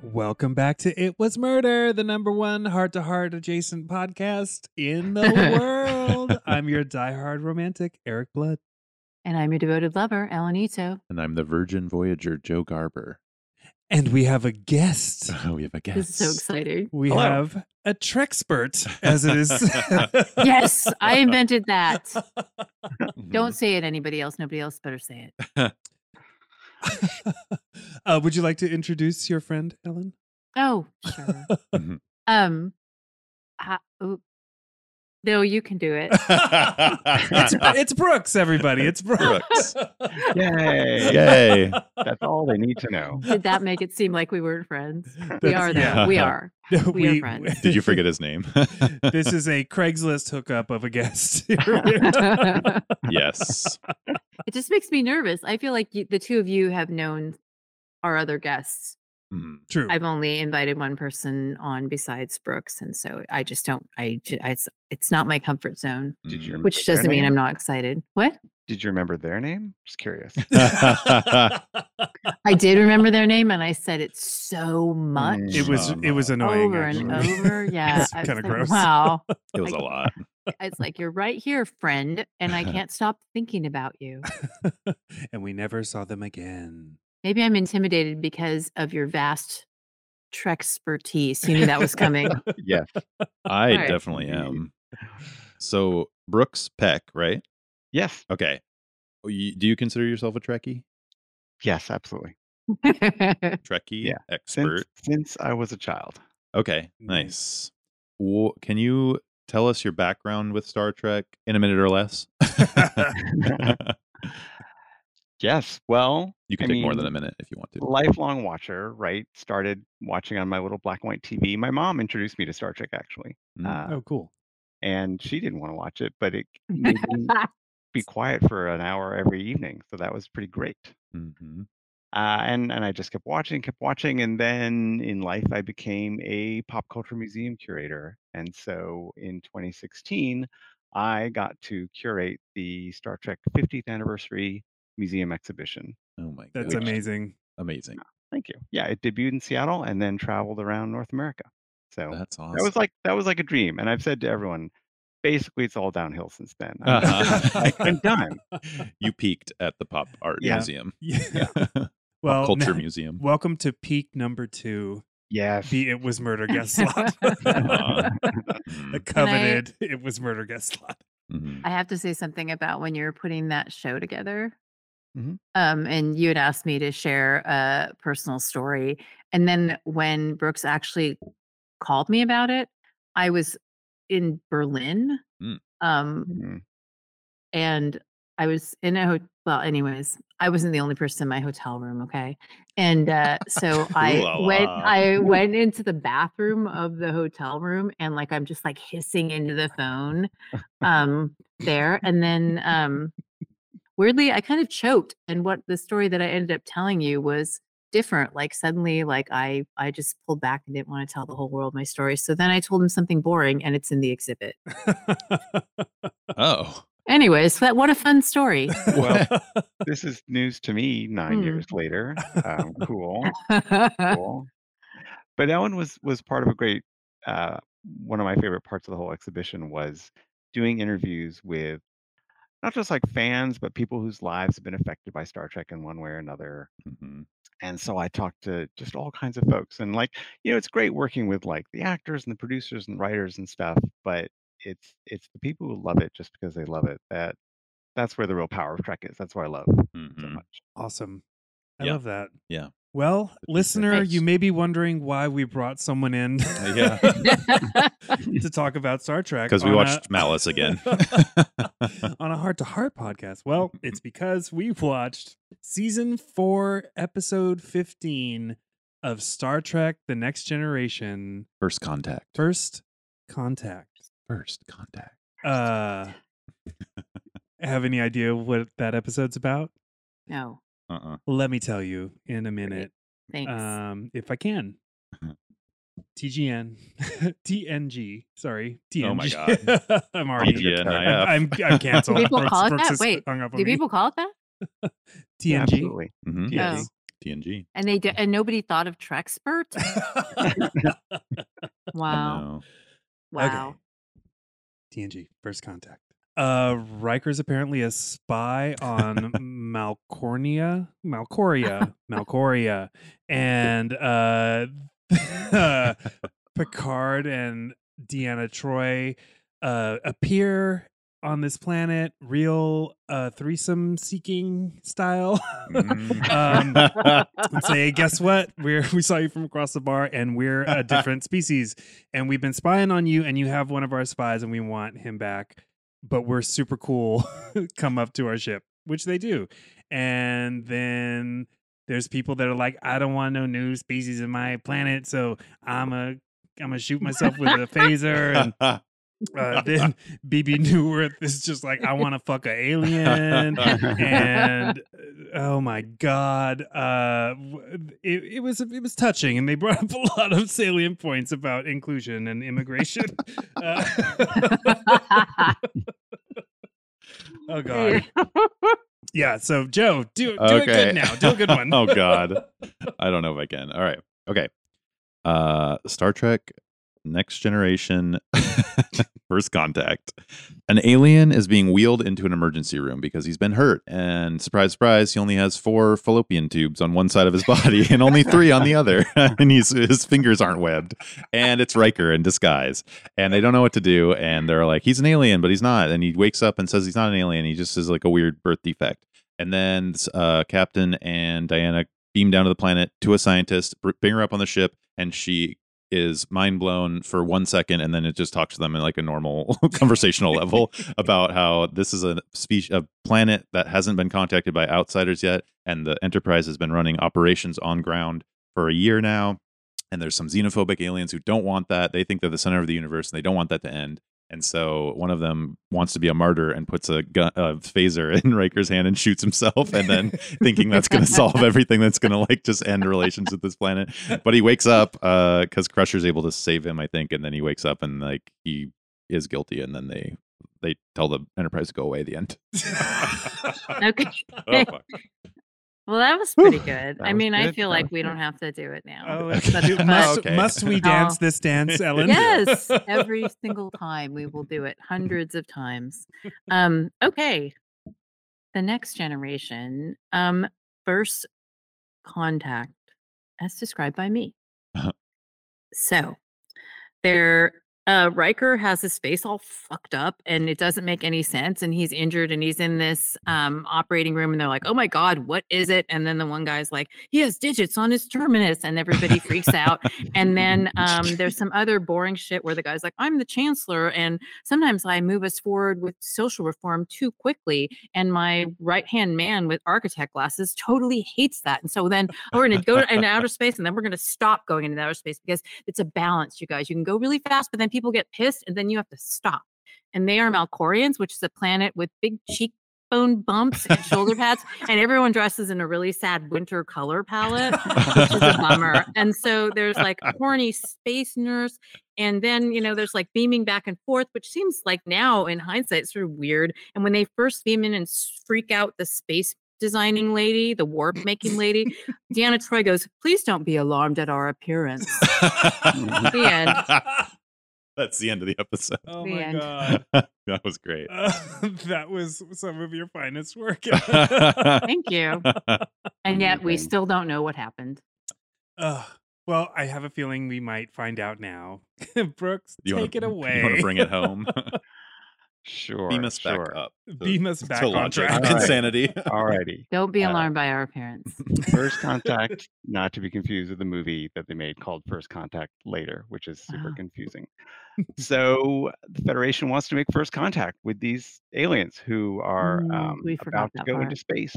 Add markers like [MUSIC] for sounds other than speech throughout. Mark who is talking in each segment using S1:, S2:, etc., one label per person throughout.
S1: Welcome back to It Was Murder, the number one heart to heart adjacent podcast in
S2: [LAUGHS]
S1: the world. I'm your diehard romantic, Eric Blood.
S3: And I'm your devoted lover, Elenito.
S2: And I'm the Virgin Voyager Joe Garber. [LAUGHS]
S1: And we have a guest.
S2: Oh, we have a guest.
S3: This is so
S1: [LAUGHS]
S3: exciting.
S1: We
S2: Hello.
S1: have a Trexpert, as it is.
S2: [LAUGHS]
S3: Yes, [LAUGHS] I invented that.
S4: [LAUGHS]
S3: Don't say it, anybody else. Nobody else better say it.
S1: [LAUGHS] uh, would you like to introduce your friend,
S2: [LAUGHS]
S1: Ellen?
S3: Oh, sure.
S2: Mhm.
S3: um, ha- oop. no, you can do it.
S1: It's, it's Brooks, everybody. It's Brooks.
S4: Yay.
S3: [LAUGHS]
S2: Yay.
S4: That's all they need to know.
S3: Did that make it seem like we weren't friends? We are though.
S2: yeah.
S3: We are. [LAUGHS]
S1: [LAUGHS] No,
S3: We are friends.
S2: Did you forget his
S4: [LAUGHS]
S2: name?
S1: [LAUGHS] this is a Craigslist hookup of a guest.
S3: [LAUGHS]
S1: [LAUGHS]
S3: it
S2: [LAUGHS] yes.
S3: just makes me nervous. I feel like you, the two of you have known our other guests.
S2: Mm.
S1: True.
S2: [LAUGHS]
S3: I've only invited one person on besides Brooks, and so I just don't. I, ju- I it's, it's not my comfort zone,
S4: Did you
S2: Mm.
S3: which
S4: Fair
S3: doesn't mean
S4: name.
S3: I'm not excited. What?
S4: Did you remember their name? Just curious.
S3: I did remember their name and I said it so much
S1: [LAUGHS]
S4: Mm.
S1: it was
S2: Um,
S1: it was annoying.
S3: over and
S1: actually.
S3: over. Yeah.
S1: [LAUGHS] It's
S3: I was
S1: kinda
S3: like,
S1: gross. [LAUGHS]
S3: Wow.
S2: It was a
S4: [LAUGHS]
S2: lot.
S3: It's like you're right here, friend,
S1: [LAUGHS]
S3: and I can't stop thinking about you.
S1: and we never saw them again.
S3: Maybe I'm intimidated because of your vast trek expertise. You knew that was coming.
S4: yes.
S2: [LAUGHS] I
S3: Alright.
S2: definitely am. So, Brooks Peck, right?
S4: [LAUGHS] Yes.
S2: Okay. Oh, you- Do you consider yourself a Trekkie?
S4: Yes, absolutely.
S2: Trekkie
S4: Yeah.
S2: expert.
S4: Since, Mm-hmm. since I was
S3: [LAUGHS]
S4: a child. [LAUGHS]
S2: Okay,
S1: Nice.
S2: nice. Wha- can you tell us your background with Star Trek in a minute or
S4: [LAUGHS]
S2: less? [LAUGHS]
S4: Yes. Well,
S2: you can
S4: I
S2: take more than a
S4: mean,
S2: minute if you want to.
S4: lifelong watcher, right? Started watching on my little black and white TV. My mom introduced me to Star Trek, actually.
S2: Mm.
S4: Uh,
S1: Oh, cool.
S4: And she didn't want to watch it, but it
S3: [LAUGHS]
S4: made me be quiet for an hour every evening. So that was pretty great.
S2: Mhm.
S4: uh, and and I just kept watching, kept watching, and then in life I became a pop culture museum curator, and so in 2016 I got to curate the Star Trek 50th anniversary museum exhibition.
S2: Oh my god,
S1: That's amazing. [LAUGHS]
S2: Amazing.
S4: Thank you. Yeah, it debuted in Seattle and then traveled around North America. So
S2: That's awesome.
S4: that was like that was like a dream, and I've said to everyone, basically it's all downhill since then. I'm,
S2: Uh-huh. [LAUGHS]
S4: like, I'm done.
S2: you peaked at the pop art
S1: Yeah.
S2: museum,
S1: Yeah.
S2: [LAUGHS] Pop
S1: Well,
S2: culture
S1: [LAUGHS] now-
S2: museum.
S1: welcome to peak number two,
S4: Yes.
S1: the It Was Murder guest
S3: [LAUGHS]
S1: slot.
S2: Uh,
S1: [LAUGHS] the
S2: Mm,
S1: coveted It Was Murder guest slot.
S3: [LAUGHS]
S2: mhm.
S3: I have to say something about when you're putting that show together.
S4: Mhm.
S3: Um, and you had asked me to share a personal story. And then when Brooks actually called me about it, I was in Berlin.
S2: Mm.
S3: Um,
S4: Mm.
S3: and I was in a ho- well, anyways, I wasn't the only person in my hotel room, okay? And uh, so I
S2: [LAUGHS] Ooh la
S3: went
S2: la.
S3: I went into the bathroom of the hotel room and like I'm just like hissing into the phone um
S2: [LAUGHS]
S3: there and then um weirdly I kind of choked and what the story that I ended up telling you was different like suddenly like I I just pulled back and didn't want to tell the whole world my story so then I told him something boring and it's in the exhibit.
S1: [LAUGHS]
S2: Oh,
S3: Anyways, that what a fun story.
S4: Well,
S2: [LAUGHS]
S4: this is news to me nine
S2: Hmm.
S3: Mm.
S4: years later. Um, cool. [LAUGHS] cool. But Ellen was was part of a great. Uh, one of my favorite parts of the whole exhibition was doing interviews with not just like fans, but people whose lives have been affected by Star Trek in one way or another.
S2: Mhm.
S4: And so I talked to just all kinds of folks, and like you know, it's great working with like the actors and the producers and writers and stuff, but it's it's the people who love it just because they love it that that's where the real power of Trek is. That's what I love so
S2: Mhm.
S4: much.
S1: Awesome. I
S2: Yeah.
S1: love that.
S2: Yeah.
S1: Well,
S2: Good
S1: listener,
S3: reference.
S1: you may be wondering why we brought someone in
S2: Yeah.
S1: [LAUGHS]
S3: [LAUGHS]
S1: to talk about Star
S2: [LAUGHS]
S1: Trek.
S2: because we
S1: on a-
S2: watched
S1: [LAUGHS]
S2: Malice again. [LAUGHS]
S1: on a heart to heart podcast. Well, it's because we watched season four, episode 15 of Star Trek The Next Generation
S2: First contact.
S1: First Contact.
S2: First contact.
S1: Uh, have any idea what that episode's about?
S3: no,
S2: Uh-uh.
S1: Let me tell you in a minute.
S3: thanks.
S4: Uh,
S1: Um, if I can. [LAUGHS] TGN, TNG. Sorry, TNG.
S2: Oh my
S1: [LAUGHS] I'm
S4: Oh,
S1: already.
S4: you're
S2: Yeah,
S4: tired.
S2: NIF.
S1: I'm, I'm canceled.
S3: people
S1: Brooks-
S3: call it
S1: Brooks
S3: that?
S1: is
S3: Wait,
S1: hung up on
S3: Do
S1: me.
S3: people call it that?
S1: TNG.
S2: [LAUGHS]
S4: absolutely.
S2: Mhm.
S4: Yes.
S3: Oh.
S2: TNG.
S3: and they
S4: [LAUGHS]
S3: d- and nobody thought of Trexpert. Wow,
S2: No.
S3: wow.
S1: [LAUGHS] TNG, first contact. Uh, Riker's apparently a spy [LAUGHS] on Malcornia, Malcoria, Malcoria, and uh, [LAUGHS] Picard and Deanna Troy uh, appear on this planet, real uh, threesome seeking style. [LAUGHS]
S2: Mm.
S1: um, and say, guess what? We're [LAUGHS] we saw you from across the bar, and we're a different species, and we've been spying on you, and you have one of our spies, and we want him back, but we're super cool. [LAUGHS] Come up to our ship, which they do, and then there's people that are like, I don't want no new species in my planet, so I'm a I'm gonna shoot myself with a phaser,
S2: [LAUGHS]
S1: and uh, then BB Newworth is just like, I want to fuck a alien
S2: [LAUGHS]
S1: and uh, oh my god uh w- it, it was it was touching and they brought up a [LAUGHS] lot of salient points about inclusion and
S2: [LAUGHS]
S1: immigration uh, [LAUGHS] oh
S2: [LAUGHS]
S1: god yeah so joe do, do it
S2: Okay.
S1: good now do a
S2: [LAUGHS]
S1: good one.
S3: [LAUGHS]
S2: Oh, God. [LAUGHS] I don't know if I can. All right. Okay. Uh Star Trek Next Generation [LAUGHS] First Contact. An alien is being wheeled into an emergency room because he's been hurt and surprise surprise he only has four fallopian tubes on one side of his body [LAUGHS] and only three on the other [LAUGHS] and he's, his fingers aren't webbed and it's Riker in disguise and they don't know what to do and they're like he's an alien but he's not and he wakes up and says he's not an alien he just is like a weird birth defect and then uh, Captain and Diana beam down to the planet to a scientist, br- bring her up on the ship, and she is mind blown for one second, and then it just talks to them in like a normal [LAUGHS] conversational level about how this is a species, a planet that hasn't been contacted by outsiders yet, and the Enterprise has been running operations on ground for a year now, and there's some xenophobic aliens who don't want that. They think they're the center of the universe, and they don't want that to end. And so one of them wants to be a martyr and puts a, gun, a phaser [LAUGHS] in Riker's hand and shoots himself, and then thinking that's going to solve everything that's going to like just end relations with this planet. But he wakes up because Crusher's able to save him, I think, and then he wakes up and like he is guilty, and then they they tell the Enterprise to go away. At
S3: [LAUGHS]
S2: the end.
S3: [LAUGHS] Okay.
S2: Oh,
S3: [LAUGHS]
S2: fuck.
S3: Well, that was
S4: Whew,
S3: pretty good.
S4: that
S3: I
S4: was
S3: mean, I
S4: good,
S3: feel
S4: that
S3: like
S4: was
S3: we
S4: good.
S3: don't have to do it now.
S1: [LAUGHS]
S4: [LAUGHS]
S1: Oh,
S2: Okay.
S1: do-
S2: [LAUGHS] Oh,
S1: must,
S2: okay.
S1: must we dance this
S2: [LAUGHS]
S1: dance, Ellen?
S4: [LAUGHS]
S3: yes, every single time we will do it hundreds of times. Um, okay. The next generation, um, first contact, as described by me.
S2: Uh-huh.
S3: So there uh Riker has his face all fucked up and it doesn't make any sense and he's injured and he's in this um operating room and they're like, "Oh my god, what is it?" And then the one guy's like, "He has digits on his terminus." And everybody freaks out. And then um there's some other boring shit where the guy's like, "I'm the chancellor and sometimes I move us forward with social reform too quickly and my right-hand man with architect glasses totally hates that." And so then oh, we're going to go to- in outer space and then we're going to stop going into outer space because it's a balance, you guys. You can go really fast, but then people get pissed and then you have to stop. And they are Malcorians, which is a planet with big cheekbone bumps and shoulder pads, and everyone dresses in a really sad winter color palette, which is a
S1: [LAUGHS]
S3: bummer. And so there's like a horny space nurse, and then you know there's like beaming back and forth, which seems like now in hindsight sort of weird. And when they first beam in and s- freak out the space designing lady, the warp making lady, Deanna Troy goes, "Please don't be alarmed at our appearance." The end.
S2: That's the end of the episode.
S1: [LAUGHS] Oh
S3: The
S1: my
S3: end.
S1: god. [LAUGHS]
S2: [LAUGHS] that was great.
S1: Uh, that was some of your finest
S2: [LAUGHS]
S1: work. [LAUGHS] uh,
S3: Thank you. And yet we
S4: Amazing.
S3: still don't know what happened.
S1: Uh, well, I have a feeling we might find out now. [LAUGHS] Brooks,
S2: You wanna-
S1: take it away.
S2: You want
S1: [LAUGHS]
S2: to bring it home? [LAUGHS]
S4: Sure. [LAUGHS]
S2: Beam us back
S4: sure.
S2: up.
S1: Beam us back
S2: to
S1: on
S2: logic
S1: track.
S2: and
S4: All
S1: [LAUGHS]
S4: right.
S2: Insanity.
S4: Alrighty.
S3: Don't be
S4: Uh,
S3: alarmed by our appearance. [LAUGHS]
S4: First Contact, not to be confused with the movie that they made called First Contact later, which is super
S3: Oh. [LAUGHS]
S4: confusing. so the Federation wants to make first contact with these aliens who are
S3: Mm,
S4: um,
S3: we forgot
S4: about to
S3: that
S4: go
S3: part.
S4: into space.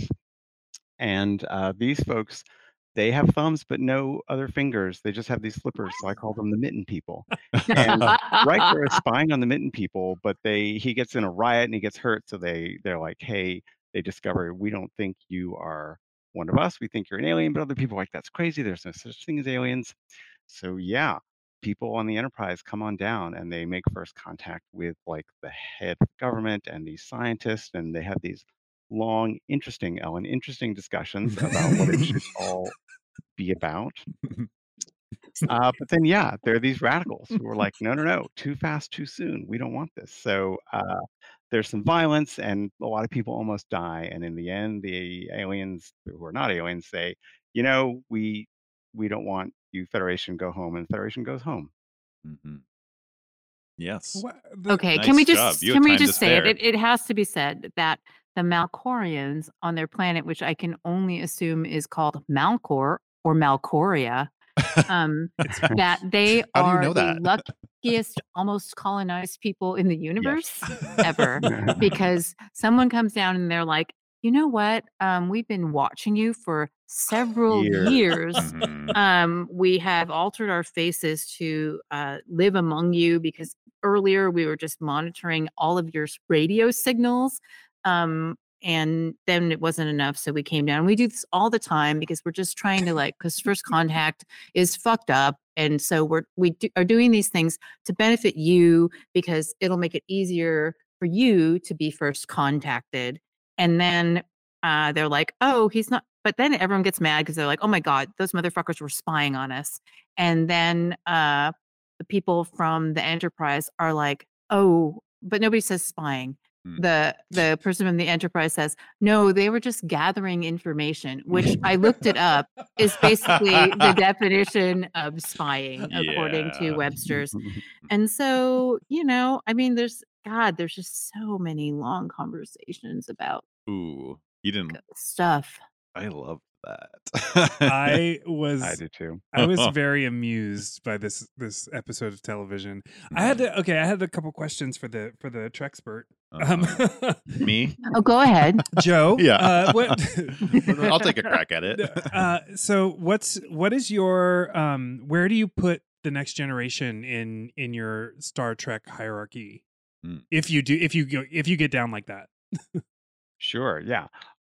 S4: And uh, these folks, they have thumbs but no other fingers. They just have these flippers. So I call them the mitten people. And uh,
S3: [LAUGHS]
S4: Riker is spying on the Mitten people, but they he gets in a riot and he gets hurt. So they they're like, hey, they discover we don't think you are one of us. We think you're an alien. But other people are like that's crazy. There's no such thing as aliens. So yeah, people on the Enterprise come on down and they make first contact with like the head of government and these scientists, and they have these long, interesting, Ellen, interesting discussions about what it should all be about. Uh, but then, yeah, there are these radicals who are like, no, no, no, too fast, too soon. We don't want this. So uh, there's some violence, and a lot of people almost die. And in the end, the aliens who are not aliens say, you know, we we don't want you, Federation, go home, and Federation goes home.
S2: Mm-hmm. [LAUGHS] Yes.
S1: Wha- the-
S3: Okay, [LAUGHS]
S2: Nice
S3: can we
S2: job.
S3: just
S2: You
S3: can
S2: had
S3: we
S2: time to
S3: just say it?
S2: spare.
S3: it? It has to be said that the Malcorians on their planet, which I can only assume is called Malcor or Malcoria, um,
S2: [LAUGHS]
S3: that [LAUGHS]
S1: [LAUGHS]
S3: they
S2: How do you
S3: are
S2: know [LAUGHS]
S3: the luckiest, almost colonized people in the universe ever,
S2: [LAUGHS]
S3: because someone comes down and they're like, you know what? Um, we've been watching you for several
S4: Years.
S3: years
S2: Mhm.
S3: um, we have altered our faces to uh, live among you because earlier we were just monitoring all of your s- radio signals. Um, and then it wasn't enough. So we came down. We do this all the time because we're just trying to like, because first contact is fucked up. And so we're, we do, are doing these things to benefit you because it'll make it easier for you to be first contacted. And then uh, they're like, oh, he's not. But then everyone gets mad because they're like, oh my God, those motherfuckers were spying on us. And then uh, the people from the Enterprise are like, oh, but nobody says spying.
S2: Mm.
S3: The the person from the enterprise says, no, they were just gathering information, which I looked it up [LAUGHS] is basically
S2: [LAUGHS]
S3: the definition of spying, according
S2: Yeah.
S3: to Webster's. And so, you know, I mean, there's God, there's just so many long conversations about
S2: [LAUGHS] Ooh, you didn't.
S3: stuff.
S2: I love that.
S1: I was
S4: I do too.
S1: I
S2: [LAUGHS]
S1: was very amused by this this episode of television. I had to okay, I had a couple questions for the for the Trexpert. Um,
S2: [LAUGHS] Mm.
S1: [LAUGHS]
S2: Uh-huh. [LAUGHS] me.
S3: Oh, go ahead.
S1: Joe,
S2: Yeah. [LAUGHS]
S1: uh, what, [LAUGHS]
S2: I'll take a crack at it.
S1: uh, so what's what is your um where do you put the next generation in in your Star Trek hierarchy?
S2: Mm.
S1: If you do if you go if you get down like that.
S4: Sure. Yeah.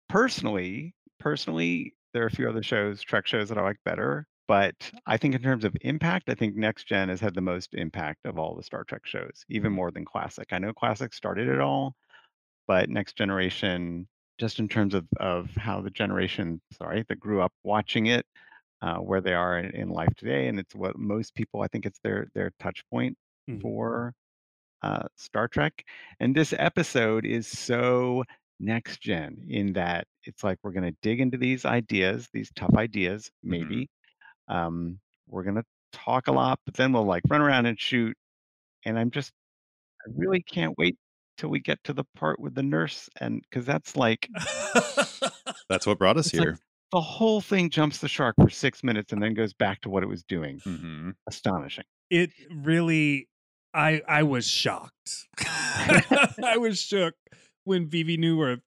S4: Personally, personally, there are a few other shows, Trek shows that I like better, but I think in terms of impact, I think Next Gen has had the most impact of all the Star Trek shows, even more than Classic. I know Classic started it all, but Next Generation, just in terms of of how the generation, sorry, that grew up watching it, uh, where they are in, in life today, and it's what most people, I think, it's their their touch point
S1: Mhm.
S4: for uh, Star Trek. And this episode is so next gen in that it's like we're going to dig into these ideas, these tough ideas, maybe. Um, we're going to talk a lot, but then we'll like run around and shoot. And I'm just, I really can't wait till we get to the part with the nurse. And because that's
S1: Mm.
S4: like
S2: That's what brought us
S4: It's like-
S2: here.
S4: the whole thing jumps the shark for six minutes and then goes back to what it was doing.
S2: Mhm.
S4: Astonishing.
S1: it really i i was shocked [LAUGHS] i was shook when vivi newworth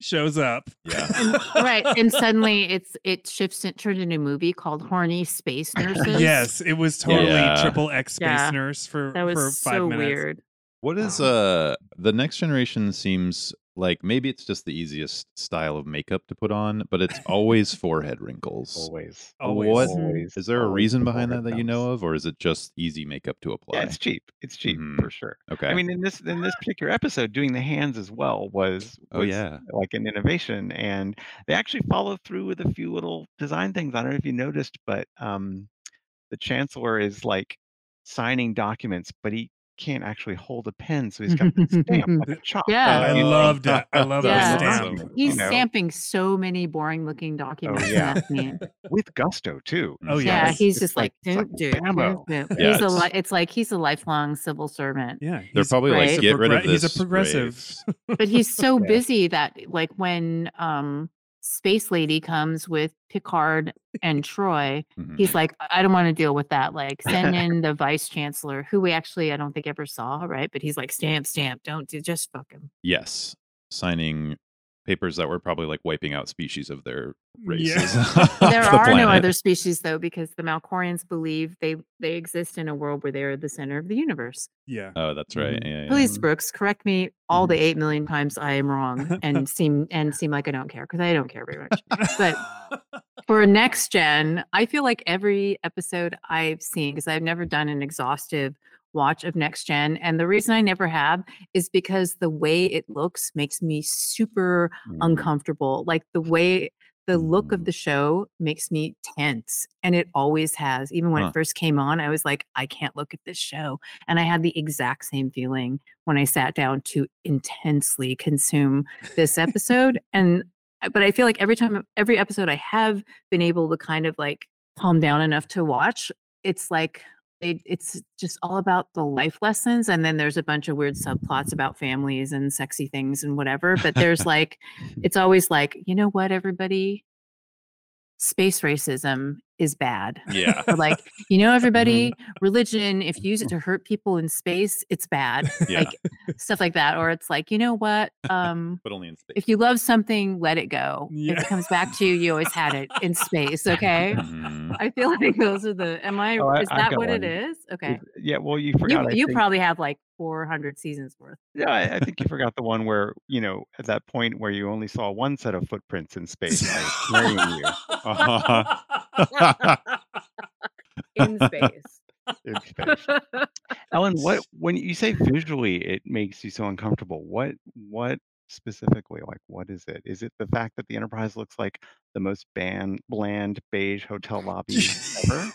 S1: shows up
S2: Yeah.
S3: right.
S1: [LAUGHS]
S3: And suddenly it's it shifts it turned into a movie called Horny Space Nurses.
S1: yes it was totally
S2: Yeah.
S1: triple x space
S3: Yeah.
S1: nurse for
S3: That
S1: for
S3: was
S1: five
S3: so
S1: minutes
S3: weird.
S2: What is
S1: uh-huh.
S2: uh the next generation seems like maybe it's just the easiest style of makeup to put on, but it's
S1: [LAUGHS]
S2: always forehead wrinkles.
S4: Always.
S1: Always.
S2: What
S3: Mhm.
S4: Always.
S2: Is there a
S4: always
S2: reason
S4: the
S2: behind that
S4: forward
S2: that you
S4: jumps.
S2: know of, or is it just easy makeup to apply?
S4: Yeah, it's cheap. It's cheap
S2: Mhm.
S4: for sure.
S2: okay.
S4: I mean, in this in this particular episode, doing the hands as well was,
S2: oh
S4: was
S2: yeah.
S4: like an innovation, and they actually followed through with a few little design things. I don't know if you noticed, but um, the chancellor is like signing documents, but he can't actually hold a pen, so he's got to
S2: [LAUGHS]
S4: stamp like a chop.
S3: Yeah.
S1: I
S4: [LAUGHS]
S1: loved it. I loved
S3: That's
S1: the
S4: awesome.
S1: stamp.
S3: He's
S4: You know?
S3: stamping so many boring looking documents
S4: yeah.
S3: in that scene.
S4: with gusto too.
S1: Oh
S3: Yeah,
S1: yes.
S3: he's
S4: It's
S3: just like,
S4: like- it's
S3: like
S4: like
S3: dude,
S4: bambo."
S2: Yeah,
S3: he's a
S2: it's-
S3: li- it's like he's a lifelong civil servant.
S1: yeah
S2: They're
S1: he's-
S2: probably
S3: Right.
S2: like
S1: a
S2: get rid of
S1: progre- he's
S2: this.
S1: a progressive.
S2: race."
S3: but
S2: [LAUGHS]
S3: he's so
S4: Yeah.
S3: busy that like when um space lady comes with picard and troy
S2: Mhm.
S3: he's like i I don't want to deal with that like
S2: [LAUGHS]
S3: send in the vice chancellor who we actually i don't think ever saw right but he's like stamp stamp don't do just fuck him
S2: yes, signing papers that were probably like wiping out species of their races. [LAUGHS]
S1: yeah.
S3: there
S2: off the
S3: are no
S2: planet.
S3: other species though because the malcorians believe they they exist in a world where they're the center of the universe
S1: [LAUGHS] yeah
S2: Oh, that's right.
S1: Mm-hmm.
S2: Yeah, Mm. yeah,
S3: please brooks correct me all the 8 million times i am wrong
S2: [LAUGHS]
S3: and seem and seem like i don't care because i don't care very much But- for next gen, I feel like every episode I've seen, because I've never done an exhaustive watch of Next Gen. And the reason I never have is because the way it looks makes me super
S2: Mm-hmm.
S3: uncomfortable. Like the way the look
S2: Mm.
S3: of the show makes me tense, and it always has. Even when
S2: Huh.
S3: it first came on, I was like, I can't look at this show. And I had the exact same feeling when I sat down to intensely consume this episode. and uh, but I feel like every time, every episode I have been able to kind of like calm down enough to watch, it's like it, it's just all about the life lessons and then there's a bunch of weird subplots about families and sexy things and whatever but there's like it's always like you know what everybody space racism is bad [LAUGHS]
S2: Yeah.
S3: or like you
S4: Mm-hmm.
S3: know everybody religion if you use it to hurt people in space it's bad
S4: [LAUGHS]
S2: Yeah.
S3: like stuff like that or it's like you know what um
S2: but only in space.
S3: if you love something let it go if
S1: Yeah.
S3: it comes back to you you always had it in space
S4: [LAUGHS]
S3: okay [LAUGHS]
S2: Mhm.
S3: I feel like those are the. Am I?
S4: Oh, I-
S3: is
S4: I've
S3: that
S4: got
S3: what it
S4: one.
S3: is? Okay.
S4: If- Yeah, well, you
S3: You,
S4: forgot. I
S3: you
S4: think-
S3: probably have like 400 seasons
S4: [LAUGHS]
S3: worth.
S4: Yeah, I, I think you forgot the one where you know at that point where you only saw one set of footprints in space. I was carrying you
S3: in space. [LAUGHS]
S4: in space. Ellen, what when you say visually it makes you so uncomfortable? What what specifically? Like, what is it? Is it the fact that the Enterprise looks like the most ban- bland beige hotel lobby ever?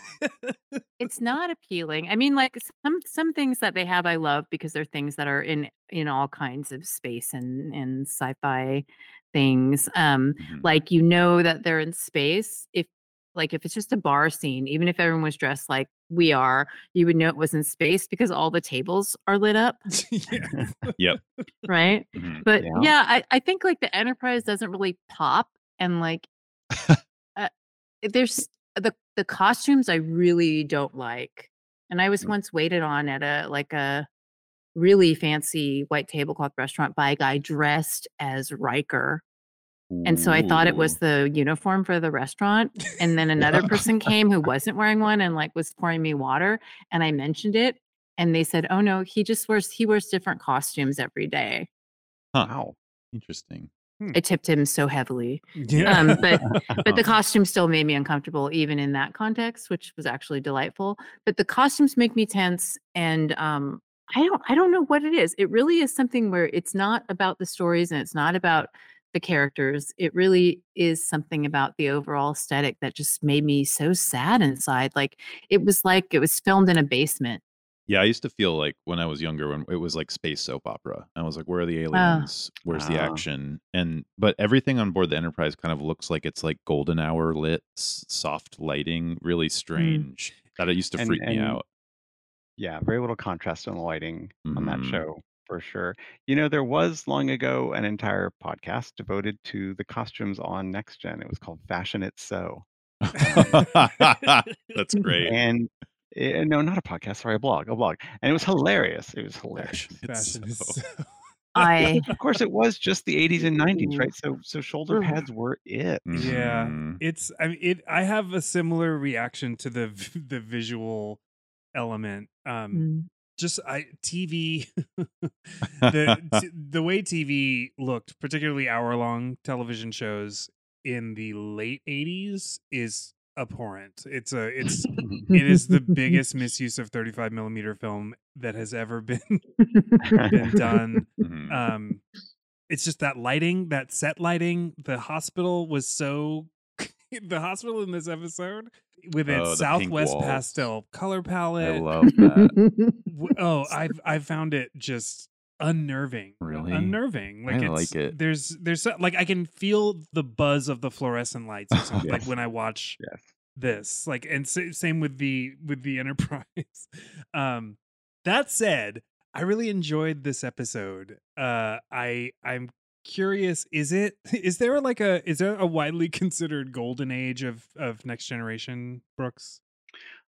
S3: it's not appealing. I mean, like some some things that they have, I love because they're things that are in in all kinds of space and and sci-fi things. Um,
S2: Mhm.
S3: like you know that they're in space if like if it's just a bar scene even if everyone was dressed like we are you would know it was in space because all the tables are lit up
S1: yeah.
S3: right
S2: Mhm.
S3: but
S4: Yeah.
S3: yeah, I, I think like the enterprise doesn't really pop and
S4: [LAUGHS]
S3: like uh, there's the the costumes i really don't like and i was
S4: Mm.
S3: once waited on at a like a really fancy white tablecloth restaurant by a guy dressed as Riker. And so I thought it was
S2: Ooh.
S3: the uniform for the restaurant. And
S4: [LAUGHS]
S3: then another person came who wasn't wearing one and like was pouring me water. And I mentioned it. And they said, oh no, he just wears, he wears different costumes every day.
S2: Huh.
S4: Wow.
S2: interesting.
S3: I tipped him so heavily.
S1: [LAUGHS] Yeah. [LAUGHS]
S3: Um, but but the costume still made me uncomfortable, even in that context, which was actually delightful. But the costumes make me tense, and um, I don't I don't know what it is. It really is something where it's not about the stories and it's not about the characters. It really is something about the overall aesthetic that just made me so sad inside. Like it was like it was filmed in
S1: [LAUGHS]
S3: a basement.
S2: Yeah, I used to feel like when I was younger, when it was like space soap opera. I was like, where are the
S3: Ah.
S2: aliens? Where's the
S4: Ah.
S2: action? And but everything on board the Enterprise kind of looks like it's like golden hour lit, s- soft lighting,
S3: Mm.
S2: really strange. That it used to
S4: And-
S2: freak me
S4: and-
S2: out.
S4: Yeah, very little contrast in the lighting on that
S2: Mhm.
S4: show for sure. You know, there was long ago an entire podcast devoted to the costumes on Next Gen. It was called Fashion It So.
S3: Um,
S1: [LAUGHS]
S2: [LAUGHS]
S3: [LAUGHS]
S2: That's great.
S4: And eh, no, not a podcast, sorry, a blog, a blog. And it was hilarious.
S2: [LAUGHS]
S4: It was hilarious.
S2: Fashion, [LAUGHS] it's
S1: Fashion is
S2: so-
S1: so- [LAUGHS]
S3: I
S4: Of course, it was just the 80s and 90s, right? So, so shoulder
S3: Ooh.
S4: pads were it.
S2: [LAUGHS]
S1: Yeah.
S2: Mhm.
S1: it's I mean it I have a similar reaction to the v- the visual element. Um
S3: Mm.
S1: just I
S2: [LAUGHS]
S1: TV the t- the way TV looked, particularly hour long television shows in the late 80s is abhorrent. It's a it's it is
S2: [LAUGHS]
S1: the
S3: [LAUGHS]
S1: biggest misuse of 35 millimeter film that has ever been [LAUGHS] been done.
S2: Mhm.
S1: um it's just that lighting that set lighting the hospital was so [LAUGHS] the hospital in this episode with its
S2: Oh, the pink
S1: southwest
S2: walls.
S1: pastel color
S2: I
S1: palette
S2: love
S3: [LAUGHS]
S2: that.
S1: w- oh i've i found it just unnerving
S2: Really? [LAUGHS]
S1: unnerving like
S2: I
S1: it's
S2: like it.
S1: there's there's so- like i can feel the buzz of the fluorescent lights
S2: [LAUGHS]
S1: or something, like
S4: Yes.
S1: when i watch
S4: Yes.
S1: this like and sa- same with the with the [LAUGHS] enterprise um that said i really enjoyed this episode uh i i'm curious is it [LAUGHS] is there like a is there a widely [LAUGHS] considered golden age of of next generation brooks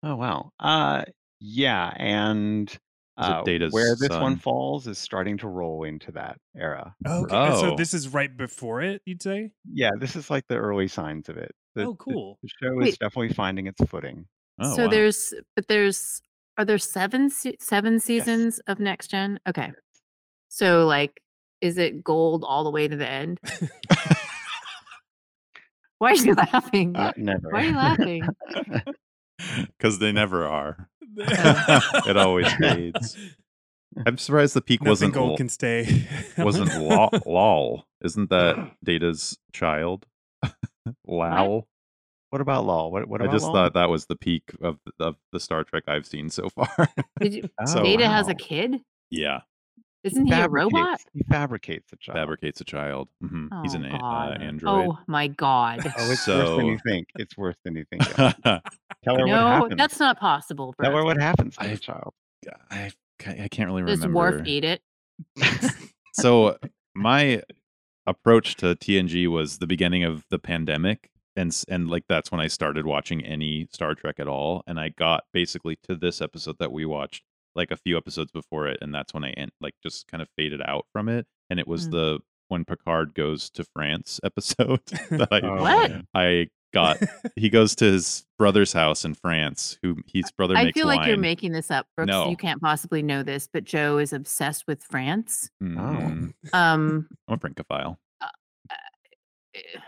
S4: Oh, wow. Uh, yeah. And
S2: Is it
S4: uh,
S2: Data's
S4: where this one
S2: son?
S4: falls is starting to roll into that era.
S1: oh,
S4: for-
S1: so
S2: Oh.
S1: this is right before it you'd say
S4: Yeah, this is like the early signs of it. The,
S1: oh [LAUGHS]
S4: the-
S1: cool
S4: The, show is
S3: Wait.
S4: definitely finding its footing.
S2: Oh,
S3: so
S2: wow.
S3: there's but there's are there seven se- seven seasons of next gen okay so like is it gold all the way to the end why are you [LAUGHS] laughing
S4: Uh,
S3: What-
S4: never.
S2: Uh, [LAUGHS]
S3: why are you laughing
S2: because they never are. [LAUGHS] it [LAUGHS] always fades. I'm surprised the peak
S1: Nothing
S2: wasn't
S1: gold
S2: l-
S1: can [LAUGHS] stay. [LAUGHS]
S2: wasn't lo- lol. Isn't [GASPS] that Data's child? [LAUGHS] Lol.
S4: [LAUGHS] What about law? What, what
S2: I
S4: about
S2: just
S4: Lol?
S2: thought that was the peak of of the Star Trek I've seen so far. [LAUGHS]
S3: Did you,
S4: Oh,
S2: so-
S3: Data has a
S4: wow.
S3: kid?
S2: yeah,
S3: Isn't he a robot?
S4: Fabricates- He fabricates a child.
S2: fabricates a child. Mhm. He's
S3: Oh,
S2: an a- uh,
S3: God.
S2: android. [LAUGHS]
S3: Oh my god.
S4: Oh, it's worse than
S2: so
S4: you think. It's worse than you think.
S2: [LAUGHS]
S4: Ellen. Tell her what
S3: no,
S4: happens.
S3: that's not possible,
S4: Tell her
S3: bro.
S4: what happens to
S2: I-
S4: the child.
S2: [LAUGHS]
S4: [LAUGHS]
S2: I ca- I can't really
S3: Does
S2: remember.
S3: Worf eat it?
S2: so my approach to TNG was the beginning of the pandemic and s- and like that's when I started watching any Star Trek at all and I got basically to this episode that we watched like a few episodes before it and that's when I en- like just kind of faded out from it and it was
S3: Mm.
S2: the when Picard goes to France [LAUGHS] episode
S3: [LAUGHS]
S2: that I
S4: Oh,
S3: What?
S4: man.
S2: I got he goes to his brother's house in France who his brother
S3: I
S2: makes
S3: feel like you're
S2: wine.
S3: making this up, Brooks.
S2: No.
S3: You can't possibly know this, but Joe is obsessed with France.
S1: Oh. hmm.
S2: Mhm.
S3: Um,
S2: I'm a Francophile.
S3: eh,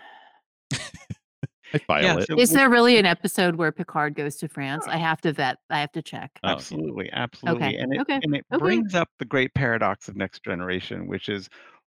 S2: I file
S4: Yeah,
S2: it.
S4: so
S3: is there really an episode where Picard goes to France? I have to vet. I have to check.
S4: Uh,
S2: Oh, yeah.
S4: absolutely absolutely and it,
S3: okay,
S4: and it
S3: okay.
S4: brings up the great paradox of next generation which is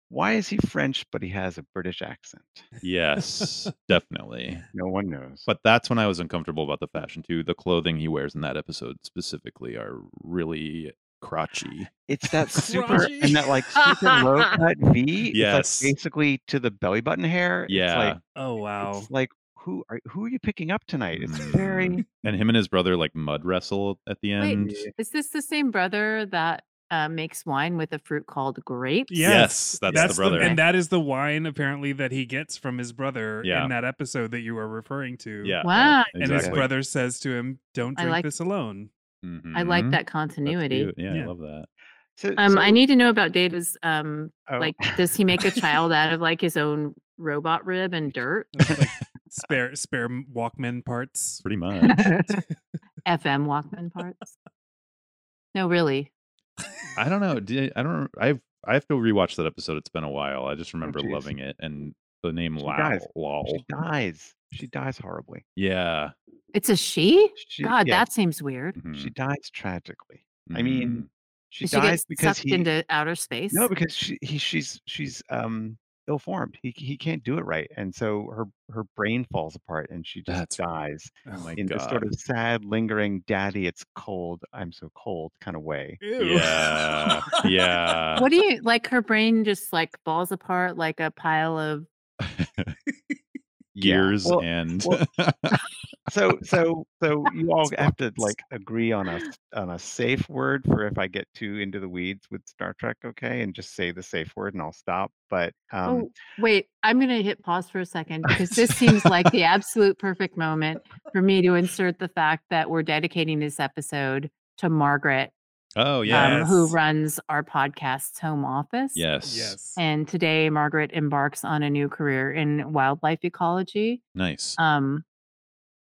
S4: why is he french but he has a british accent
S2: Yes, definitely.
S4: no one knows
S2: But that's when I was uncomfortable about the fashion too. The clothing he wears in that episode specifically are really crotchy.
S4: it's that super
S1: Crotchety.
S4: and that like
S3: [LAUGHS]
S4: super low cut v
S2: Yes.
S4: it's like basically to the belly button hair
S2: Yeah.
S1: oh
S4: it's like,
S1: wow.
S4: it's like who are who are you picking up tonight it's very
S2: and him and his brother like mud wrestle at the
S3: Wait.
S2: end.
S3: Is this the same brother that uh, makes wine with a fruit called grapes?
S1: Yeah. Yes,
S2: Yes, that's, the brother.
S1: and that is the wine apparently that he gets from his brother
S2: Yeah.
S1: in that episode that you are referring to.
S2: yeah.
S3: Wow.
S1: And his brother says to him, "Don't
S3: I
S1: drink
S3: like-
S1: this alone."
S3: [LAUGHS] I like that
S2: Mhm. That's
S3: continuity.
S2: cute. Yeah,
S1: Yeah.
S2: I love that.
S4: so,
S3: Um, I
S4: Mm-hmm. so-
S3: need to know about Data's. Um,
S4: oh,
S3: like, does he
S4: [LAUGHS]
S3: make a child out of like his own robot rib and dirt? [LAUGHS]
S1: It's like [LAUGHS] spare spare Walkman parts.
S3: [LAUGHS]
S2: Pretty much.
S3: FM Walkman parts? No, really.
S2: I don't know. Did, I don't. I have. I have to rewatch that episode. It's been a while. I just remember
S4: jeez.
S2: loving it and the name
S4: Oh, She
S2: Lol.
S4: dies.
S2: Lol.
S4: she dies she dies horribly
S2: Yeah.
S3: It's a she?
S4: she,
S3: God,
S4: yeah,
S3: that seems weird.
S4: she
S2: Mhm.
S4: dies tragically
S2: Mm-hmm.
S4: I mean, she
S3: Did she
S4: dies
S3: get
S4: because
S3: sucked
S4: he
S3: into outer space?
S4: No, because she he, she's she's um ill formed. He he can't do it right, and so her her brain falls apart, and she just
S2: That's
S4: dies
S2: Mhm. oh my
S4: in this sort
S2: god.
S4: of sad, lingering "Daddy, it's cold. I'm so cold" kind of
S3: [LAUGHS]
S4: way.
S1: Ew.
S4: [LAUGHS]
S2: Yeah. Yeah.
S3: what do you like? Her brain just like falls apart like a pile of.
S4: Yeah.
S2: gears
S4: Well,
S2: and
S4: well, so so so you all have to like agree on a s- on a safe word for if I get too into the weeds with Star Trek, okay, and just say the safe word, and I'll stop. But um,
S3: oh, wait. I'm going to hit pause for a second because this seems like the absolute perfect moment for me to insert the fact that we're dedicating this episode to Margaret,
S2: [LAUGHS] oh
S3: um, who
S1: Yes.
S3: runs our podcast's home office.
S2: yes
S1: Yes.
S3: And today, Margaret embarks on a new career in wildlife ecology.
S2: nice
S3: Um,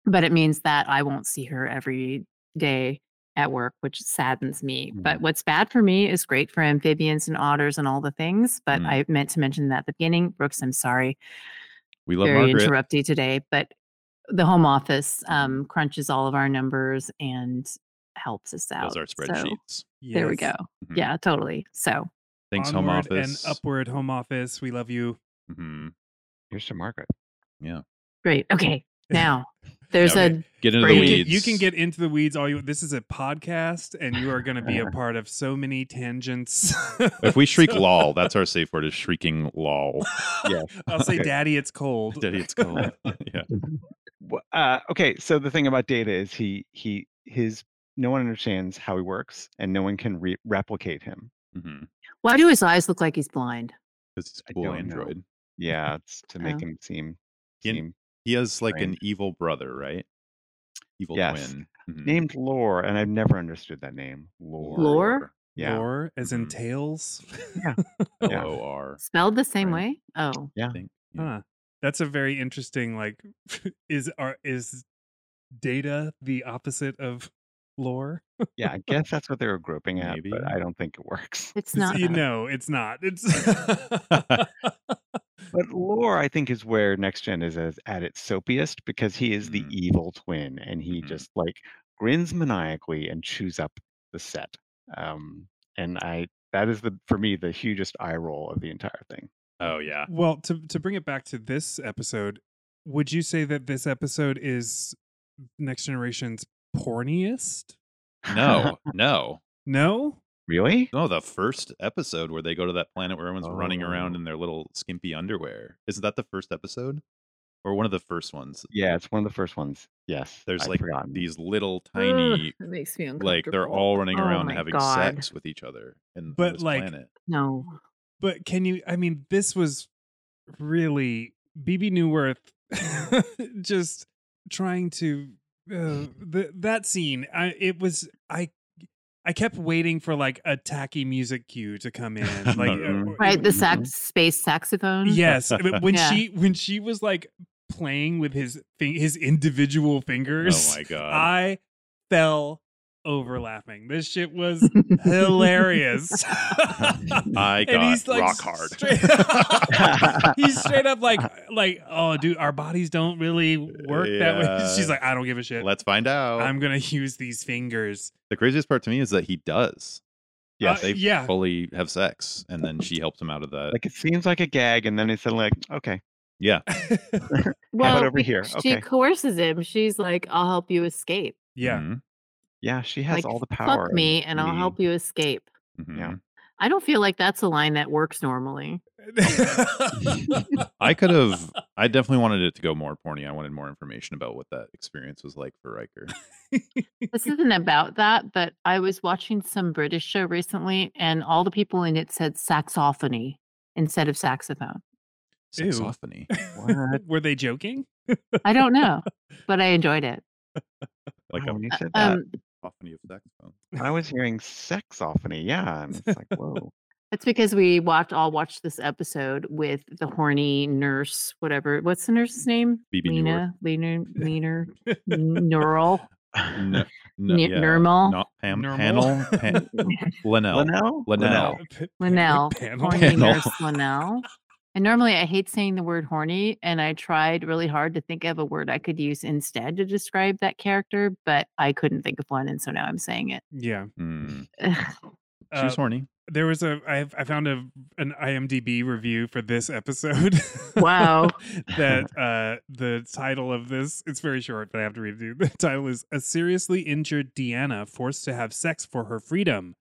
S3: but it means that I won't see her every day at work, which saddens me.
S2: Mm.
S3: But what's bad for me is great for amphibians and otters and all the things. But
S2: Mm.
S3: I meant to mention that at the beginning. Brooks, I'm sorry.
S2: we love
S3: very
S2: margaret Mm-hmm.
S3: interrupty today. But the home office um, crunches all of our numbers and helps us out.
S2: those are
S3: So,
S2: spreadsheets
S3: there we go.
S1: Yes.
S2: Mhm.
S3: Yeah, totally. So
S2: thanks home
S1: Onward
S2: office
S1: and upward home office. We love you.
S2: Mhm.
S4: here's to Margaret.
S3: great.
S2: [LAUGHS]
S3: Okay. Now there's
S2: Okay.
S3: a
S2: get
S1: You
S2: into the
S3: Brady.
S1: can,
S2: weeds
S1: you can get into the weeds all you. This is a podcast, and you are going to be
S2: [LAUGHS]
S1: a part of so many tangents. [LAUGHS]
S2: if we shriek
S1: So-
S2: lol that's our safe word is shrieking
S1: [LAUGHS]
S2: lol
S4: Yeah.
S1: I'll say,
S4: Okay.
S1: "Daddy, it's cold."
S2: daddy
S1: [LAUGHS]
S2: it's cold [LAUGHS] yeah
S4: Wha- uh, okay so the thing about data is he he his no one understands how he works and no one can re- replicate him
S2: mm-hmm.
S3: Why do his eyes look like he's blind?
S2: it's
S4: I
S2: cool
S4: don't know.
S2: android
S4: yeah it's to make
S3: Oh.
S4: him seem
S2: In-
S4: seem
S2: he has like an
S4: Strange.
S2: evil brother right evil
S4: Yes.
S2: twin Mhm.
S4: named lore and i've never understood that name lore
S3: Lore?
S4: yeah
S1: Lore, as in
S2: Mhm.
S1: tails. [LAUGHS]
S4: Yeah.
S2: l-o-r
S3: Spelled the same
S2: Right.
S3: way? Oh,
S2: I
S4: Yeah.
S2: think. Yeah.
S1: Huh. That's a very interesting. Like, [LAUGHS] is are is data the opposite of lore?
S4: yeah i guess that's what they were groping at
S2: Maybe.
S4: but i don't think it works
S3: it's
S1: It's-
S3: not.
S1: you
S3: [LAUGHS] that.
S1: know, it's not.
S3: [LAUGHS]
S1: It's [LAUGHS]
S4: but lore i think is where next gen is as, at its soapiest because he is the
S2: Mhm.
S4: evil twin and he
S2: Mhm.
S4: just like grins maniacally and chews up the set. Um, and I that is the for me the hugest eye roll of the entire thing.
S2: Oh
S4: [LAUGHS]
S2: yeah.
S1: Well, to to bring it back to this episode, would you say that this episode is Next Generation's porniest?
S2: No, no,
S1: No.
S4: Really?
S2: no. The first episode where they go to that planet where everyone's running around
S4: Oh.
S2: in their little skimpy underwear. Isn't that the first episode, or one of the first ones?
S4: Yeah, it's one of the first ones. Yes.
S2: There's
S4: I'd
S2: like
S4: forgotten. [LAUGHS]
S2: these [LAUGHS] little tiny,
S3: That makes me uncomfortable.
S2: like they're all running
S3: Oh
S2: around
S3: my
S2: having
S3: God.
S2: sex with each other. In,
S1: But,
S2: on this
S1: like,
S2: planet. Oh
S3: No.
S1: But can you I mean this was really BB Newworth [LAUGHS] just trying to uh,
S2: Mm.
S1: th- that scene I it was I I kept waiting for like a tacky music cue to
S2: [LAUGHS]
S1: come in like
S4: Mhm.
S2: Mm-hmm.
S1: uh,
S3: Right, the
S4: Mhm.
S3: sax space saxophone. [LAUGHS]
S1: Yes, uh, but when
S3: Yeah.
S1: she when she was like playing with his thing, his individual fingers,
S2: Oh my god.
S1: I fell over laughing. This shit was
S3: [LAUGHS]
S1: hilarious. [LAUGHS]
S2: I
S1: And
S2: got rock hard.
S1: Straight, [LAUGHS]
S2: [LAUGHS]
S1: he's straight up like like oh dude, our bodies don't really work that way. [LAUGHS]
S2: Yeah.
S1: She's like, I don't give a shit.
S2: Let's find out.
S1: I'm gonna use these fingers.
S2: the craziest part to me is that he does
S1: Yeah,
S4: Yes.
S2: they-
S1: Uh, yeah.
S2: fully have sex, and then she helps him out of that.
S4: like it seems like a gag, and then it's suddenly like, okay,
S2: yeah,
S4: about
S3: Well,
S4: over
S3: be-
S4: here?
S3: she
S4: Okay.
S3: coerces him. She's like, "I'll help you escape.
S1: [LAUGHS] yeah.
S2: Mhm,
S4: yeah, she has
S3: like,
S4: all the power.
S3: fuck me, and I'll
S4: we-
S3: help you escape."
S1: [LAUGHS]
S2: mhm.
S4: Yeah.
S3: I don't feel like that's a line that works normally.
S2: I could have. I definitely wanted it to go more porny. I wanted more information about what that experience was like for Riker.
S4: [LAUGHS]
S3: This isn't about that, but I was watching some British show recently, and all the people in it said saxophony instead of saxophone.
S1: Ew.
S2: Saxophony. Mm.
S4: What?
S1: [LAUGHS] Were they joking?
S3: I don't know, but I enjoyed it.
S2: Like
S4: Oh,
S2: a
S4: when you said that,
S3: Um,
S2: saxophony of saxophone.
S4: I was hearing sexophony. Yeah, and it's like,
S3: [LAUGHS]
S4: whoa.
S3: That's because we watched all watched this episode with the horny nurse, whatever. What's the nurse's name?
S2: BB
S3: Lena, Lena,
S2: [LAUGHS]
S3: Lena, Neural,
S4: [LAUGHS]
S2: No, no,
S3: Ne-
S2: yeah.
S3: Normal? [LAUGHS]
S2: Not Pam.
S1: Normal?
S2: Panel.
S1: [LAUGHS]
S2: [LAUGHS] Pan- Linnell.
S4: Linnell?
S2: Linnell.
S1: P- [LAUGHS]
S3: Linnell,
S1: Panel.
S3: horny
S2: Panel.
S3: nurse Linnell. And normally I hate saying the word horny, and I tried really hard to think of a word I could use instead to describe that character, but I couldn't think of one, and so now I'm saying it. [LAUGHS]
S1: Yeah.
S2: Mm.
S3: Ugh.
S2: She was
S1: Uh,
S2: horny.
S1: there was a I, I found a an IMDb review for this episode. [LAUGHS]
S3: Wow.
S1: that uh the title of this it's very short, but I have to read it. to you. The title is A Seriously Injured Deanna Forced to Have Sex for Her Freedom.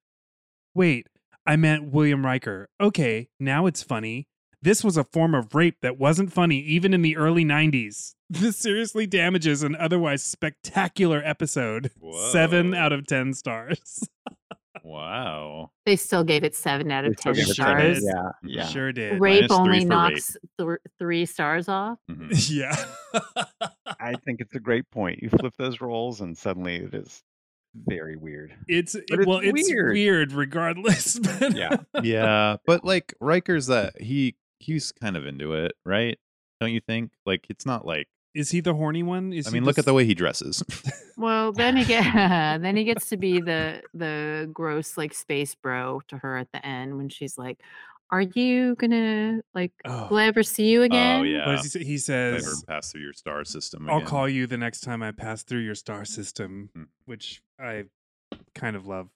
S1: Wait, I meant William Riker. Okay, now it's funny. This was a form of rape that wasn't funny even in the early 90s. [LAUGHS] This seriously damages an otherwise spectacular episode. Seven
S2: Whoa.
S1: out of 10 stars.
S2: Wow.
S3: they still gave it seven out of
S4: It's so
S3: ten
S1: gave
S4: good.
S1: it
S4: It's like,
S1: seven.
S3: stars.
S4: Yeah, yeah.
S1: Sure did.
S3: Rape
S2: Minus three
S3: only
S2: for rape.
S3: knocks th- three stars off.
S4: [LAUGHS]
S1: [LAUGHS]
S2: Mhm.
S1: Yeah.
S4: I think it's a great point. You flip those roles, and suddenly it is very weird.
S1: it's,
S4: But it's
S1: well, it's
S4: weird.
S1: weird regardless. [LAUGHS] But
S4: Yeah.
S2: yeah, but like Riker's that he he's kind of into it, right? Don't you think? Like it's not like
S1: is he the horny one? Is
S2: I
S1: he
S2: mean, look at
S1: just-
S2: the way
S1: [LAUGHS]
S2: he dresses. [LAUGHS]
S3: Well, then he get [LAUGHS] then he gets to be the the gross like space bro to her at the end when she's like, "Are you gonna like?
S1: Oh.
S3: Will I ever see you again?"
S2: oh
S1: What
S2: yeah.
S1: does he, say? he
S2: Let
S1: says,
S2: her pass through your star system.
S1: "I'll
S2: again.
S1: call you the next time I pass through your star system,"
S2: Hmm.
S1: which I kind of love.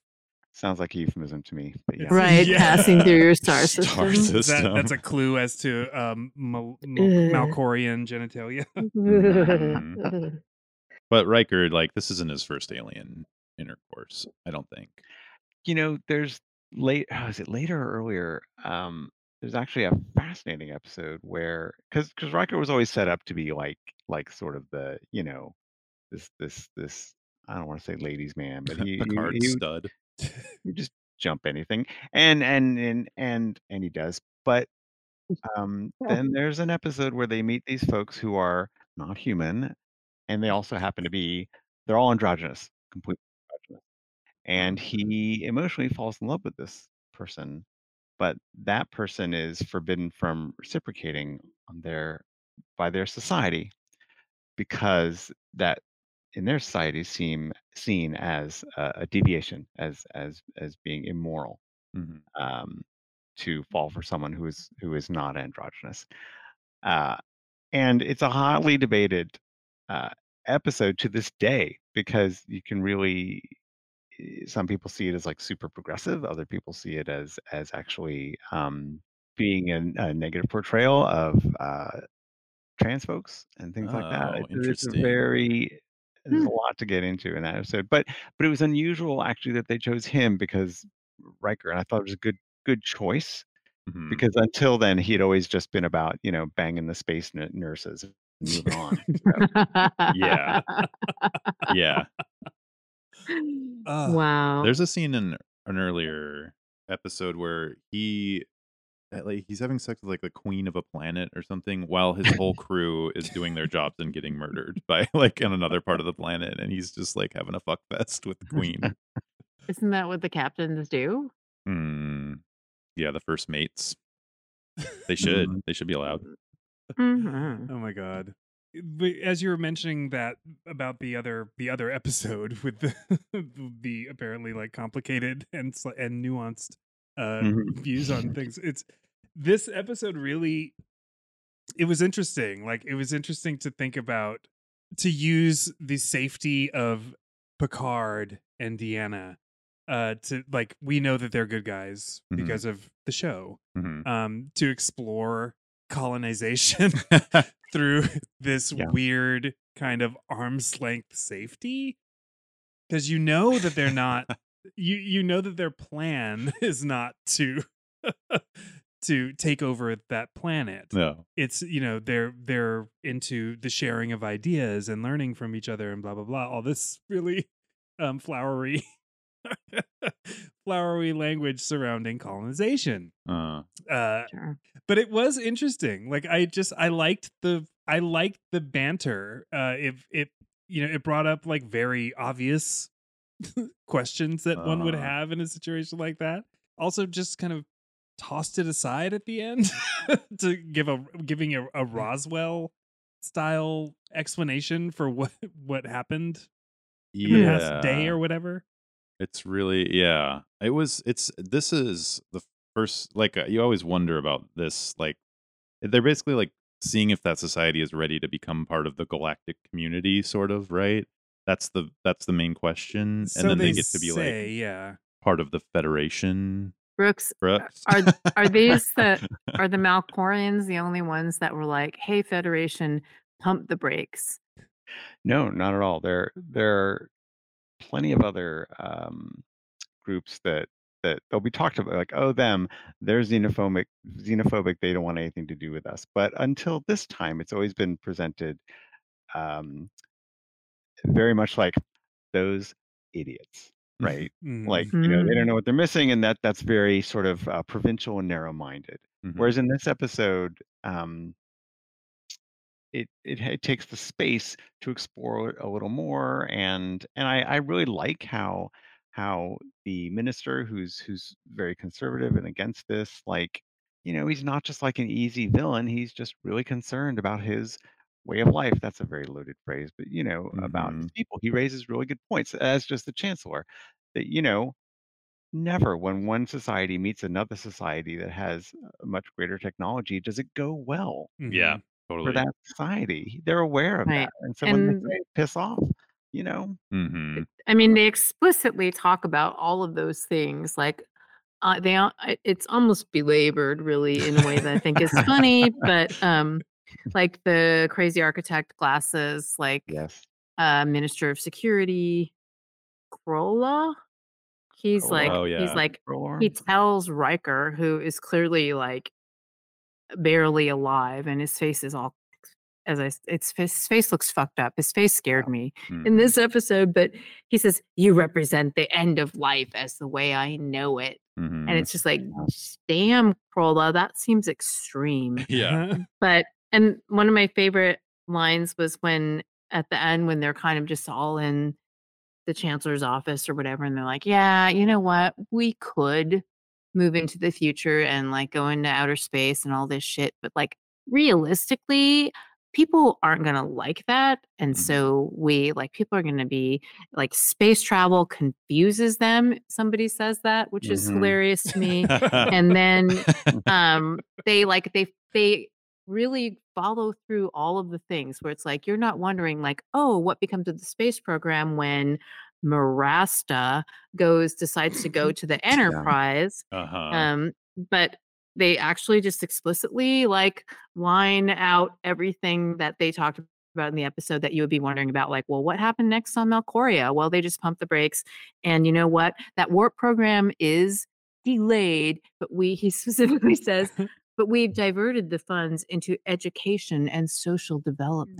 S4: Sounds like a euphemism to me, but yeah.
S3: Right,
S1: Yeah.
S3: passing through
S2: [LAUGHS]
S3: your star system. [LAUGHS]
S2: Star system.
S1: Is that- that's
S2: System.
S1: a clue as to um, mal- mal-
S3: Ugh.
S1: Malcorian genitalia. [LAUGHS]
S2: Mhm. But Riker, like this isn't his first alien intercourse, I don't think.
S4: You know, there's late. Oh, is it later or earlier? Um, there's actually a fascinating episode where, because because Riker was always set up to be like like sort of the you know this this this I don't want to say ladies
S2: [LAUGHS]
S4: man, [LAUGHS] but he he,
S2: Picard
S4: he would
S2: stud.
S4: you just jump anything and and and and and he does but um then there's an episode where they meet these folks who are not human and they also happen to be they're all androgynous completely androgynous and he emotionally falls in love with this person but that person is forbidden from reciprocating on their by their society because that in their society seem seen as a, a deviation as as as being immoral
S2: Mhm.
S4: um, to fall for someone who is who is not androgynous uh, and it's a hotly debated uh, episode to this day because you can really eh, some people see it as like super progressive other people see it as as actually um being a, a negative portrayal of uh trans folks and things like that
S2: Oh,
S4: It's- it's, a
S2: interesting.
S4: very there's
S3: Hmm.
S4: a lot to get into in that episode but but it was unusual actually that they chose him because Riker and I thought it was a good good choice
S2: Mhm.
S4: [LAUGHS] because until then he'd always just been about you know banging the space n- nurses and moving on
S2: Yeah. yeah,
S1: Ah,
S3: wow.
S2: there's a scene in an earlier episode where he that, like he's having sex with like the queen of a planet or something while his
S1: [LAUGHS]
S2: whole crew is doing their jobs and getting murdered by [LAUGHS] like in another part of the planet and he's just like having a fuck fest with the queen
S3: Isn't that what the captains do?
S2: [LAUGHS] Hmm. yeah the first mates they should
S1: Mm-hmm.
S4: Mhm.
S2: they should be allowed
S3: Mhm.
S1: Oh my god. But as you were mentioning that about the other the other episode [LAUGHS] with the the apparently like complicated and sli- and nuanced uh
S4: Mhm.
S1: [LAUGHS] views on things. It's this episode really it was interesting. Like it was interesting to think about to use the safety of Picard and Deanna uh to like we know that they're good guys
S2: Mhm.
S1: because of the show
S2: Mhm.
S1: um, to explore colonization [LAUGHS] through this
S4: Yeah.
S1: weird kind of arm's length safety because you know that they're not you you know that their plan [LAUGHS] is not to [LAUGHS] to take over that planet
S2: no
S1: it's you know they're they're into the sharing of ideas and learning from each other and blah blah blah all this really um flowery [LAUGHS] flowery language surrounding colonization
S2: uh,
S1: uh
S3: Sure.
S1: but it was interesting like i just i liked the i liked the banter uh if it you know it brought up like very obvious [LAUGHS] questions that one would
S2: Uh-huh.
S1: have in a situation like that also just kind of tossed it aside at the end [LAUGHS] to give a giving a,
S2: Mm.
S1: a roswell style explanation for what what happened in the past day
S2: yeah.
S1: or whatever
S2: It's really yeah. It was it's this is the first like uh, you always wonder about this like they're basically like seeing if that society is ready to become part of the galactic community sort of, right? That's the that's the main question Mm, and then they, get to be
S1: say,
S2: like
S1: yeah
S2: part of the federation.
S3: Brooks,
S2: Brooks.
S3: Are- are
S2: [LAUGHS]
S3: these the- are the Malcorians the only ones that were like, "Hey, Federation, pump the brakes"?
S4: No, not at all. There there are plenty of other um, groups that that they'll be talked about like oh them they're xenophobic xenophobic they don't want anything to do with us but until this time it's always been presented um very much like those idiots right
S1: Mm.
S4: like you know they don't know what they're missing and that that's very sort of uh, provincial and narrow minded
S2: Mhm.
S4: Whereas in this episode, um, it, it ha- it takes the space to explore a little more, and and I, I really like how how the minister who's who's very conservative and against this, like you know, he's not just like an easy villain. He's just really concerned about his way of life. That's a very loaded phrase, but you know about his
S3: Mm-hmm.
S2: Mhm.
S4: people. He raises really good points, as just the chancellor, that you know. Never, when one society meets another society that has much greater technology, does it go well
S2: Yeah,
S1: Mhm.
S2: totally.
S4: for that society? They're aware of
S3: Right.
S4: that. And so when they
S3: And-
S4: say piss off, you know,
S2: Mhm.
S3: I mean, they explicitly talk about all of those things. Like, uh, they al- I- it's almost belabored, really, in a way that I think is funny.
S2: [LAUGHS]
S3: But um, like the crazy architect glasses, like
S4: yes.
S3: uh, Minister of Security, Krola. He's like,
S2: Krola. Oh,
S3: he's
S2: yeah.
S3: like,
S4: Roar.
S3: he tells Riker, who is clearly like barely alive, and his face is all as I s- it's his face looks fucked up. His face scared me in
S2: Mhm.
S3: this episode, but he says, You represent the end of life as the way I know it.
S2: Mhm.
S3: And it's just like, damn, Krola, that seems extreme.
S2: [LAUGHS]
S3: [LAUGHS]
S2: yeah. [LAUGHS]
S3: But, and one of my favorite lines was when at the end, when they're kind of just all in the chancellor's office or whatever, and they're like, Yeah, you know what? We could move into the future and like go into outer space and all this shit. But like, realistically, people aren't going to like that and
S2: Mhm.
S3: so we like people are going to be like space travel confuses them somebody says that which is
S4: Mhm.
S2: Uh-huh,
S3: hilarious to me and then um they like they they really follow through all of the things where it's like you're not wondering like oh what becomes of the space program when marasta goes decides to go to the enterprise
S2: Uh-huh.
S3: um but they actually just explicitly like line out everything that they talked about in the episode that you would be wondering about like well what happened next on Melcoria well they just pumped the brakes and you know what that warp program is delayed but we he [LAUGHS] specifically says but we've diverted the funds into education and social development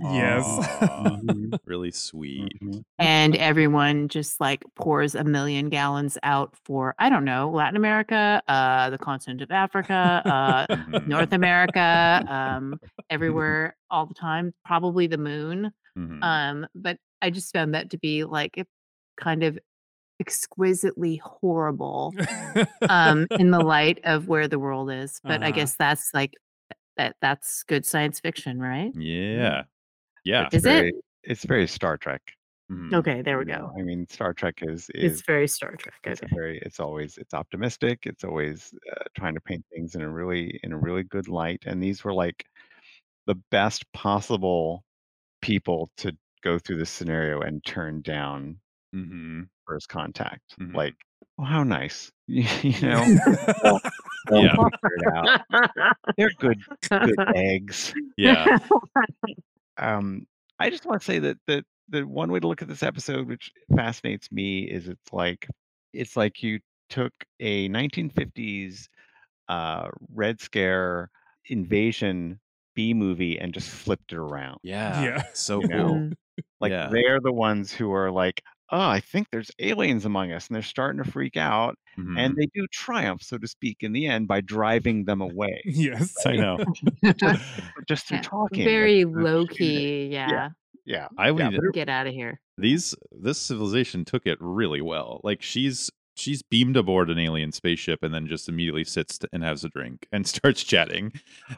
S1: [LAUGHS] Yes.
S2: Aw,
S4: Mm-hmm.
S2: really sweet.
S4: Mhm.
S3: and everyone just like pours a million gallons out for i don't know latin america uh the continent of africa uh
S2: Mhm,
S3: north america
S4: [LAUGHS]
S3: um everywhere all the time probably the moon
S4: Mm.
S2: mhm.
S3: um but i just found that to be like a kind of exquisitely horrible
S1: [LAUGHS]
S2: [LAUGHS]
S3: um in
S4: [LAUGHS]
S3: the light of where the world is but i
S1: Uh-huh.
S3: guess that's like that that's good science fiction right
S2: yeah. Yeah.
S3: Is it?
S4: very, It's very Star Trek.
S2: Mhm.
S3: okay there we
S4: you know?
S3: go
S4: I mean, Star Trek is
S3: it's
S4: Mm, is
S3: very star trek
S4: it's a
S3: okay.
S4: very it's always it's optimistic. It's always uh, trying to paint things in a really in a really good light. And these were like the best possible people to go through this scenario and turn down
S2: Mhm.
S4: first contact.
S3: Mm-hmm.
S2: Mhm.
S4: Like, oh, how nice, [LAUGHS]
S3: [LAUGHS]
S4: you know? They'll
S2: Yeah.
S4: figure it out. They're good good eggs.
S2: Yeah.
S4: [LAUGHS] um, I just want to say that that the one way to look at this episode, which fascinates me, is it's like it's like you took a 1950s uh, Red Scare invasion B movie and just flipped it around.
S2: Yeah.
S1: Yeah.
S2: So
S4: You know?
S3: Mm.
S2: cool.
S4: Like
S2: Yeah.
S4: they're the ones who are like, oh, I think there's aliens among us, and they're starting to freak out,
S2: Mhm.
S4: and they do triumph, so to speak, in the end by driving them away.
S1: yes.
S2: I
S4: [LAUGHS]
S2: know.
S3: [LAUGHS]
S4: just, just through
S3: Yeah,
S4: talking, like,
S3: very
S4: through
S3: low
S4: shooting.
S3: key yeah,
S4: Yeah,
S2: I would
S4: Yeah,
S2: need
S4: but it-
S3: get out of
S4: [LAUGHS]
S3: here
S2: these this civilization took it really well. Like she's she's beamed aboard an alien spaceship and then just immediately sits t- and has a drink and [LAUGHS] starts chatting.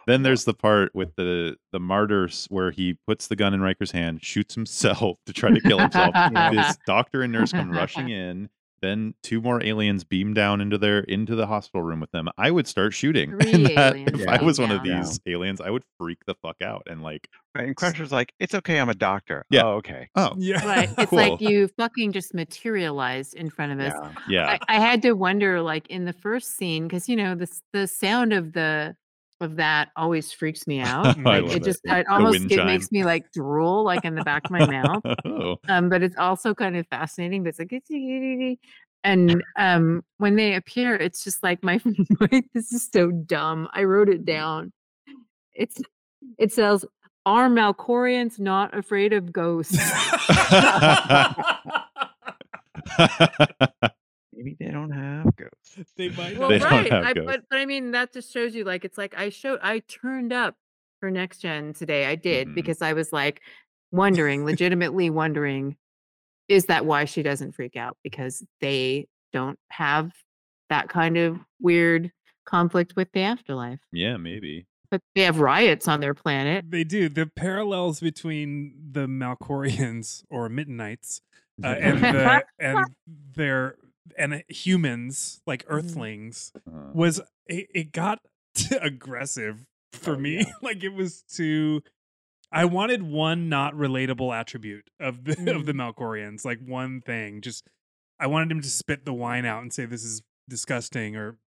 S2: Then there's the part with the the martyrs where he puts the gun in Riker's hand, shoots himself [LAUGHS] to try to kill himself.
S3: [LAUGHS]
S2: this doctor and nurse come rushing in. Then two more aliens beam down into their into the hospital room with them. I would start shooting. [LAUGHS]
S3: Three
S2: And that-
S3: aliens
S2: if I
S4: beam
S2: was one of
S4: down.
S2: these aliens, I would freak the fuck out
S3: [LAUGHS]
S2: and like,
S4: Right. And Crusher's like, it's okay, I'm a doctor.
S2: Yeah.
S4: Oh, okay.
S2: oh
S1: Yeah.
S3: Right. It's
S2: Cool.
S3: like you fucking just materialized in front of us.
S4: Yeah.
S2: yeah,
S3: I, I had to wonder, like in the first scene, because you know the s- the sound of the of that always freaks me out.
S2: I
S3: Like
S2: love
S3: it
S2: it.
S3: just,
S2: Yeah.
S3: it
S2: The
S3: almost
S2: wind
S3: it
S2: chime.
S3: makes me like drool, like in the back of my mouth.
S2: [LAUGHS] Oh.
S3: Um, but it's also kind of fascinating. But it's like "Itty, itty, itty." and um, when they appear, it's just like my, my this is so dumb. I wrote it down. It's it says are Malcorians not afraid of ghosts?
S4: Maybe they don't have ghosts.
S1: They
S4: [LAUGHS]
S1: might
S3: Well,
S2: They don't
S3: right.
S2: have
S3: I,
S2: ghosts.
S3: but, but I mean, that just shows you like it's like I showed I turned up for next gen today. I did
S2: Mhm.
S3: because I was like wondering,
S2: [LAUGHS]
S3: legitimately wondering, is that why she doesn't freak out? Because they don't have that kind of weird conflict with the afterlife.
S2: yeah, maybe.
S3: But they have riots on their planet.
S1: [LAUGHS] They do. The parallels between the Malkorians or Mittenites uh, and
S3: [LAUGHS]
S2: [LAUGHS]
S1: the, and their and humans like
S3: Mm-hmm.
S1: Earthlings
S2: Uh,
S1: was it, it got [LAUGHS] too aggressive for
S2: Oh,
S1: me.
S2: yeah.
S1: [LAUGHS] like it was too. I wanted one not relatable attribute of the [LAUGHS] of the Malkorians, like one thing. Just I wanted him to spit the wine out and say this is disgusting, or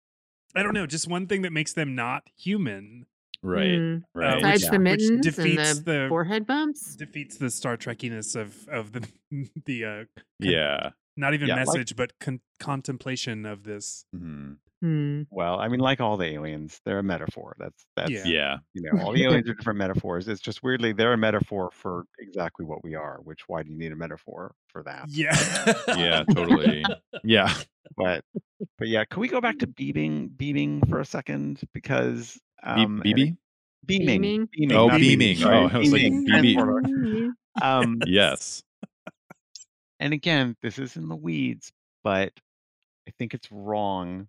S1: I don't know, just one thing that makes them not human.
S2: right,
S3: Mm.
S2: right.
S3: Besides
S1: which-
S3: the
S1: which
S3: mittens
S1: defeats
S3: and the,
S1: the-
S3: forehead bumps.
S1: Defeats the Star Trekiness of of the [LAUGHS] the uh,
S2: yeah.
S1: not even
S4: Yeah, like-
S1: message but con- contemplation of this.
S2: Mhm.
S3: Hmm.
S4: Well, I mean, like all the aliens, they're a metaphor. That's that's
S1: Yeah.
S2: Yeah.
S4: you know, all the aliens are different metaphors. It's just weirdly they're a metaphor for exactly what we are, which why do you need a metaphor for that?
S1: Yeah, [LAUGHS]
S2: [LAUGHS] Yeah,
S3: [LAUGHS]
S2: totally. Yeah.
S4: But but yeah, can we go back to beaming beaming for a second? Because
S2: Be-
S4: um and it-
S2: BB?
S4: beaming.
S3: Beaming?
S2: Oh,
S4: not
S2: beaming.
S4: sorry,
S2: Oh, I was
S3: [LAUGHS]
S2: like,
S4: [LAUGHS]
S2: BB. [LAUGHS]
S4: Transformer. Um
S2: Yes.
S4: and again, this is in the weeds, but I think it's wrong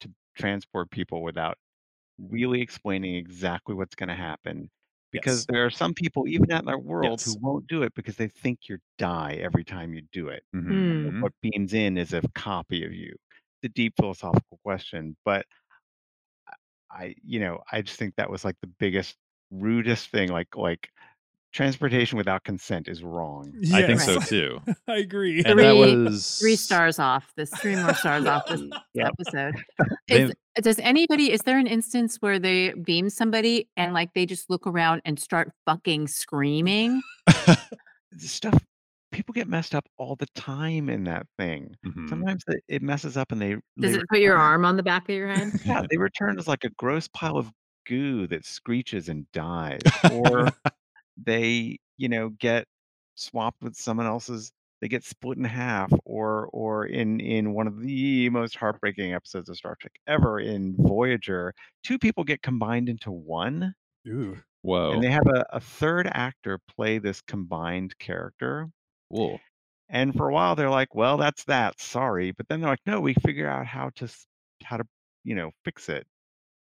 S4: to transport people without really explaining exactly what's going to happen. Because
S2: Yes.
S4: there are some people, even out in our world,
S2: Yes.
S4: who won't do it because they think you die every time you do it.
S3: Mm.
S2: Mhm.
S4: What beams in is a copy of you. The deep philosophical question, but I, you know, I just think that was like the biggest rudest thing like like transportation without consent is wrong
S1: [LAUGHS]
S2: I think so
S3: Right.
S2: too.
S1: I agree.
S2: And that
S3: Three-
S2: was
S3: Three
S2: [LAUGHS]
S3: stars off this, three more stars off
S4: [LAUGHS]
S3: this
S4: Yep.
S3: episode.
S2: They-
S3: Is, does anybody, is there an instance where they beam somebody and like they just look around and start fucking screaming?
S4: This stuff people get messed up all the time in that thing
S2: Mhm.
S4: sometimes it- it messes up and they
S3: Mm. Does
S4: they
S3: it put your [LAUGHS]
S4: return-
S3: arm on the back of your head?
S4: yeah they return as like a gross pile of goo that screeches and dies
S3: [LAUGHS]
S4: or they you know get swapped with someone else's they get split in half or or in in one of the most heartbreaking episodes of star trek ever in voyager two people get combined into one
S1: [LAUGHS] Ooh.
S2: Whoa.
S3: Oh.
S4: and they have a, a third actor play this combined character
S2: Cool.
S4: and for a while they're like, well, that's that. Sorry. But then they're like, no, we figure out how to s- how to, you know, fix it.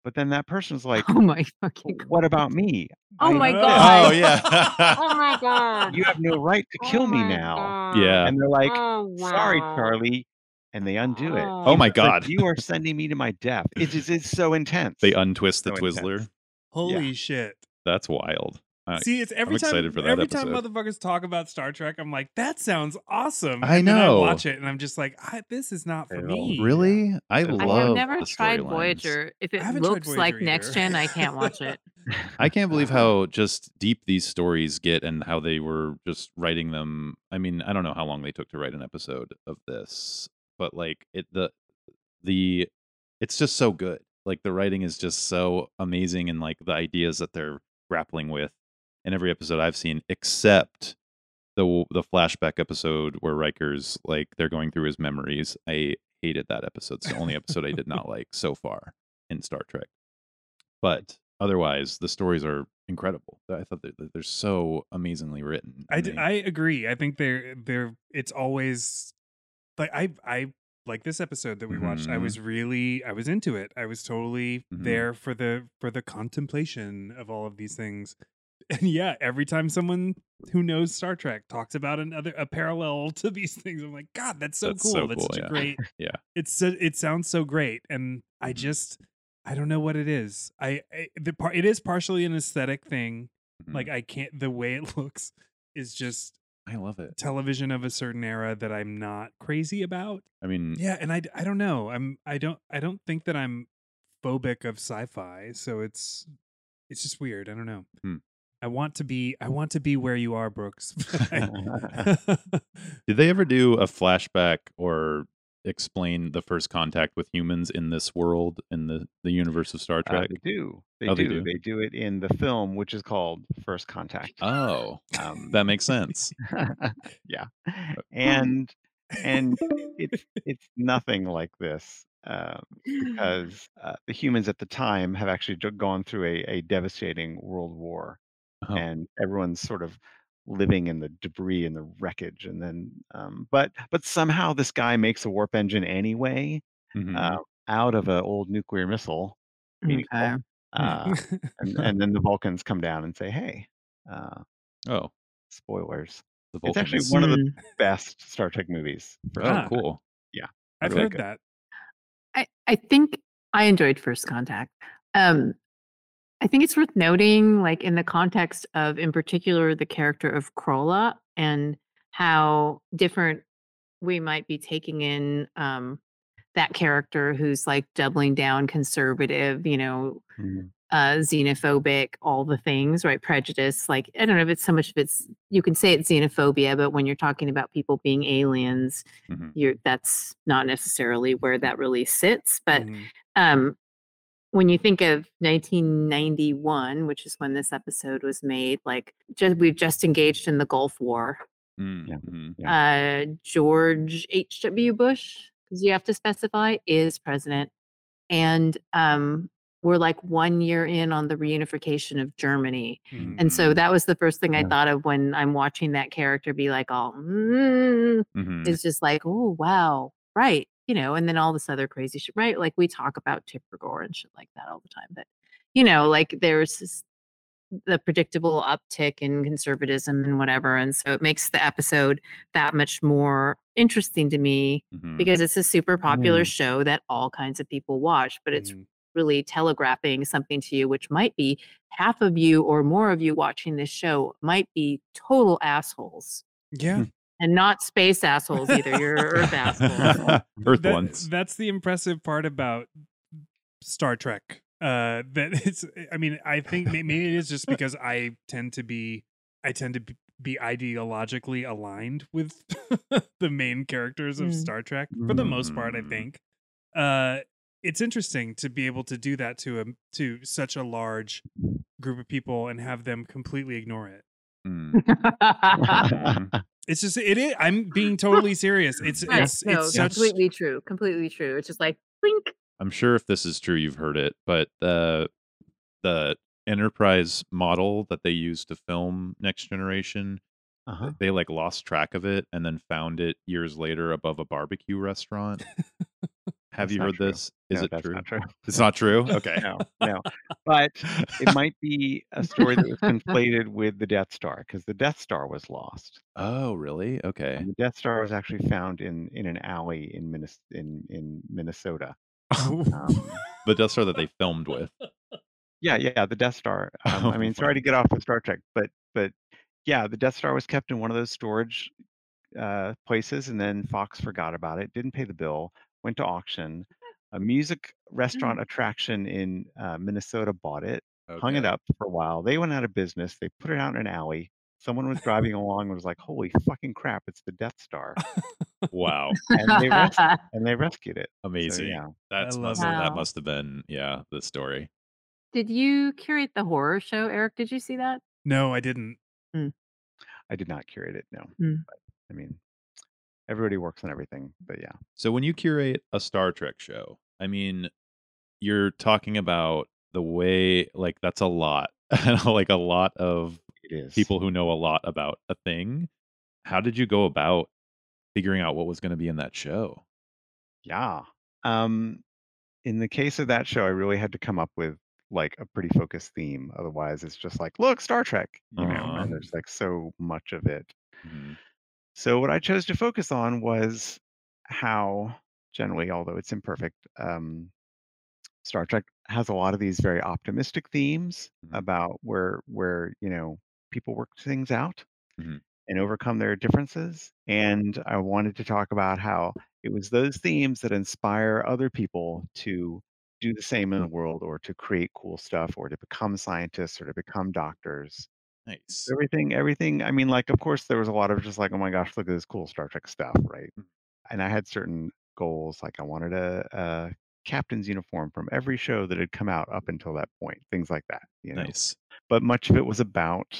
S4: But then that person's like,
S3: [LAUGHS] [LAUGHS] oh my fucking [LAUGHS]
S4: "But what about me?
S3: Oh
S4: I
S3: my
S4: did
S3: God. [LAUGHS]
S2: Oh yeah.
S3: Oh my god.
S4: this. You have no right to kill me now.
S2: Yeah.
S4: And they're like,
S3: oh,
S4: sorry, Charlie. And they undo it.
S3: Oh.
S2: [LAUGHS] Oh my
S4: It's like,
S2: god.
S4: you are sending me to my death. It is it's so intense.
S2: [LAUGHS] They untwist the
S4: So intense.
S2: Twizzler.
S1: [LAUGHS] Holy shit.
S2: That's wild. I-
S1: See, it's every time
S2: excited for that
S1: every time
S2: episode.
S1: motherfuckers talk about Star Trek, I'm like, that sounds awesome.
S2: I
S1: And then
S2: know.
S1: watch it and I'm just like, I, this is not for
S4: Yeah.
S1: me.
S2: Oh, Really? I
S4: I
S2: love
S4: have
S3: I have never
S2: the
S3: tried
S2: storylines.
S3: Voyager. If it
S1: haven't tried
S3: looks like
S1: Voyager
S3: next
S1: either.
S3: gen, I can't watch
S2: [LAUGHS]
S3: it.
S4: [LAUGHS]
S2: I can't believe how just deep these stories get and how they were just writing them. I mean, I don't know how long they took to write an episode of this, but like it the the it's just so good. Like the writing is just so amazing and like the ideas that they're grappling with in every episode I've seen except the the flashback episode where Riker's like they're going through his memories. I hated that episode. It's the only episode I did not like so far in Star Trek. But otherwise, the stories are incredible. I thought that that they're so amazingly written.
S1: I,
S2: and
S1: d-
S2: they-
S1: I agree. I think they're they're it's always like I I like this episode that we watched. I
S2: Mhm.
S1: was really I was into it. I was totally
S2: Mhm.
S1: there for the for the contemplation of all of these things. [LAUGHS] And yeah, every time someone who knows Star Trek talks about another a parallel to these things, I'm like, God, that's so
S2: That's
S1: cool.
S2: so
S1: that's
S2: cool,
S1: such
S2: yeah.
S1: a great.
S2: [LAUGHS] Yeah.
S1: it's so, it sounds so great, and I
S2: Mhm.
S1: just I don't know what it is. I, I the part it is partially an aesthetic thing.
S2: Mhm.
S4: Hmm.
S1: Like I can't the way it [LAUGHS] looks is just
S2: I love it.
S1: television of a certain era that I'm not crazy about.
S2: I
S4: Hmm.
S2: mean,
S1: Yeah, and I d- I don't know. I'm I don't I don't think that I'm phobic of sci-fi, so it's it's just weird. I don't know.
S2: Hmm.
S1: I want to be I want to be where you are, Brooks. [LAUGHS]
S2: did they ever do a flashback or explain the first contact with humans in this world in the the universe of Star [LAUGHS]
S4: Uh, [LAUGHS]
S2: Trek?
S4: they do. They,
S2: Oh, they
S4: do.
S2: do?
S4: They do it in the film, which is called First Contact.
S2: oh,
S4: Um,
S2: that Uh, makes sense.
S4: [LAUGHS] yeah and [LAUGHS] and
S1: [LAUGHS]
S4: it's it's nothing like this uh,
S2: Mm.
S4: because uh, the humans at the time have actually d- gone through a, a devastating world war
S2: Oh.
S4: and everyone's sort of living in the debris and the wreckage and then um, but but somehow this guy makes a warp engine anyway
S2: Mhm.
S4: uh, out of an old nuclear missile meaningful,
S3: Okay.
S4: uh, and,
S2: [LAUGHS]
S4: and then the vulcans come down and say hey uh,
S2: oh,
S4: spoilers
S2: the
S4: it's
S2: Vulcan
S4: actually
S2: is-
S4: one of
S3: Hmm.
S4: the best Star Trek movies. for
S2: Oh,
S1: Ah.
S2: cool.
S1: I've
S2: Okay.
S1: heard that.
S3: I, I think I enjoyed First Contact. Um, I think it's worth noting, like in the context of, in particular, the character of Krolla and how different we might be taking in um, that character who's like doubling down conservative, you know,
S2: Mm-hmm.
S3: uh, xenophobic, all the things, right? Prejudice. Like, I don't know if it's so much if it's, you can say it's xenophobia, but when you're talking about people being aliens,
S2: Mhm.
S3: you're, that's not necessarily where that really sits. But
S1: Mhm.
S3: um, when you think of 1991, which is when this episode was made, like just, we've just engaged in the Gulf War.
S2: Mm,
S4: Yeah.
S2: mhm.
S3: Uh, George H.W. Bush, because you have to specify, is president. And um, we're like one year in on the reunification of Germany.
S1: Mhm.
S3: And so
S2: Mhm.
S3: that was the first thing I
S4: Mm. Yeah.
S3: thought of when I'm watching that character be like, all, mm,
S2: Mhm.
S3: it's just like, oh, wow, right. You know, and then all this other crazy shit, right? Like we talk about Tipper Gore and shit like that all the time. But, you know, like there's this, the predictable uptick in conservatism and whatever. And so it makes the episode that much more interesting to me
S2: Mhm.
S3: because it's a super popular show that all kinds of people watch, but it's
S2: Mm-hmm.
S1: Mhm.
S3: really telegraphing something to you, which might be half of you or more of you watching this show might be total assholes
S1: Yeah.
S3: and not space assholes either. You're
S1: [LAUGHS]
S3: Earth assholes.
S2: [LAUGHS] Earth
S1: That-
S2: ones.
S1: That's the impressive part about Star Trek. Uh, that [LAUGHS] it's, I mean, I think may- maybe it is just because I tend to be, I tend to b- be ideologically aligned with [LAUGHS] the main characters of
S3: Mm.
S1: Star Trek for the most part. I
S2: Mm.
S1: think, uh, it's interesting to be able to do that to a to such a large group of people and have them completely ignore it.
S2: Mm. Mm-hmm.
S1: It's just it is. I'm being totally serious. It's
S3: [LAUGHS] Right.
S1: it's
S3: no,
S1: it's such
S3: completely true. Completely true. It's just like blink.
S2: I'm sure if this is true, you've heard it, but the the enterprise model that they used to film Next Generation,
S4: Uh-huh.
S2: they like lost track of it and then found it years later above a barbecue
S4: [LAUGHS]
S2: restaurant. Have
S4: That's
S2: you
S4: not
S2: heard
S4: true.
S2: this? Is
S4: No,
S2: it
S4: that's
S2: true?
S4: Not true.
S2: It's not
S4: [LAUGHS]
S2: true. Okay.
S4: No, no. But it might be a story that was conflated with the Death Star because the Death Star was lost.
S2: [LAUGHS] oh, really? Okay.
S4: And the Death Star was actually found in in an alley in Minnes- in in Minnesota. Um,
S2: The Death Star that they filmed with.
S4: yeah, yeah, the Death Star. Um, I
S2: Oh,
S4: mean, sorry to get off of Star Trek, but but yeah, the Death Star was kept in one of those storage uh, places, and then Fox forgot about it, didn't pay the bill, went to auction. A music restaurant attraction in uh, Minnesota bought it, hung it
S2: Okay.
S4: up for a while. They went out of business. They put it out in an alley. Someone was driving along and was like, "Holy fucking crap! It's the Death Star!"
S2: Wow.
S4: [LAUGHS] And
S2: [LAUGHS]
S4: they, res- and they rescued it. So,
S2: Amazing.
S4: yeah.
S2: That's
S1: I
S2: must,
S3: love it.
S2: that
S3: Wow.
S2: must have been yeah the story.
S3: [LAUGHS] Did you curate the horror show, Eric? Did you see that?
S1: [LAUGHS] no, I didn't.
S4: I did not curate it. No,
S3: Mm.
S4: but, I mean, everybody works on everything, but yeah,
S2: So when you curate a Star Trek show, I mean, you're talking about the way like that's a lot, [LAUGHS] like a lot of
S4: it is
S2: people who know a lot about a thing. How did you go about figuring out what was going to be in that show?
S4: Yeah. Um, in the case of that show, I really had to come up with like a pretty focused theme. Otherwise, it's just like, look, Star Trek, you know,
S2: Uh-huh.
S4: and there's like so much of it.
S2: Mm-hmm.
S4: So what I chose to focus on was how generally, although it's imperfect, um, Star Trek has a lot of these very optimistic themes
S2: Mhm.
S4: about where where you know people work things out
S2: Mhm.
S4: and overcome their differences. And I wanted to talk about how it was those themes that inspire other people to do the same in the world or to create cool stuff or to become scientists or to become doctors
S2: Nice.
S4: everything everything i mean like of course there was a lot of just like oh my gosh look at this cool star trek stuff right and i had certain goals like i wanted a, a captain's uniform from every show that had come out up until that point things like that you know
S2: Nice.
S4: but much of it was about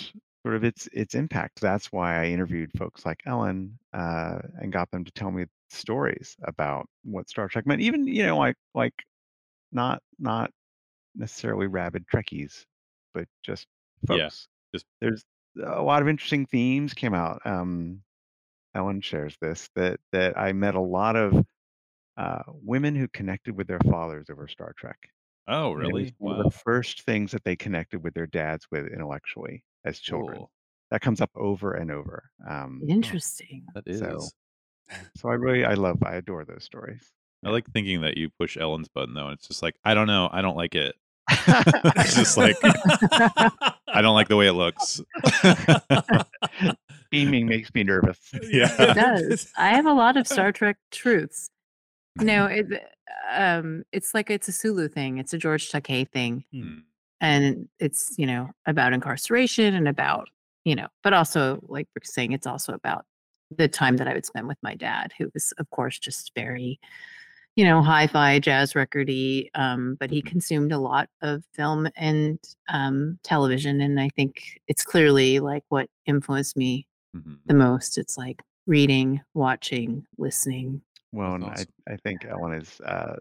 S4: sort of its its impact that's why i interviewed folks like ellen uh, and got them to tell me stories about what star trek meant even you know like like not not necessarily rabid trekkies but just folks
S2: Yeah, just-
S4: there's a lot of interesting themes came out um ellen shares this that that i met a lot of uh, women who connected with their fathers over star trek
S2: Oh,
S4: and it was
S2: really?
S4: one of
S2: Wow.
S4: the first things that they connected with their dads with intellectually as children.
S2: Cool.
S4: That comes up over and over. Um,
S3: Interesting.
S2: That is.
S4: So- so I really, I love, I adore those stories.
S2: I like thinking that you push Ellen's button though, and it's just like I don't know, I don't like
S4: [LAUGHS]
S2: it. [LAUGHS] it's just like I don't like the way it looks. [LAUGHS] Hmm,
S4: [LAUGHS] Beaming makes me nervous.
S2: [LAUGHS]
S3: It
S1: [LAUGHS]
S2: yeah.
S3: does. I have a lot of Star Trek truths. No, it, um, it's like it's a Sulu thing. It's a George Takei thing,
S2: Mm.
S3: and it's you know about incarceration and about you know, but also like we're saying, it's also about the time that I would spend with my dad, who was of course just very, you know, hi-fi jazz recordy. Um, but he consumed a lot of film and um, television, and I think it's clearly like what influenced me
S2: Mhm.
S3: the most. It's like reading, watching, listening.
S4: Well,
S2: That's
S4: and
S2: awesome.
S4: I, I think Ellen is uh,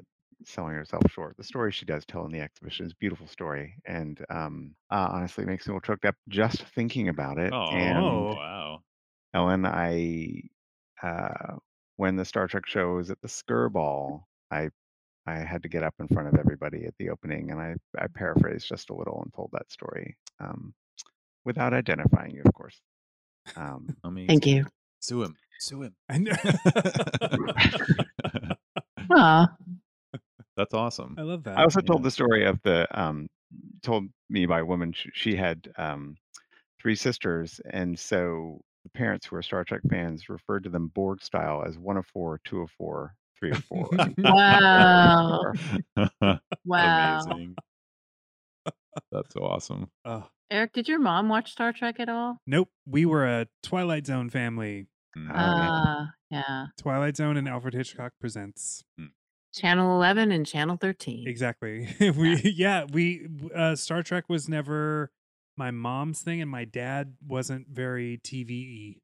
S4: selling herself short. The story she does tell in the exhibition is a beautiful story, and um, uh, honestly, makes me a little choked up just thinking about it.
S2: Oh,
S4: And
S2: wow.
S4: Ellen, I uh, when the Star Trek show was at the Skirball, I I had to get up in front of everybody at the opening, and I I paraphrased just a little and told that story, um, without identifying you, of course. Um,
S2: Amazing.
S3: Thank you.
S2: Sue him.
S3: [LAUGHS]
S2: [LAUGHS] Sue him.
S1: I know.
S3: Aw,
S2: That's awesome.
S1: [LAUGHS] I love that.
S4: I also told
S2: yeah.
S4: the story of the um, told me by a woman she, she had um, three sisters, and so the parents who are Star Trek fans referred to them Borg style as one of four, two of four, three of
S1: [LAUGHS]
S4: four. four of
S3: Wow.
S4: four.
S2: [LAUGHS]
S3: Wow.
S2: Amazing. That's so awesome.
S1: Oh,
S3: Eric, did your mom watch Star Trek at all?
S1: nope. We were a Twilight Zone family.
S2: Mm.
S4: Oh, yeah.
S3: uh, yeah.
S1: Twilight Zone and Alfred Hitchcock presents.
S3: Channel 11 and Channel 13.
S1: Exactly. [LAUGHS] we yeah, we uh Star Trek was never my mom's thing and my dad wasn't very TVE.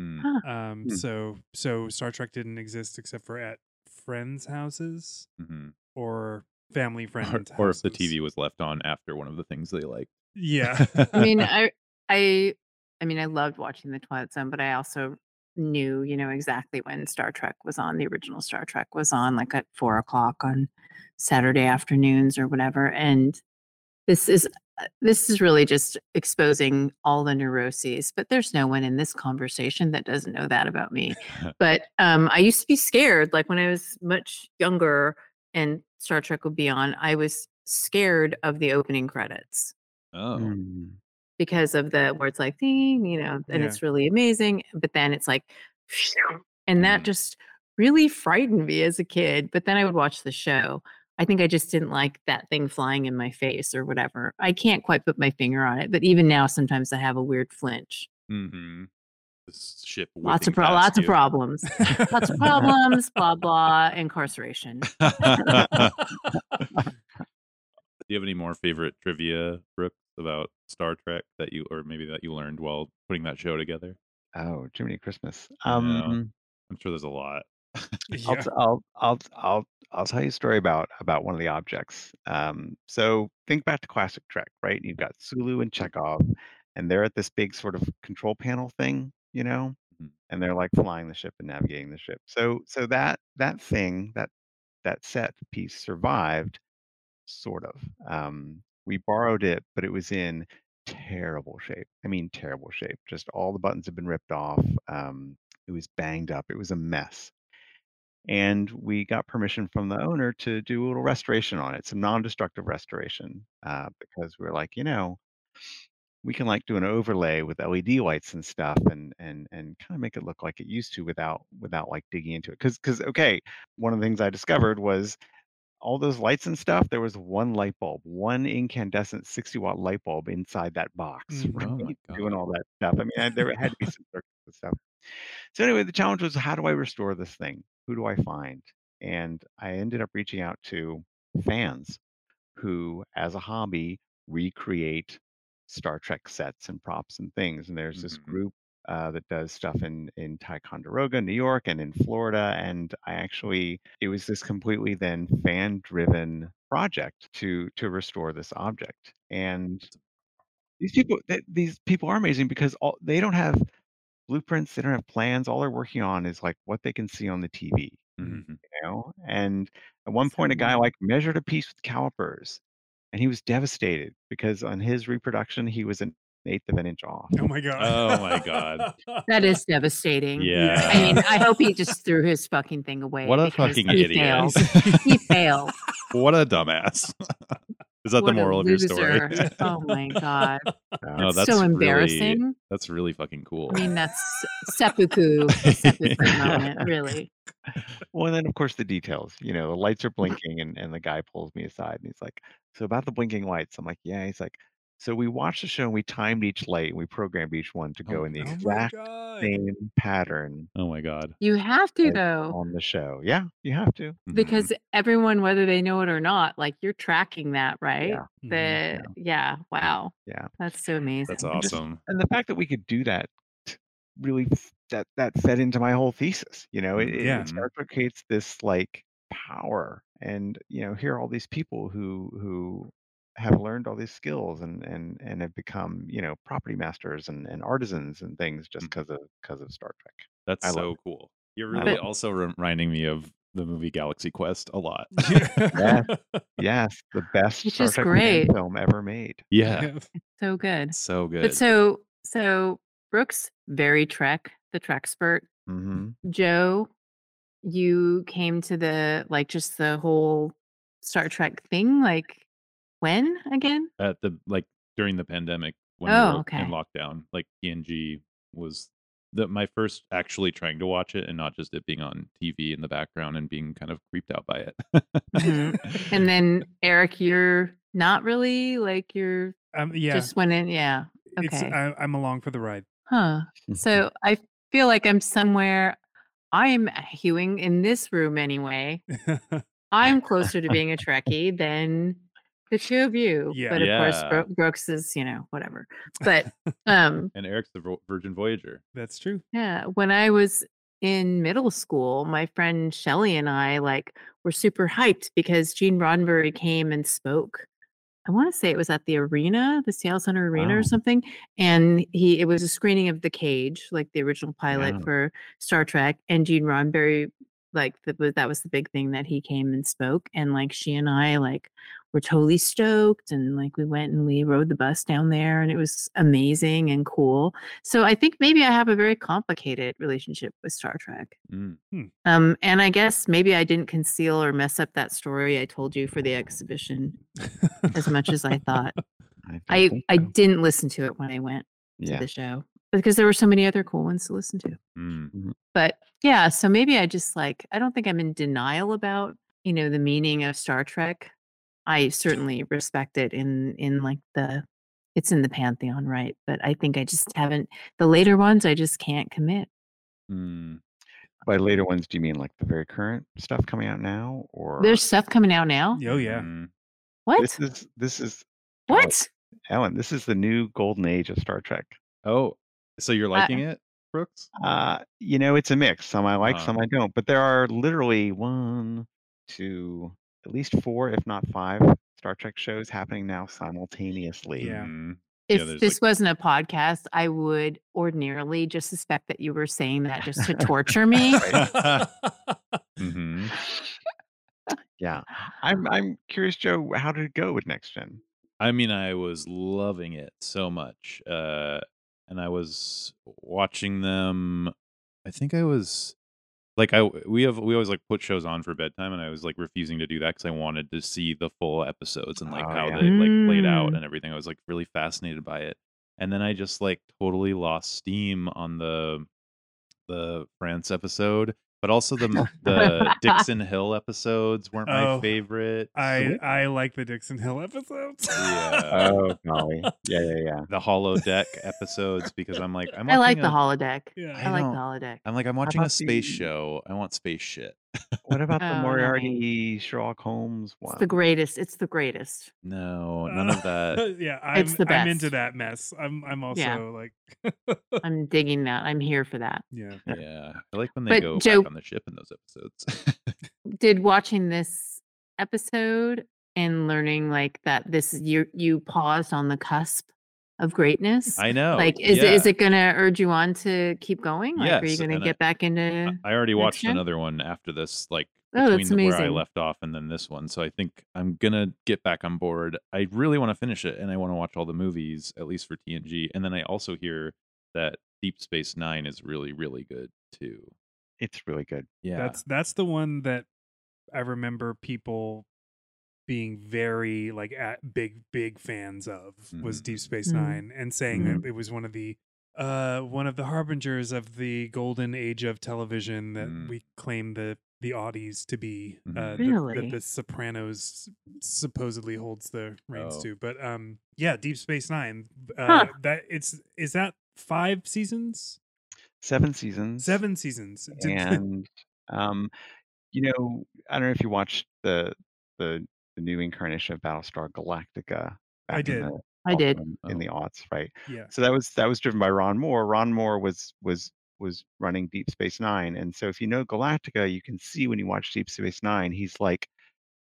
S2: Mm.
S1: Um
S4: Hmm.
S1: so so Star Trek didn't exist except for at friends' houses
S2: Mhm.
S1: or family
S2: [LAUGHS] Or,
S1: friends.
S2: or if the
S1: houses.
S2: TV was left on after one of the things they like. [LAUGHS]
S1: Yeah.
S3: I mean, I, I, I mean, I loved watching the Twilight Zone, but I also knew, you know, exactly when Star Trek was on. The original Star Trek was on, like at four o'clock on Saturday afternoons or whatever. And this is uh, this is really just exposing all the neuroses. But there's no one in this conversation that doesn't know that about me. but um, I used to be scared, like when I was much younger, and Star Trek would be on. I was scared of the opening credits
S2: oh.
S4: Mm.
S3: because of the where it's like ding, you know, and
S1: Yeah.
S3: it's really amazing. But then it's like, and that
S2: Mm.
S3: just really frightened me as a kid. But then I would watch the show. I think I just didn't like that thing flying in my face or whatever. I can't quite put my finger on it, but even now, sometimes I have a weird flinch.
S2: Mm-hmm. This ship.
S3: Lots
S2: whipping
S3: of pro-
S2: past
S3: lots of
S2: you.
S3: problems, lots of
S2: [LAUGHS]
S3: problems, blah blah, incarceration.
S2: [LAUGHS] Do you have any more favorite trivia, Brooks, about Star Trek that you, or maybe that you learned while putting that show together?
S4: Oh, Jiminy Christmas.
S2: I know.
S4: Um,
S2: I'm sure there's a lot.
S4: I'll,
S1: [LAUGHS] Yeah.
S4: t- I'll, I'll, I'll, I'll tell you a story about about one of the objects. Um, so think back to classic Trek, right? You've got Sulu and Chekhov, and they're at this big sort of control panel thing, you know,
S2: Mhm.
S4: and they're like flying the ship and navigating the ship. So, so that that thing that that set piece survived, sort of. Um, we borrowed it, but it was in terrible shape. I mean, terrible shape. Just all the buttons had been ripped off. Um, it was banged up. It was a mess. And we got permission from the owner to do a little restoration on it, some non-destructive restoration, uh, because we were like, you know, we can like do an overlay with LED lights and stuff, and and and kind of make it look like it used to without without like digging into it. Because because okay, one of the things I discovered was all those lights and stuff. There was one light bulb, one incandescent sixty watt light bulb inside that box, [LAUGHS]
S1: Mm.
S2: Oh my
S4: right? doing
S2: God.
S4: all that stuff. I mean, I, there had to be some circuits and stuff. So anyway, the challenge was how do I restore this thing? Who do I find? And I ended up reaching out to fans who, as a hobby, recreate Star Trek sets and props and things. And there's this
S2: Mhm.
S4: group uh, that does stuff in in Ticonderoga, New York, and in Florida. And I actually, it was this completely then fan-driven project to to restore this object. And these people, th- these people are amazing because all they don't have blueprints, they don't have plans. All they're working on is like what they can see on the TV
S3: Mm.
S2: Mhm.
S4: you know? And at one
S3: So
S4: point, a guy
S3: neat.
S4: like measured a piece with calipers, and he was devastated because on his reproduction, he was an eighth of an inch
S1: [LAUGHS]
S4: off.
S1: Oh my god.
S2: Oh my
S1: [LAUGHS]
S2: God.
S3: That is devastating.
S2: Yeah.
S3: I mean, I
S2: [LAUGHS]
S3: hope he just threw his fucking thing away.
S2: What a
S3: because
S2: fucking
S3: he
S2: idiot.
S3: Failed. [LAUGHS] He failed.
S2: [LAUGHS] what a dumbass. [LAUGHS] Is that
S3: What
S2: the
S3: a
S2: moral of your [LAUGHS] story?
S3: loser. [LAUGHS] Oh my god.
S4: Uh,
S2: No,
S3: That's,
S2: that's
S3: so
S2: really-
S3: embarrassing.
S2: That's really fucking cool.
S3: I mean, that's seppuku,
S2: [LAUGHS]
S3: a seppuku moment, really.
S4: well, and then of course the details. You know, the lights
S1: [LAUGHS]
S4: are blinking, and and the guy pulls me aside, and he's like, "So about the blinking lights?" I'm like, "Yeah." He's like, "So we watched the show, and we timed each light, and we programmed each one to
S2: Oh
S4: go
S2: my
S4: in the
S1: Oh my
S4: exact
S1: god.
S4: same pattern
S2: oh my god.
S3: You have to
S4: Like,
S1: Oh.
S3: though,
S4: on the show." Yeah, you have to.
S2: Mhm.
S3: because everyone, whether they know it or not, like you're tracking that, right?
S4: Yeah.
S2: Mm-hmm.
S1: Mhm.
S3: The yeah, wow,
S4: Yeah.
S3: that's so amazing.
S2: that's
S4: I'm just-
S2: awesome.
S4: and the fact that we could do that t- really f- that that fed into my whole thesis you know it,
S2: Mm,
S4: it-
S1: yeah.
S4: it Star Trek creates this like power and you know here are all these people who who have learned all these skills and and and have become you know property masters and, and artisans and things just
S2: Mm.
S4: because of because of star
S3: [LAUGHS]
S4: trek
S2: That's
S4: I love
S2: so cool. You're
S4: I
S2: really
S4: love
S2: also reminding me of the movie Galaxy Quest a lot.
S1: Yeah.
S4: yes the best
S3: Which
S4: star
S3: is
S4: trek fan
S3: great.
S4: film ever made
S2: [LAUGHS]
S1: [LAUGHS]
S2: yeah.
S3: so good.
S2: So good.
S3: But so so Brooks, very Trek, the Trekspert.
S4: hmm
S3: Mm, Joe, you came to the like just the whole Star Trek thing? Like when again?
S2: at the like during the pandemic when
S3: Oh,
S2: we were
S3: okay.
S2: in lockdown. Like PNG was the my first actually trying to watch it and not just it being on TV in the background and being kind of creeped out by it.
S3: Mhm. And then Eric, you're not really like you're
S1: Um, yeah,
S3: just went in. Yeah.
S1: it's,
S3: Okay.
S1: I, I'm along for the ride. [LAUGHS]
S3: Huh. So I feel like I'm somewhere. I'm hewing in this room
S1: [LAUGHS]
S3: anyway. I'm closer to being a Trekkie than the two of you.
S1: Yeah.
S3: But of course,
S2: Yeah.
S3: Bro- Brooks is, you know, whatever. But um,
S2: [LAUGHS] and Eric's the Vo- Virgin Voyager.
S1: That's true.
S3: yeah, when I was in middle school, my friend Shelly and I like were super hyped because Gene Roddenberry came and spoke. I want to say it was at the arena, the Seattle Center Arena
S2: Wow.
S3: or something, and he it was a screening of The Cage, like the original pilot
S4: Oh.
S2: Yeah.
S3: for Star Trek, and Gene Roddenberry like the, was- that was the big thing that he came and spoke and like she and I like were totally stoked and like we went and we rode the bus down there and it was amazing and cool. So I think maybe I have a very complicated relationship with Star Trek.
S2: Mm.
S3: Um, and I guess maybe I didn't conceal or mess up that story I told you for the exhibition as much as I
S4: [LAUGHS]
S3: thought.
S4: don't
S3: I,
S4: think
S3: I
S4: so.
S3: didn't listen to it when I went to
S4: yeah.
S3: the show because there were so many other cool ones to listen to.
S2: Mm.
S3: But yeah, so maybe I just like, I don't think I'm in denial about, you know, the meaning of Star Trek. I certainly respect it in, in like the, it's in the pantheon, right? But I think I just haven't, the later ones, I just can't commit.
S2: Mm.
S4: By later ones, do you mean like the very current stuff coming out now, or
S3: There's stuff coming out now.
S1: [LAUGHS] oh yeah.
S2: Mm.
S3: What?
S4: this is this is oh,
S3: What?
S4: Ellen? This is the new golden age of Star Trek.
S2: Oh, so you're
S3: Uh,
S2: liking it, Brooks?
S4: Uh, you know, it's a mix. Some I like,
S2: Uh-huh.
S4: some I don't. But there are literally one, two, at least four, if not five, Star Trek shows happening now simultaneously.
S1: Yeah.
S2: Mm.
S3: If
S2: there's,
S3: this
S2: like-
S3: wasn't a podcast, I would ordinarily just suspect that you were saying that just to torture
S2: Mm.
S3: [LAUGHS] me.
S2: Mhm.
S4: [LAUGHS] Yeah. I'm I'm curious, Joe, how did it go with Next Gen?
S2: I mean, I was loving it so much. Uh, and I was watching them. I think I was like, I we have we always like put shows on for bedtime, and I was like refusing to do that because I wanted to see the full episodes and like
S4: Oh,
S2: how
S4: yeah.
S2: they like played out
S3: Mm.
S2: and everything. I was like really fascinated by it, and then I just like totally lost steam on the the France episode. But also the the Dixon Hill episodes weren't my
S1: Oh,
S2: favorite.
S1: I I like the Dixon Hill episodes.
S2: Yeah.
S4: Oh golly. Yeah, yeah, yeah.
S3: [LAUGHS]
S2: the holodeck episodes because I'm like I'm
S3: I like
S2: watching
S3: the
S2: a-
S3: holodeck.
S1: Yeah.
S3: I,
S2: I
S3: like the
S2: don't-
S3: holodeck.
S2: I'm like I'm watching a
S4: about
S2: space
S4: the-
S2: show. I want space shit.
S4: What about
S3: Oh,
S4: the
S3: no.
S4: Moriarty Sherlock Holmes one?
S3: It's the greatest. It's the greatest.
S2: No, none
S3: [LAUGHS]
S2: of that.
S1: [LAUGHS] yeah, I'm,
S3: It's the
S1: I'm into
S3: best.
S1: that mess. I'm I'm also
S3: Yeah.
S1: like [LAUGHS]
S3: I'm digging that. I'm here for that.
S1: yeah.
S4: Yeah.
S2: Yeah, I like when they
S3: But
S2: go
S3: Joe-
S2: back on the ship in those episodes. [LAUGHS]
S3: Did watching this episode and learning like that this you you paused on the cusp of greatness.
S2: I know.
S3: like is it,
S2: yeah.
S3: is it going to urge you on to keep going? Like are you
S2: Yes,
S3: going to
S2: and I-
S3: get back into
S2: I I already
S3: next
S2: watched
S3: gen?
S2: another one after this, like
S3: Oh,
S2: between
S3: that's
S2: the- where I
S3: amazing.
S2: left off and then this one. So I think I'm gonna get back on board. I really want to finish it, and I want to watch all the movies at least for TNG. And then I also hear that Deep Space Nine is really, really good too.
S4: It's really good.
S2: Yeah,
S1: That's that's the one that I remember people being very like at, big big fans of was
S2: Mhm.
S1: Deep Space
S3: Mm.
S1: 9 and saying
S2: Mm-hmm.
S1: that it was one of the uh one of the harbingers of the golden age of television that
S2: Mm.
S1: we claim the the Audis to be
S2: Mhm.
S1: uh, that-
S3: Really?
S1: that the Sopranos supposedly holds the reins
S2: Oh.
S1: to but um yeah Deep Space 9 uh,
S3: Huh.
S1: that it's is that 5 seasons
S4: Seven seasons.
S1: 7 seasons Did-
S4: and um, you know, I don't know if you watched the the the new incarnation of Battlestar Galactica.
S1: I
S4: back in
S1: did.
S4: the-
S3: I
S4: also
S3: did.
S4: in, in
S2: Oh.
S4: the aughts, right?
S1: [LAUGHS] yeah
S4: So that was that was driven by Ron Moore. Ron Moore was was was running Deep Space Nine, and so if you know Galactica, you can see when you watch Deep Space Nine, he's like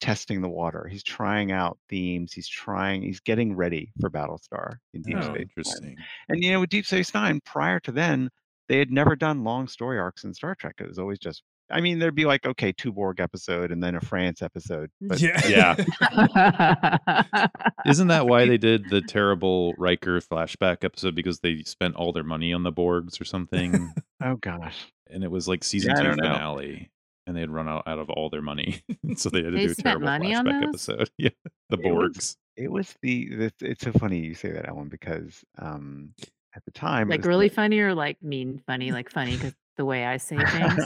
S4: testing the water. He's trying out themes. He's trying. He's getting ready for Battlestar in Deep
S1: Oh,
S4: Space. Nine.
S2: interesting.
S4: And you know, with Deep Space Nine, prior to then, they had never done long story arcs in Star Trek. It was always just, I mean, there'd be like, okay, two Borg episode and then a France episode. But
S1: yeah
S2: Yeah.
S3: [LAUGHS]
S2: Isn't that
S4: [LAUGHS]
S2: why they did the terrible Riker flashback episode because they spent all
S4: [LAUGHS]
S2: their money on the Borgs or something?
S4: oh gosh,
S2: and it was like season
S4: I
S2: two
S4: don't know.
S2: finale. and they had run out, out of all their money, [LAUGHS] so they had to
S3: They
S2: do a
S3: spent
S2: terrible
S3: money on
S2: flashback
S3: those?
S2: episode. [LAUGHS] Yeah, the
S4: It was-
S2: Borgs.
S4: It was the, the it's so funny you say that Ellen because um at the time it
S3: like
S4: was the-
S3: really funny or like mean funny, like funny because the way I say
S2: [LAUGHS]
S3: things.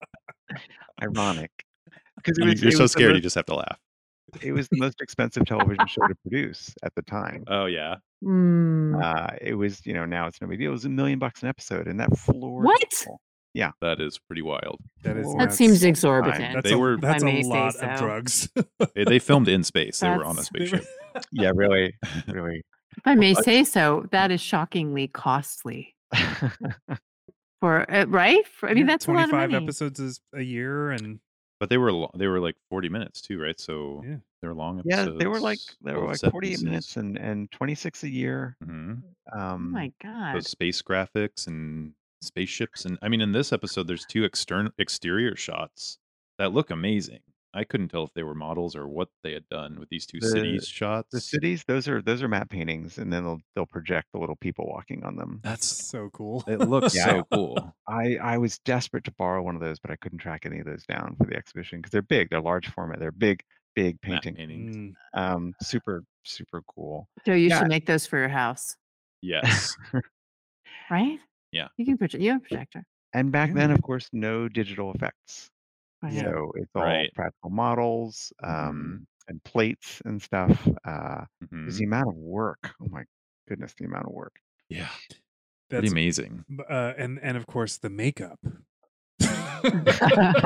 S3: [LAUGHS]
S4: ironic because
S2: You- You're so scared, you just have to laugh.
S4: it was the most expensive television show to produce at the time.
S2: Oh yeah,
S3: Mm.
S4: Uh, it was you know now it's no big deal. It was a million bucks an episode, and that floored
S3: What?
S4: people.
S2: that is pretty wild.
S1: [LAUGHS] That is
S4: That
S3: that
S1: nuts.
S3: seems exorbitant.
S1: That's
S2: They
S1: a,
S2: were-
S1: that's
S3: I may
S1: a
S3: say
S1: lot of
S3: so.
S1: drugs. [LAUGHS]
S2: They, they filmed in space. They were on a
S3: That's-
S2: spaceship.
S4: [LAUGHS] Yeah, really, [LAUGHS] really.
S3: If I may say so,
S2: Mm.
S3: that is shockingly costly for uh, right. For, I mean, that's a lot of
S1: twenty-five
S3: money.
S1: episodes is a year, and
S2: [LAUGHS] But they were lo- they were like 40 minutes too, right? So
S1: Yeah.
S2: they were long.
S4: yeah,
S2: Episodes,
S4: they were like they were
S2: both
S4: like
S2: set
S4: 48
S2: pieces.
S4: minutes and and 26 a year.
S2: Mhm.
S3: Oh
S4: Um,
S3: my god!
S2: those space graphics and spaceships and i mean in this episode there's two external exterior shots that look amazing i couldn't tell if they were models or what they had done with these two
S4: The-
S2: cities shots
S4: the cities, those are those are map paintings, and then they'll they'll project the little people walking on
S1: Uh
S4: them.
S2: that's
S1: so cool. [LAUGHS]
S2: it looks
S4: Yeah.
S2: so cool
S4: I I was desperate to borrow one of those, but I couldn't track any of those down for the exhibition because they're big, they're large format, they're big big
S2: Matte
S4: painting,
S2: paintings.
S1: Mm.
S4: um, super super cool.
S3: So you
S4: yeah.
S3: should make those for your house,
S2: yes
S3: right?
S2: Yeah.
S3: You can project. You have a projector.
S4: And back
S1: Yeah.
S4: then, of course, no digital effects.
S3: Oh, Right?
S4: [LAUGHS]
S1: Yeah.
S4: So it's all
S2: Right.
S4: practical models um, and plates and stuff. Uh,
S2: Mhm.
S4: just The amount of work. Oh my goodness, the amount of work.
S2: yeah pretty
S1: That's
S2: amazing
S1: b- uh, and and of course the makeup.
S3: [LAUGHS]
S1: [LAUGHS]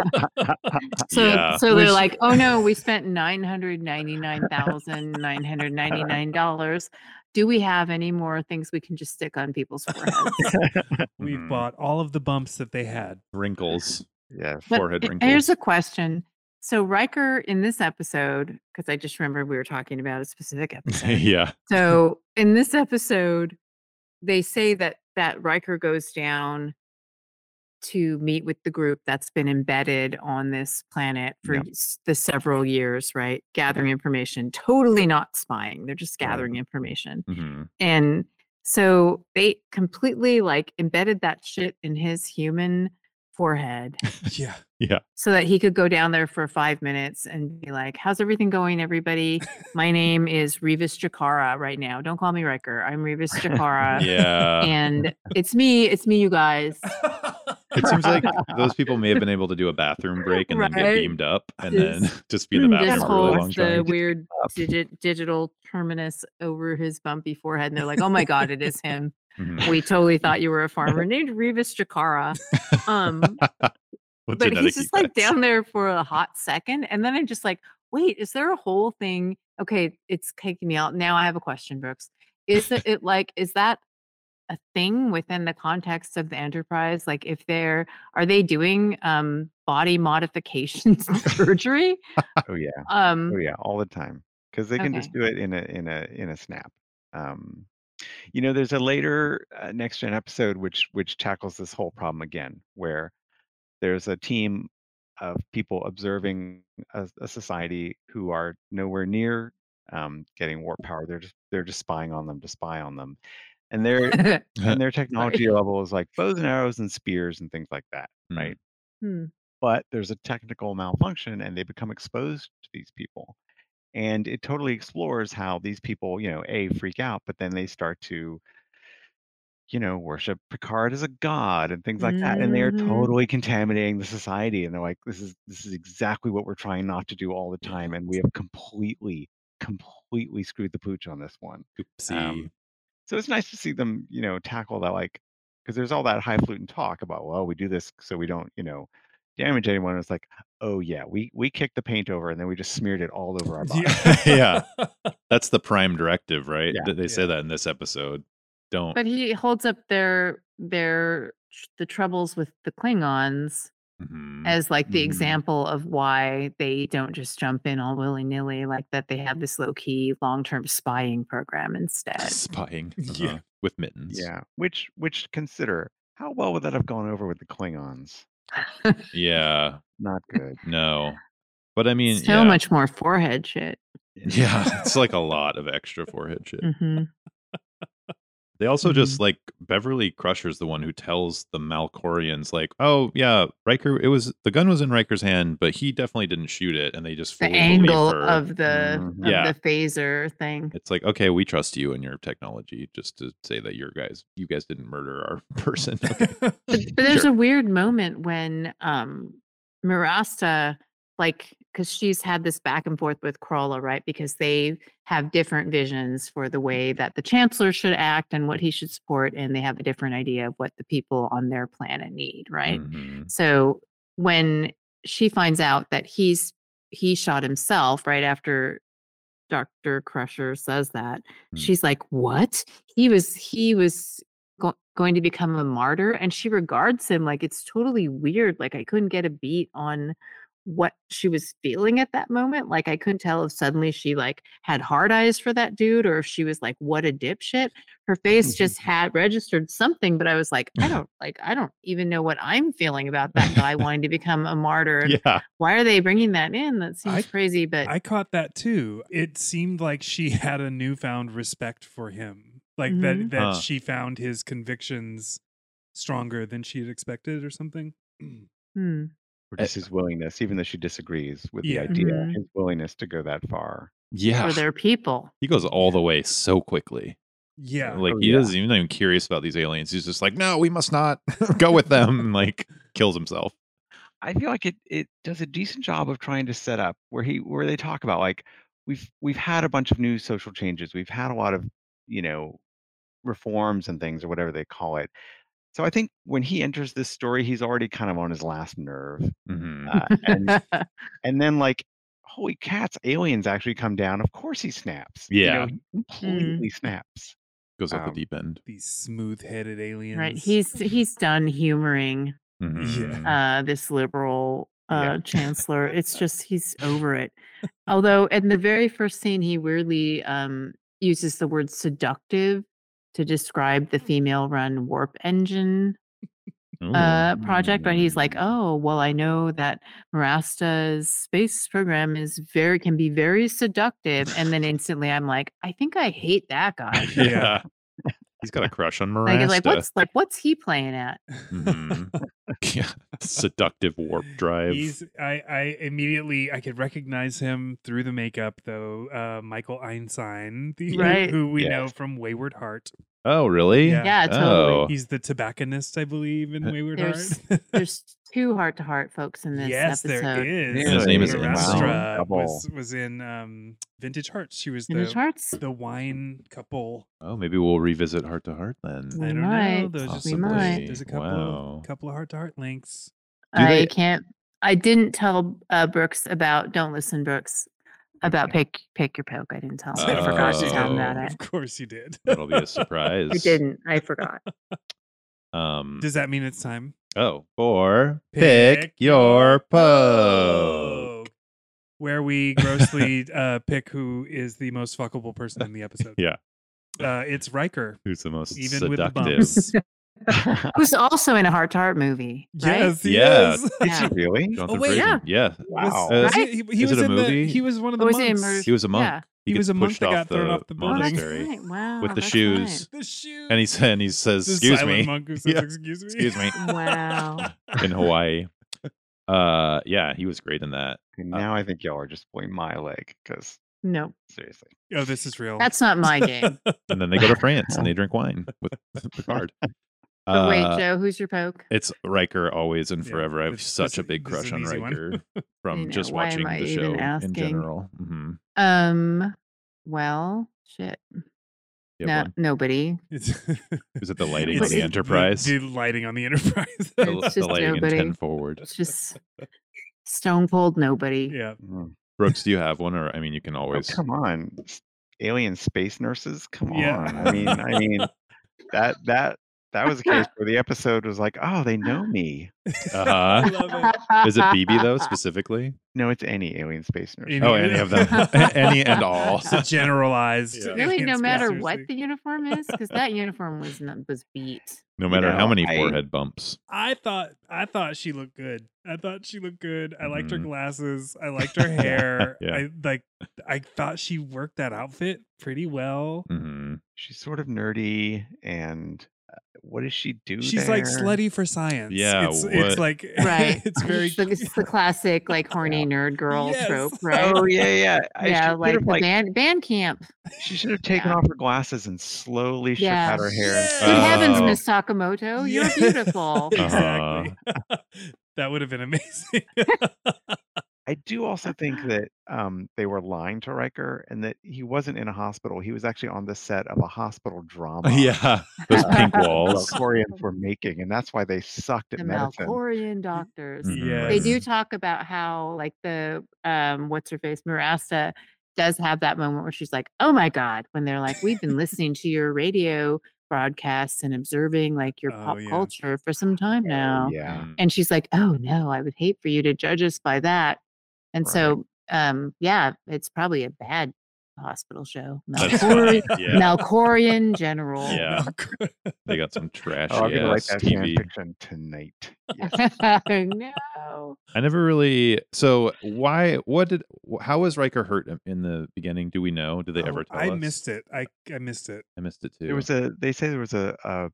S3: So,
S2: Yeah.
S3: so they're
S1: Which-
S3: like, oh no, we spent nine hundred ninety nine thousand nine hundred ninety nine dollars. Do we have any more things we can just stick on people's foreheads?
S1: We've
S4: Mm-hmm.
S2: Mhm.
S1: bought all of the bumps that they had.
S2: wrinkles [LAUGHS]
S4: Yes.
S3: But
S2: forehead
S3: h-
S2: wrinkles.
S3: Here's a question. So Riker in this episode, because I just remembered we were talking about a specific episode.
S2: yeah
S3: So in this episode, they say that that Riker goes down to meet with the group that's been embedded on this planet for
S4: Yeah.
S3: s- the several years, right? Gathering information, totally not spying. They're just gathering information.
S2: Mhm.
S3: And so they completely like embedded that shit in his human forehead
S1: [LAUGHS] Yeah,
S2: yeah
S3: so that he could go down there for five minutes and be like, "How's everything going, everybody? My name is Revis Jakara right now. Don't call me Riker. I'm Revis Jakara,
S2: yeah
S3: Uh, and it's me. It's me, you guys.
S2: [LAUGHS] it seems like those people may have been able to do a bathroom break and then get
S3: Right.
S2: beamed up and then [LAUGHS]
S3: Just-
S2: just be in the bathroom
S3: Just
S4: a
S2: for a really
S3: holds
S2: long
S3: the
S2: time
S3: weird
S4: up.
S3: digi- digital terminus over his bumpy forehead, and they're like, "Oh my god, it is him.
S2: Mhm.
S3: We totally thought you were a farmer named Revis Jakara." Um,
S2: [LAUGHS] What
S3: but
S2: genetic
S3: he's just like
S2: defects?
S3: down there for a hot second and then i'm just like wait is there a whole thing okay it's taking me out now i have a question brooks is it, it like is that a thing within the context of the enterprise like if they're are they doing um body [LAUGHS] modification surgery
S4: [LAUGHS] Oh yeah.
S3: um
S4: Oh yeah. All the time because they can just
S3: Okay.
S4: do it in a in a in a snap. Um, you know, there's a later uh, next gen episode which which tackles this whole problem again, where there's a team of people observing a, a society who are nowhere near um, getting warp power. They're just they're just spying on them to spy on them, and
S3: [LAUGHS]
S4: their [LAUGHS] and their technology level is like bows and arrows and spears and things like that.
S2: Mm.
S4: right?
S3: Hmm.
S4: But there's a technical malfunction, and they become exposed to these people, and it totally explores how these people, you know, a freak out, but then they start to you know, worship Picard as a god and things like that. And they're
S3: Mhm.
S4: totally contaminating the society. And they're like, this is this is exactly what we're trying not to do all the time. And we have completely, completely screwed the pooch on this one.
S2: Oopsie.
S4: So it's nice to see them, you know, tackle that like because there's all that highfalutin talk about, well, we do this so we don't, you know, damage anyone. It's like, oh yeah, we we kicked the paint over and then we just smeared it all
S1: [LAUGHS]
S4: over our body.
S2: [LAUGHS] Yeah. That's the prime directive, right?
S4: Yeah.
S2: Th- they say
S1: Yeah.
S2: that in this episode. Don't.
S3: but he holds up their their tr- the troubles with the klingons
S2: Mhm. [LAUGHS]
S3: as like the
S4: Mm.
S3: example of why they don't just jump in all willy-nilly like that they
S2: Mm-hmm.
S3: have this low-key long-term spying program instead
S2: spying
S1: Yeah.
S2: uh-huh, with mittens.
S4: Yeah. Which which consider how well would that have gone over with the Klingons?
S2: Yeah.
S4: Not
S2: [LAUGHS]
S4: good.
S2: No. But I mean,
S3: so
S2: yeah. [LAUGHS]
S3: much more forehead shit [LAUGHS] Mm, Mm-hmm.
S2: Yeah. It's like a lot of extra forehead shit.
S3: hmm
S2: They also just like Beverly Crusher's the one who tells the Malcorians like, "Oh yeah, Riker. It was the gun was in Riker's hand, but he definitely didn't shoot it." And they just
S3: the
S2: fully believe
S3: angle
S2: her.
S3: of the
S4: Mhm.
S3: of
S2: Yeah.
S3: the phaser thing.
S2: It's like, okay, we trust you and your technology, just to say that your guys, you guys didn't murder our
S3: [LAUGHS]
S2: [LAUGHS] person. Okay.
S3: But, but there's
S2: Sure.
S3: a weird moment when um Marasta, like, because she's had this back and forth with Corolla, right? Because they have different visions for the way that the chancellor should act and what he should support, and they have a different idea of what the people on their planet need, right?
S2: Mhm.
S3: So when she finds out that he's he shot himself right after Dr. Crusher says that,
S2: Hmm.
S3: she's like, "What? He was he was go- going to become a martyr?" And she regards him like it's totally weird. Like I couldn't get a beat on what she was feeling at that moment. Like I couldn't tell if suddenly she like had hard eyes for that dude or if she was like, "What a dipshit." her face just had registered something but i was like i don't like i don't even know what i'm feeling about that guy wanting to become a martyr and
S2: Yeah.
S3: why are they bringing that in that seems
S1: I-
S3: crazy but
S1: I caught that too. It seemed like she had a newfound respect for him, like that
S3: Mhm.
S1: that
S2: Huh.
S1: she found his convictions stronger than she had expected, or something. [CLEARS THROAT]
S3: hmm.
S4: Or just his willingness, even though she disagrees with
S1: Yeah.
S4: the idea,
S3: Mhm.
S4: his willingness to go that far.
S2: Yeah.
S3: for their people
S2: he goes all the way so quickly.
S1: Yeah,
S2: Like
S4: Oh,
S2: he
S4: yeah.
S2: doesn't even, even curious about these aliens. He's just like, no, we must not [LAUGHS] go with them. And like kills himself.
S4: I feel like it it does a decent job of trying to set up where he where they talk about like we've we've had a bunch of new social changes. We've had a lot of, you know, reforms and things or whatever they call it. So I think when he enters this story, he's already kind of on his last nerve.
S2: Mhm.
S4: Uh, and
S3: [LAUGHS]
S4: and then like holy cats, aliens actually come down. Of course he snaps. You know,
S2: Yeah.
S4: he completely snaps. [LAUGHS]
S2: Goes off
S4: Um,
S2: the deep end.
S1: these smooth-headed aliens. [LAUGHS]
S3: right he's he's done humoring
S2: Mhm.
S3: uh this liberal uh
S4: Yeah.
S3: chancellor it's just he's over it although in the very first scene he weirdly um uses the word seductive to describe the female run warp engine
S2: Ooh.
S3: uh, project, but
S2: [LAUGHS]
S3: he's like,
S2: Mm.
S3: "Oh, well, I know that Marasta's space program is very can be very seductive,"
S1: [LAUGHS]
S3: and then instantly I'm like, "I think I hate that guy."
S1: Yeah.
S2: yeah. He's got a crush on
S3: Like,
S2: Miranda.
S3: it's like what's [LAUGHS] like what's he playing at?
S2: Mm-hmm. yeah. Seductive warp drive.
S1: He's I, I immediately I could recognize him through the makeup though. Uh, Michael Einstein, the, [LAUGHS]
S3: Right.
S1: who we know
S4: Yes.
S1: from Wayward Heart.
S2: oh, really?
S1: Yeah.
S3: Yeah, totally.
S2: Oh.
S1: He's the tobacconist, I believe, in
S2: Uh,
S1: Wayward
S3: There's-
S1: Heart.
S3: There's two heart to heart folks
S1: [LAUGHS]
S3: in this
S1: yes,
S3: episode.
S1: there is.
S4: And his name is
S1: Nina
S4: Wow.
S1: Rastra
S4: Double.
S1: was was in um, Vintage Hearts. She was
S3: In the
S1: the
S3: charts,
S1: the wine couple.
S2: Oh, maybe we'll revisit Heart to Heart then.
S1: [LAUGHS]
S3: We
S1: I don't know.
S3: might.
S1: There's just
S3: We
S1: a-
S3: might.
S1: There's a couple
S2: Wow.
S1: of, couple of heart to heart links.
S2: Do they-
S3: I can't. I didn't tell uh, Brooks about. Don't listen, Brooks. About pick pick your poke. I didn't tell him. I forgot to tell him about
S2: Oh.
S3: it.
S1: [LAUGHS] Of course you did.
S2: That'll be
S1: [LAUGHS]
S2: a surprise.
S3: I didn't. I forgot.
S2: Um,
S1: Does that mean it's time?
S2: oh, or pick, your poke.
S1: poke, Where we
S2: [LAUGHS]
S1: grossly uh, pick who is the most fuckable person in the episode.
S2: Yeah.
S1: Uh, it's Riker,
S2: Who's the most
S1: even with the
S2: seductive?
S1: bumps.
S3: [LAUGHS]
S4: Ah,
S3: Who's also in a heart to heart movie. Right?
S1: Yes, he
S2: Yeah.
S1: is. [LAUGHS]
S3: Yeah.
S4: really?
S2: Jonathan
S1: Oh, wait,
S2: Frakes. yeah.
S4: Wow.
S1: Was-
S3: Right?
S1: He,
S3: Oh,
S1: he
S2: Is it
S1: was
S2: a
S1: in
S2: movie?
S1: The, he was one of the
S3: Or was he in
S1: monks.
S3: Murder-
S2: He was a monk.
S3: Yeah.
S1: He was
S2: gets
S1: a monk
S2: pushed
S1: that
S2: off
S1: got
S2: the
S1: thrown off the boat.
S3: Oh, that's
S2: monastery
S3: right. Wow,
S2: with the
S3: that's
S2: shoes.
S1: The shoes.
S2: And he said, and he says,
S1: The
S2: "Excuse
S1: silent
S2: me,
S1: monk who says,
S2: Yeah.
S1: "Excuse me."
S2: excuse
S1: [LAUGHS]
S2: me,"
S3: right. Wow.
S2: in Hawaii. Uh, yeah, he was great in that.
S4: Okay, now I think y'all are just pulling my leg because
S3: No,
S4: seriously.
S1: Oh, this is real. [LAUGHS]
S3: that's not my [LAUGHS] game.
S2: And then they go to France and they drink wine with [LAUGHS] Picard.
S3: [LAUGHS] But
S2: Uh,
S3: wait, Joe, who's your poke?
S2: It's Riker always and
S1: Yeah,
S2: forever. I have
S1: this-
S2: such
S1: this-
S2: a big
S1: this is
S2: crush
S1: an
S2: on
S1: easy one.
S2: Riker
S1: [LAUGHS]
S2: from
S3: know,
S2: just
S3: why am
S2: watching
S3: I
S2: the
S3: even
S2: show in
S3: asking?
S2: general. hmm
S3: Um. Well, shit.
S2: You
S3: no,
S2: have one?
S3: nobody.
S1: It's-
S3: [LAUGHS]
S2: Is it the lighting
S3: It's
S2: on the
S3: the-
S2: Enterprise?
S1: The, the lighting on the Enterprise. [LAUGHS]
S3: It's
S2: The, the
S3: just
S2: lighting in
S3: nobody.
S2: ten forward.
S3: It's just stone cold nobody.
S2: [LAUGHS]
S1: yeah.
S4: Mm.
S2: Brooks, do you have one? Or I mean, you can
S4: Oh,
S2: always.
S4: come on. s- Alien space nurses? Come
S1: Yeah.
S4: on. I mean, I mean that that That was a
S1: [LAUGHS]
S4: case where the episode was like, oh, they
S1: [GASPS]
S4: know me.
S2: Uh-huh.
S3: [LAUGHS]
S1: Love it.
S2: Is it BB though specifically?
S4: No, it's any alien space nurse.
S1: Any-
S2: Oh, any
S1: [LAUGHS]
S2: of them, any and all.
S1: It's a generalized.
S2: Yeah.
S3: Really, no
S1: enhanced
S3: matter
S1: master's
S3: what
S1: thing.
S3: the uniform is, because that uniform was not, was beat.
S2: No matter
S4: know,
S2: how many
S4: I-
S2: forehead bumps.
S1: I thought I thought she looked good. I thought she looked good. I liked her
S2: Mhm.
S1: glasses. I
S2: [LAUGHS]
S1: liked her hair.
S2: Yeah.
S1: I like I thought she worked that outfit pretty well.
S4: [LAUGHS]
S2: Mhm.
S4: She's sort of nerdy. And uh, what does she do?
S1: She's like
S4: there?
S1: slutty for science.
S2: Yeah,
S1: It's,
S2: what-
S1: it's like [LAUGHS]
S3: Right.
S1: it's
S3: [LAUGHS]
S1: very
S3: the, it's the classic like horny nerd girl
S1: Yes.
S3: trope,
S1: [LAUGHS]
S3: right?
S4: Oh, yeah, yeah. I- she
S3: yeah,
S4: should
S3: like
S4: have,
S3: the band band camp.
S4: She should have taken
S3: Yeah.
S4: off her glasses and slowly shook
S3: Yeah.
S4: out her hair. and
S1: Yes.
S3: Good heavens,
S2: Oh.
S3: Miss Sakamoto, you're
S1: Yeah.
S3: beautiful.
S2: Uh-huh.
S1: exactly. [LAUGHS] that would have been amazing.
S4: I do also think
S3: [SIGHS]
S4: that um, they were lying to Riker and that he wasn't in a hospital. He was actually on the set of a hospital
S1: [LAUGHS]
S4: drama. [LAUGHS]
S2: yeah, those pink
S4: The
S2: walls.
S4: Koreans were making, and that's why they sucked at
S3: the
S4: medicine.
S3: Malkorian doctors.
S2: Mhm.
S1: yes.
S3: They do talk about how like the um what's her face Marasta does have that moment where she's like, "Oh my god," when they're like, "We've been listening to your radio broadcasts and observing like your
S1: Oh,
S3: pop
S1: yeah.
S3: culture for some time now."
S4: Oh, Yeah. [LAUGHS]
S2: Mm.
S3: And she's like, "Oh no, I would hate for you to judge us by that." And
S4: Right.
S3: so um yeah, it's probably a bad hospital show.
S2: That's
S3: Malcori-
S2: fine. [LAUGHS] Yeah.
S1: [LAUGHS]
S3: Malcorian general. [LAUGHS]
S2: [LAUGHS] Yeah.
S1: Malcor-
S2: They got some trashy
S4: Oh, I'm gonna write
S2: ass
S4: that fan
S2: TV.
S4: fiction tonight. Yes.
S3: Oh, no.
S2: I never really. So why? What did? wh- How was Riker hurt in- in the beginning? Do we know? Did they
S1: Oh,
S2: ever tell
S1: I
S2: us?
S1: missed it. I I missed it.
S2: I missed it too.
S4: There was a. They say there was a, a,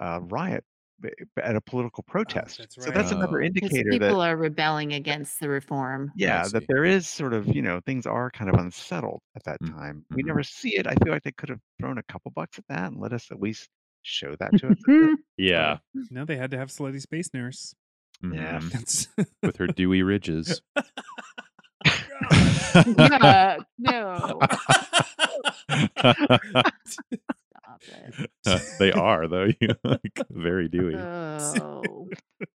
S4: a riot b- b- at a political protest.
S1: that's
S4: So
S1: right.
S4: that's
S2: Oh.
S4: another
S2: 'Cause
S3: Because
S4: indicator
S3: people
S4: that
S3: are rebelling against the
S4: [LAUGHS]
S3: reform.
S4: yeah, that
S2: see.
S4: there is sort of you know things are kind of unsettled at that
S2: Mm,
S4: time. We
S2: mhm.
S4: never see it. I feel like they could have thrown a couple bucks at that and let us at least show that
S3: [LAUGHS]
S4: to us. a bit.
S2: yeah,
S1: No, they had to have slutty space nurse. [LAUGHS]
S4: Yeah. [LAUGHS]
S2: mhm, [LAUGHS]
S1: That's [LAUGHS]
S2: with her dewy ridges. [LAUGHS]
S3: yeah, [LAUGHS] no. Stop it.
S2: [LAUGHS] Uh, they are though. you- like, very dewy.
S3: Uh,
S2: [LAUGHS]
S3: Oh,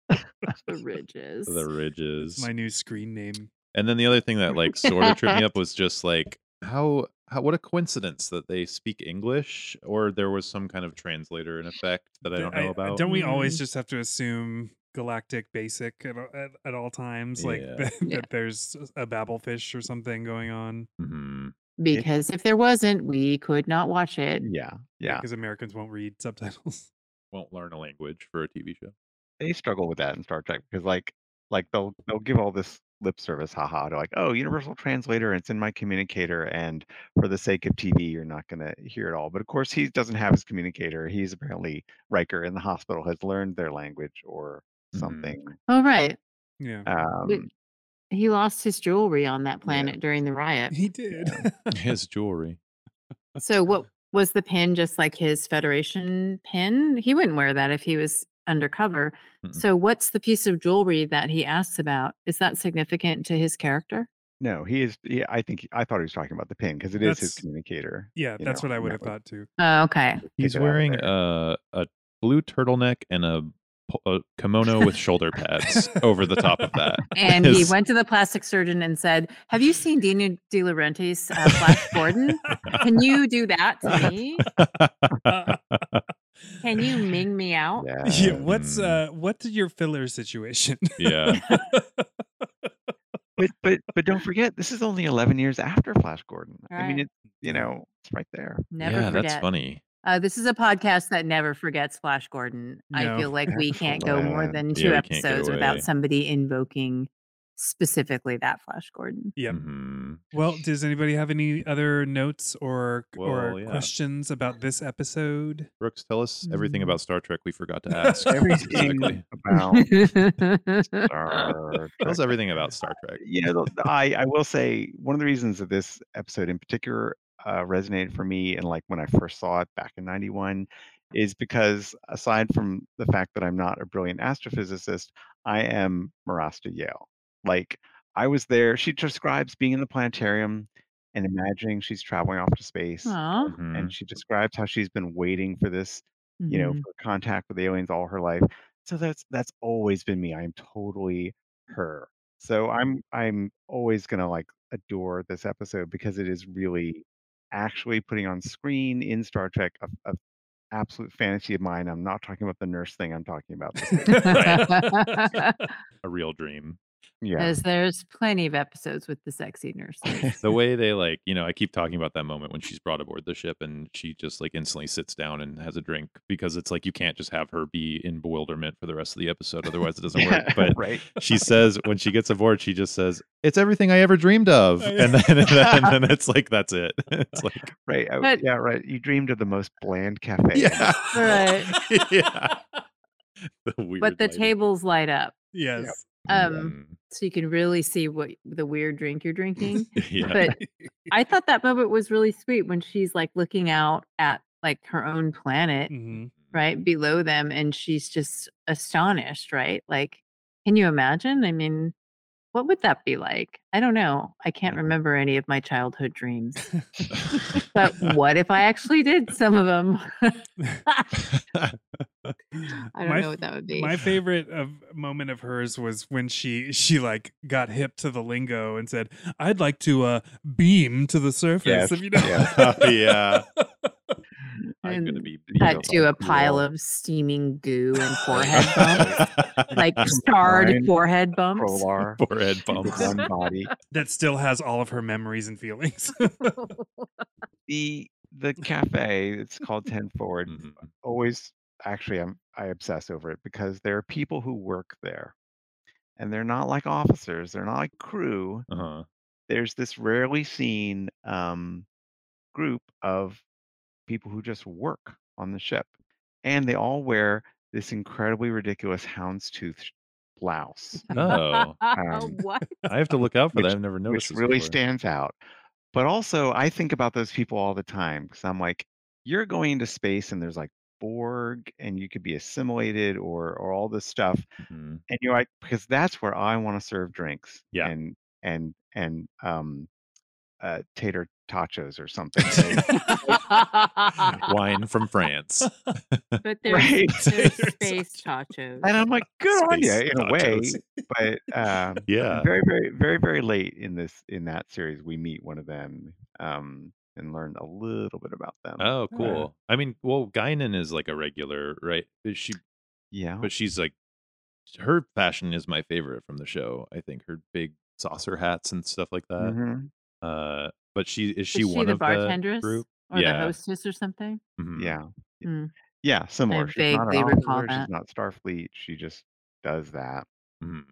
S3: the ridges.
S2: the ridges.
S1: my new screen name.
S2: And then the other thing that like sort of tripped me up was just like how how what a coincidence that they speak English or there was some kind of translator in effect that I
S1: Th- uh,
S2: don't know about.
S1: Don't we always
S2: Mm-hmm.
S3: Mhm.
S1: just have to assume galactic basic at, all- at, at all times? Like
S2: Yeah.
S1: that,
S3: Yeah.
S1: that there's a babblefish or something going on
S2: Mhm.
S3: because if there wasn't, we could not watch it.
S2: Mm.
S4: yeah, yeah.
S1: because Americans won't read subtitles. [LAUGHS]
S2: Won't learn a language for a TV [LAUGHS] show.
S4: They struggle with that in Star Trek because like like they'll they'll give all this lip service haha to like oh universal translator it's in my communicator and for the sake of tv you're not going to hear it all but of course he doesn't have his communicator he's apparently riker in the hospital has learned their language or
S2: Mhm.
S4: something
S3: Oh, right.
S1: Yeah,
S4: um
S3: Wait, He lost his jewelry on that planet during the riot.
S1: he did.
S2: His jewelry.
S3: So, what was the pin just like his Federation pin? He wouldn't wear that if he was undercover.
S2: Mm-mm.
S3: So, what's the piece of jewelry that he asks about? Is that significant to his character?
S4: No, he is. Yeah, I think he- I thought he was talking about the pin because it is his
S1: That's-
S4: communicator.
S1: [LAUGHS] yeah,
S4: You
S1: that's
S4: know,
S1: what I
S4: and
S1: would
S4: that
S1: have
S4: was-
S1: thought too.
S3: Oh,
S2: [LAUGHS]
S3: okay.
S2: He's
S4: it out of
S2: wearing
S4: there.
S2: a a blue turtleneck and a, po- a kimono with shoulder pads over the top of that.
S3: And he
S2: His-
S3: went to the plastic surgeon and said, "Have you seen Dina De Laurentiis uh,
S2: [LAUGHS]
S3: Flash Gordon? Can you do that
S4: [LAUGHS]
S3: to me?
S2: [LAUGHS]
S3: Can you ming me [LAUGHS] out?"
S1: Yeah, what's
S2: Um,
S1: uh, what's your filler situation?
S2: [LAUGHS]
S1: [LAUGHS]
S2: yeah.
S4: But but but don't forget, this is only 11 years after Flash Gordon. I mean,
S3: Right.
S4: it you know it's right there.
S3: Never
S2: yeah,
S3: forget.
S2: that's funny.
S3: Uh, this is a podcast that never forgets Flash Gordon.
S1: No.
S3: I feel
S4: [LAUGHS]
S3: like we can't go more
S4: Yeah,
S3: than
S2: we
S3: two
S2: can't get
S3: episodes
S2: away.
S3: without somebody invoking specifically that Flash Gordon.
S1: Yep.
S2: Mhm.
S1: Well, does anybody have any other notes or or
S2: Well, yeah.
S1: questions about this episode?
S2: Brooks, tell us everything
S3: Mm.
S2: about Star Trek we
S3: [LAUGHS]
S2: forgot to ask.
S4: Everything
S2: Exactly.
S4: about Star
S2: Tell us
S4: Trek.
S2: everything about Star Trek.
S4: You know, the- the- I I will say one of the reasons that this episode in particular uh, resonated for me and like when I first saw it back in '91 is because aside from the fact that I'm not a brilliant astrophysicist, I am Marasta Yale. Like I was there. She describes being in the planetarium and imagining she's traveling off to space.
S3: Aw.
S2: Mhm.
S4: and she describes how she's been waiting for this you know
S3: Mhm.
S4: for contact with aliens all her life so that's that's always been me i'm totally her so i'm i'm always gonna like adore this episode because it is really actually putting on screen in star trek a, a absolute fantasy of mine. I'm not talking about the nurse thing. I'm talking about this.
S3: [LAUGHS]
S2: a real dream.
S4: [LAUGHS] Yeah.
S3: Because mm. there's plenty of episodes with the sexy nurse.
S2: [LAUGHS] The way they like, you know, I keep talking about that moment when she's brought aboard the ship and she just like instantly sits down and has a drink because it's like you can't just have her be in bewilderment for the rest of the episode, otherwise it doesn't work.
S3: [LAUGHS]
S4: Yeah,
S2: [LAUGHS] But
S4: right.
S2: she says when she gets aboard, she just says, "It's everything I ever dreamed of," and then and then,
S3: [LAUGHS]
S2: and then it's like that's it. [LAUGHS] It's like
S4: Right. uh,
S3: But-
S4: yeah, right. You dreamed of the most bland cafe.
S2: yeah, [LAUGHS]
S1: [LAUGHS]
S3: Right.
S2: yeah. The
S3: But
S2: weird
S3: the
S2: lighting.
S3: tables light up.
S1: yes.
S3: Um, so you can really see what the weird drink you're drinking.
S2: Mm, [LAUGHS] yeah.
S3: but I thought that moment was really sweet when she's like looking out at like her own planet,
S1: hmm
S3: right below them, and she's just astonished, right? Like, can you imagine? I mean, what would that be like? I don't know. I can't
S2: Mhm.
S3: remember any of my childhood dreams,
S2: [LAUGHS]
S3: but what if I actually did some of [LAUGHS] them? I don't
S1: My
S3: know
S1: f-
S3: what that would be. [LAUGHS]
S1: My favorite of moment of hers was when she she like got hip to the lingo and said, "I'd like to uh beam to the surface."
S4: Yes,
S1: If you know,
S4: [LAUGHS]
S2: yeah. [LAUGHS] Yeah. I'm gonna
S3: And
S2: be
S3: Cut
S2: beautiful.
S3: to a pile
S4: cool.
S3: of steaming goo and
S2: [LAUGHS]
S3: forehead bumps, like starred
S4: Fine.
S3: forehead bumps.
S2: [LAUGHS]
S4: Prolar.
S3: [LAUGHS]
S2: forehead bumps.
S4: One body.
S1: [LAUGHS] that still has all of her memories and feelings.
S4: The the cafe. It's called Ten Forward.
S2: Mhm.
S4: always actually I'm I obsess over it because there are people who work there. And they're not like officers, they're not like crew.
S3: [LAUGHS]
S2: Uh-huh.
S4: There's this rarely seen um group of people who just work on the ship. And they all wear this incredibly ridiculous houndstooth sh- blouse,
S2: Oh,
S3: [LAUGHS]
S4: Um,
S3: what?
S2: I have to look out for
S4: Which-
S2: that. I've never noticed.
S4: which
S2: this
S4: really
S2: before.
S4: stands out. But also, I think about those people all the time because I'm like, you're going into space and there's like Borg and you could be assimilated or or all this stuff.
S2: Mhm.
S4: and you're like because that's where I want to serve drinks.
S2: Yeah.
S4: And and and um, uh, tater
S2: [LAUGHS]
S4: tachos or something. right?
S2: Mm-hmm.
S3: [LAUGHS]
S2: Wine from France.
S3: but there's, [LAUGHS]
S4: Right.
S3: there's space tachos.
S4: and I'm like, [LAUGHS] good on you
S2: Space
S4: in a way,
S2: nachos.
S4: but um,
S2: [LAUGHS] Yeah.
S4: very very very very late in this in that series we meet one of them um, and learn a little bit about them.
S2: Oh, cool. I mean, well, Guinan is like a regular, right? But she,
S4: yeah.
S2: but she's like, her fashion is my favorite from the show. I think her big saucer hats and stuff like that.
S4: Mhm.
S2: Uh, but she is
S3: Is
S2: she one
S3: the
S2: of
S3: bartendress
S2: the group?
S3: or
S2: Yeah.
S3: the hostess or something?
S2: Mhm.
S4: Yeah. y-
S3: Mm.
S4: Yeah. Similar. she's not an
S3: vaguely recall
S4: officer,
S3: that.
S4: She's not Starfleet. She just does that.
S2: Mhm.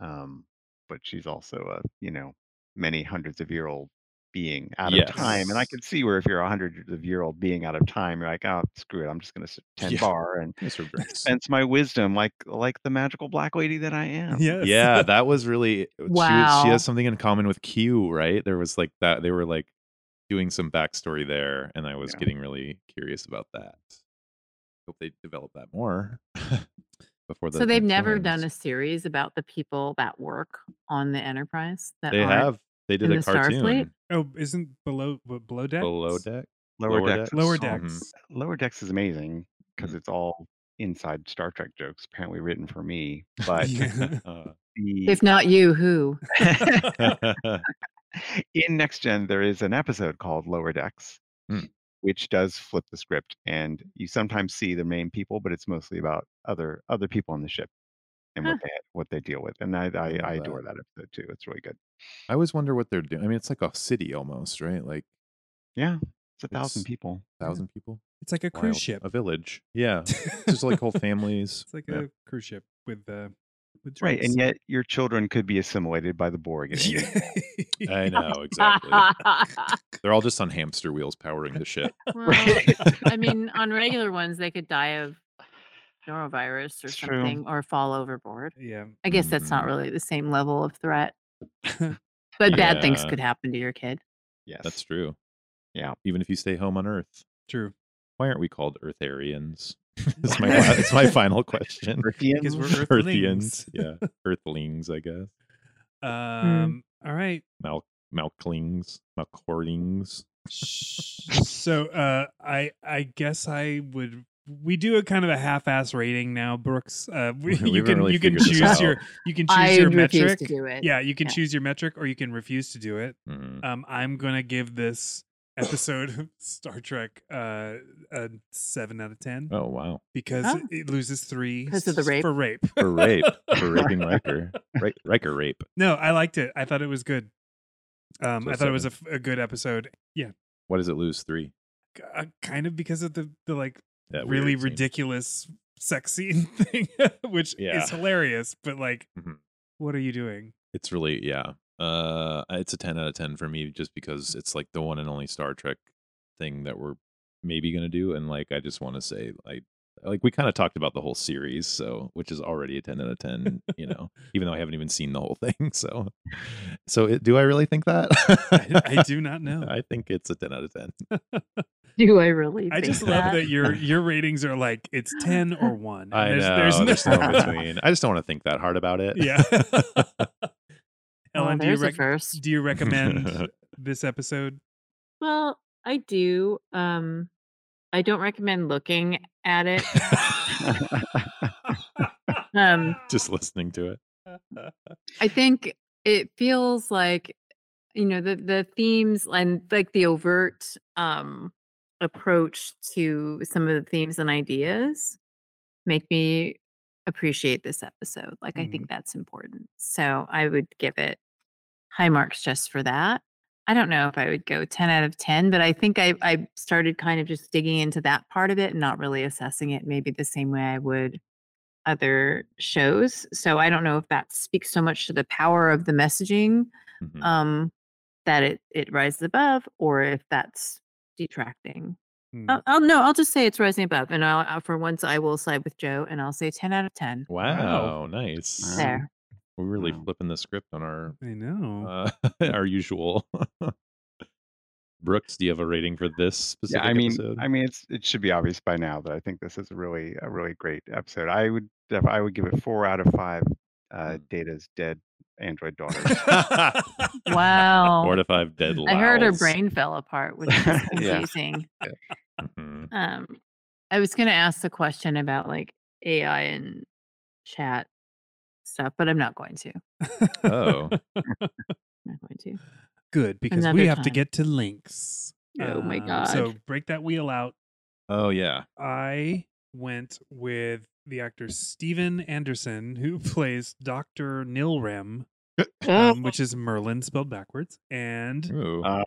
S4: um, but she's also a you know many hundreds of year old being out of time and i
S2: Yes.
S4: can see where if you're a hundreds of year old being out of time you're like oh screw it i'm just going to tend
S2: Yeah.
S4: bar and
S2: Yes, her drinks.
S4: sense my wisdom like like the magical black lady that i
S1: [LAUGHS]
S4: am
S1: [LAUGHS] yes.
S2: Yeah, that was really she was, she
S3: Wow.
S2: has something in common with Q, right? There was like that they were like doing some backstory there and I was
S4: Yeah.
S2: getting really curious about that. Hope they develop that more [LAUGHS] before the
S3: So they've
S2: next
S3: never
S2: ones.
S3: done a series about the people that work on the Enterprise. That
S2: They
S3: aren't-
S2: have they did
S3: in
S2: a
S3: the Starfleet?
S2: cartoon
S1: Oh, isn't below what, below deck?
S2: below
S1: [LAUGHS]
S2: deck.
S4: lower,
S2: Lower
S4: decks,
S2: Decks.
S1: Lower
S4: is all-
S1: decks.
S2: Mhm.
S4: lower decks is amazing because it's all inside star trek jokes apparently written for me but
S1: Yeah.
S2: [LAUGHS] Uh,
S4: the,
S3: If not you, who?
S2: [LAUGHS] uh,
S4: in next gen there is an episode called lower decks
S2: Hmm.
S4: which does flip the script and you sometimes see the main people but it's mostly about other other people on the ship and what they what they deal with and i i,
S2: love
S4: I
S2: that.
S4: adore that episode too it's really good
S2: I always wonder what they're doing. I mean, it's like a city almost, right? Like
S4: yeah it's a thousand
S2: It's-
S4: people
S1: Yeah.
S2: 1000 people.
S1: [LAUGHS] It's like a
S2: Wild.
S1: cruise ship. [LAUGHS]
S2: A village. Yeah. There's like whole families.
S1: It's like
S2: Yeah.
S1: a cruise ship with uh, with
S4: right
S1: drinks.
S4: and yet your children could be assimilated by
S2: [LAUGHS]
S4: the borg at any
S1: Yeah. [LAUGHS]
S2: I know
S3: [LAUGHS]
S2: exactly. They're all just on hamster wheels powering the ship.
S3: Well,
S4: Right.
S3: I mean, on regular ones, they could die of norovirus or
S4: It's true.
S3: something or fall overboard.
S1: yeah. [LAUGHS]
S3: I guess that's not
S2: Mhm.
S3: really the same level of threat, but bad things
S2: Yeah.
S3: could happen to your kid.
S4: yes
S2: That's true.
S4: Yeah.
S2: Even if you stay home on Earth.
S1: True.
S2: Why aren't we called [LAUGHS] Eartharians? it's my la- it's my final question.
S1: Because we're
S4: Earthians.
S1: Earthlings.
S2: [LAUGHS] Earthians. Yeah. Earthlings, I guess. Mm.
S1: Um. All right.
S2: Mal Malklings. Malcordings.
S1: so uh i i guess i would we do a kind of a half-ass rating now brooks uh we,
S2: [LAUGHS]
S1: [LAUGHS]
S2: We
S1: you
S2: haven't
S1: can
S2: really
S1: you can
S2: figured this
S1: choose your
S2: out.
S1: you can choose
S3: I
S1: your
S3: refuse
S1: metric
S3: to do it.
S1: yeah you can
S3: Yeah.
S1: choose your metric or you can refuse to do it
S2: Mhm.
S1: um i'm gonna give this episode [LAUGHS] of Star Trek uh, a seven out of ten
S2: Oh wow.
S1: because
S3: Oh.
S1: it loses three
S3: 'Cause of the
S1: s-
S3: rape?
S1: for rape.
S2: For rape. For raping Riker. Ra- Riker rape.
S1: [LAUGHS] No, I liked it. I thought it was good. Um,
S2: So
S1: I thought it was a, f- a good episode. Yeah,
S2: What does it lose? Three.
S1: k- uh, kind of because of the the like
S2: That weird
S1: really
S2: scene.
S1: ridiculous sex scene [LAUGHS] thing, which
S2: Yeah.
S1: is hilarious. But like,
S2: Mhm.
S1: what are you
S2: [LAUGHS]
S1: doing?
S2: It's really yeah. Uh, it's a ten out of ten for me just because it's like the one and only Star Trek thing that we're maybe gonna do, and like I just want to say like like we kind of talked about the whole series, so which is already a ten out of ten,
S1: [LAUGHS]
S2: you know, even though I haven't even seen the whole [LAUGHS] thing. So, so it, do I really think that?
S1: I,
S2: [LAUGHS]
S1: I do not know.
S2: I think it's a ten out of ten.
S3: Do I really?
S1: I
S3: think
S1: just love
S3: that?
S1: that
S2: [LAUGHS]
S1: your your ratings are like it's ten or one. and
S2: I know. There's no
S1: [LAUGHS]
S2: in between. I just don't want to think that hard about it.
S1: yeah.
S2: [LAUGHS]
S3: Well,
S1: Ellen, do you,
S3: there's a
S1: rec-
S3: first.
S1: do you recommend [LAUGHS] this episode?
S3: Well, I do. Um, I don't recommend looking at it. Um,
S2: just listening to
S1: [LAUGHS]
S2: it.
S3: [LAUGHS] I think it feels like you know the the themes and like the overt um approach to some of the themes and ideas make me appreciate this episode. Like I think that's important. So I would give it high marks just for that. I don't know if I would go 10 out of 10, but I think I I started kind of just digging into that part of it and not really assessing it maybe the same way I would other shows. So I don't know if that speaks so much to the power of the messaging
S1: Mm-hmm.
S2: Mhm.
S3: um, that it it rises above, or if that's detracting.
S1: Hmm.
S3: I'll, I'll no, I'll just say it's rising above, and I'll uh, for once I will side with Joe, and I'll say ten out of ten.
S2: wow, nice.
S1: [LAUGHS]
S4: Wow.
S3: There,
S2: We're really
S4: Wow.
S2: flipping the script on our
S1: I know.
S2: uh, [LAUGHS] our usual. Brooks, do you have a rating for this specific
S4: yeah, I mean,
S2: episode?
S4: I mean, it's it should be obvious by now that I think this is a really a really great episode. I would def- I would give it four out of five. Uh,
S2: Mm.
S4: Data's dead
S2: [LAUGHS]
S4: android daughter.
S2: Uh.
S1: [LAUGHS]
S3: wow.
S2: Four to five dead.
S3: I heard her
S2: lowls.
S3: brain fell apart,
S1: [LAUGHS]
S3: which is
S4: Yeah.
S3: confusing.
S2: Mhm.
S3: um, I was going to ask the question about like AI and chat stuff, but I'm not going to.
S2: Oh,
S3: I'm not going to.
S1: Good, because we
S3: Another
S1: have to
S3: time.
S1: get to links.
S3: Oh my
S1: Um, So
S3: [GASPS] God.
S1: break that wheel out.
S2: oh yeah.
S1: I went with the actor Steven Anderson, who [LAUGHS] plays Dr. Nilrem,
S3: Oh.
S1: um, which is Merlin spelled backwards.
S3: Mm.
S1: And
S2: Ooh.
S4: Uh,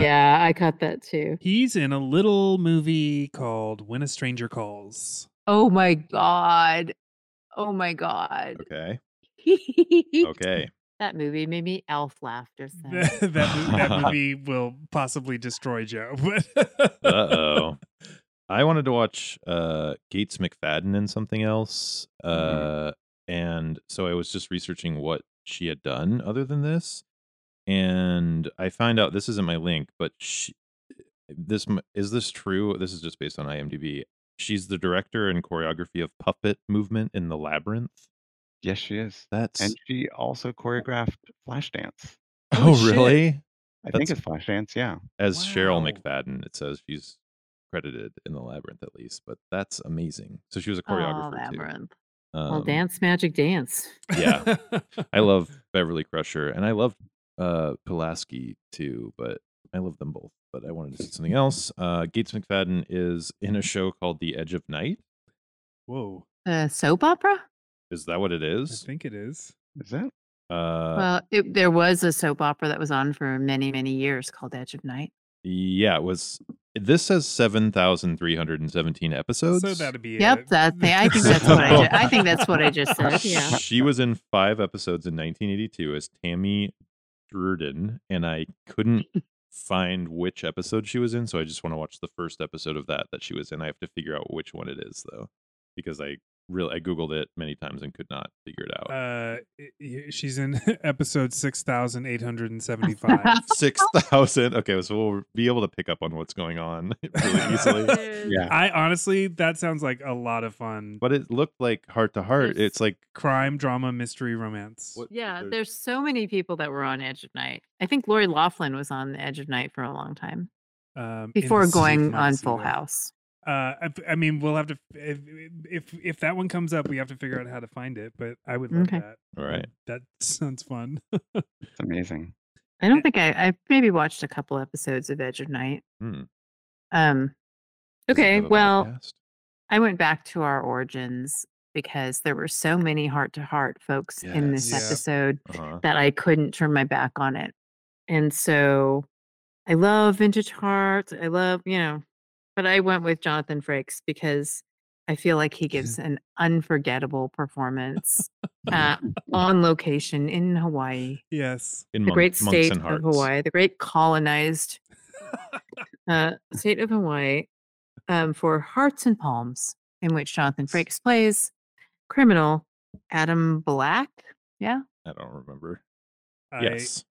S3: yeah, I caught that too.
S1: he's in a little movie called When a Stranger Calls. [LAUGHS]
S3: Oh my god. Oh my god.
S2: okay. Okay.
S3: [LAUGHS] That movie made me elf laugh [LAUGHS] just then.
S1: that, mo-
S3: [LAUGHS]
S1: that movie will possibly destroy Joe. [LAUGHS] But
S2: Uh oh. I wanted to watch uh, Gates McFadden and something else,
S1: Mm-hmm.
S2: uh, and so I was just researching what she had done other than this, and I find out this isn't my link, but she, this m- is this true? This is just based on IMDb. She's the director and choreography of Puppet Movement in the Labyrinth.
S4: yes, she is.
S2: That's [LAUGHS]
S4: And she also choreographed Flashdance.
S2: oh
S1: shit.
S2: really?
S4: I think
S2: That's-
S4: it's Flashdance. Yeah.
S2: As Cheryl
S1: Wow.
S2: McFadden, it says she's credited in the Labyrinth at least, but that's amazing. So she was a
S3: Oh,
S2: choreographer too.
S3: labyrinth.
S2: Um,
S3: well, dance magic dance.
S2: Yeah. I love Beverly Crusher and I love uh Pulaski too, but I love them both. But I wanted to see something else. Uh Gates McFadden is in a show called The Edge of Night.
S1: Whoa,
S3: Uh, soap opera?
S2: Is that what it
S1: I
S2: is?
S1: think it is.
S4: Is that?
S2: Uh
S3: well, it, there was a soap opera that was on for many, many years called Edge of [LAUGHS] Night.
S2: yeah, it was this says 7,317 episodes.
S1: so that'd be
S3: Yep,
S1: it.
S3: that's the, I think that's what I. Ju- I
S2: So-
S3: think that's what
S1: [LAUGHS]
S3: I just said. Yeah.
S2: She was in five episodes in 1982 as Tammy Durden, and I
S3: [LAUGHS]
S2: couldn't find which episode she was in, so I just want to watch the first episode of that that she was in. I have to figure out which one it is though, because I really I googled it many times and could not figure it out.
S1: Uh, i- i- she's in [LAUGHS] episode six thousand eight hundred and
S2: [LAUGHS]
S1: seventy-five.
S2: Six thousand. Okay, so we'll be able to pick up on what's going on [LAUGHS] really easily.
S3: [LAUGHS]
S4: Yeah.
S1: I honestly, that sounds like a lot of fun.
S2: But it looked like heart to heart.
S3: There's-
S2: It's like
S1: Crime, drama, mystery, romance.
S2: What-
S3: Yeah,
S2: There's-
S3: there's so many people that were on Edge of Night. I think Lori Laughlin was on the Edge of Night for a long time
S1: Um, in
S3: before
S1: Steve
S3: going on
S1: Marks, you
S3: Full
S1: know.
S3: House.
S1: Uh, I, I mean, we'll have to if, if if that one comes up, we have to figure out how to find it. But I would love
S3: Okay.
S1: that. [LAUGHS]
S2: all right.
S1: That sounds fun.
S4: It's amazing.
S3: I don't think I I maybe watched a couple episodes of Edge of Night.
S2: Hmm.
S3: Um
S2: Is it
S3: okay,
S2: another
S3: well, [LAUGHS]
S2: podcast?
S3: I went back to our origins because there were so many heart to heart folks in this
S1: Yes. Yeah.
S3: episode
S2: Uh-huh.
S3: that I couldn't turn my back on it. And so I love vintage hearts. I love, you know, but I went with Jonathan Frakes because I feel like he gives an unforgettable performance uh,
S1: [LAUGHS]
S3: on location in Hawaii,
S1: Yes.
S2: in
S3: the
S2: Monk-
S3: great
S2: Monks
S3: state
S2: and
S3: of
S2: Hearts.
S3: Hawaii, the great
S2: [LAUGHS]
S3: colonized uh, state of Hawaii um, for Hearts and Palms, in which Jonathan Frakes plays criminal Adam Black.
S2: I don't remember.
S1: I- [LAUGHS]
S2: Yes.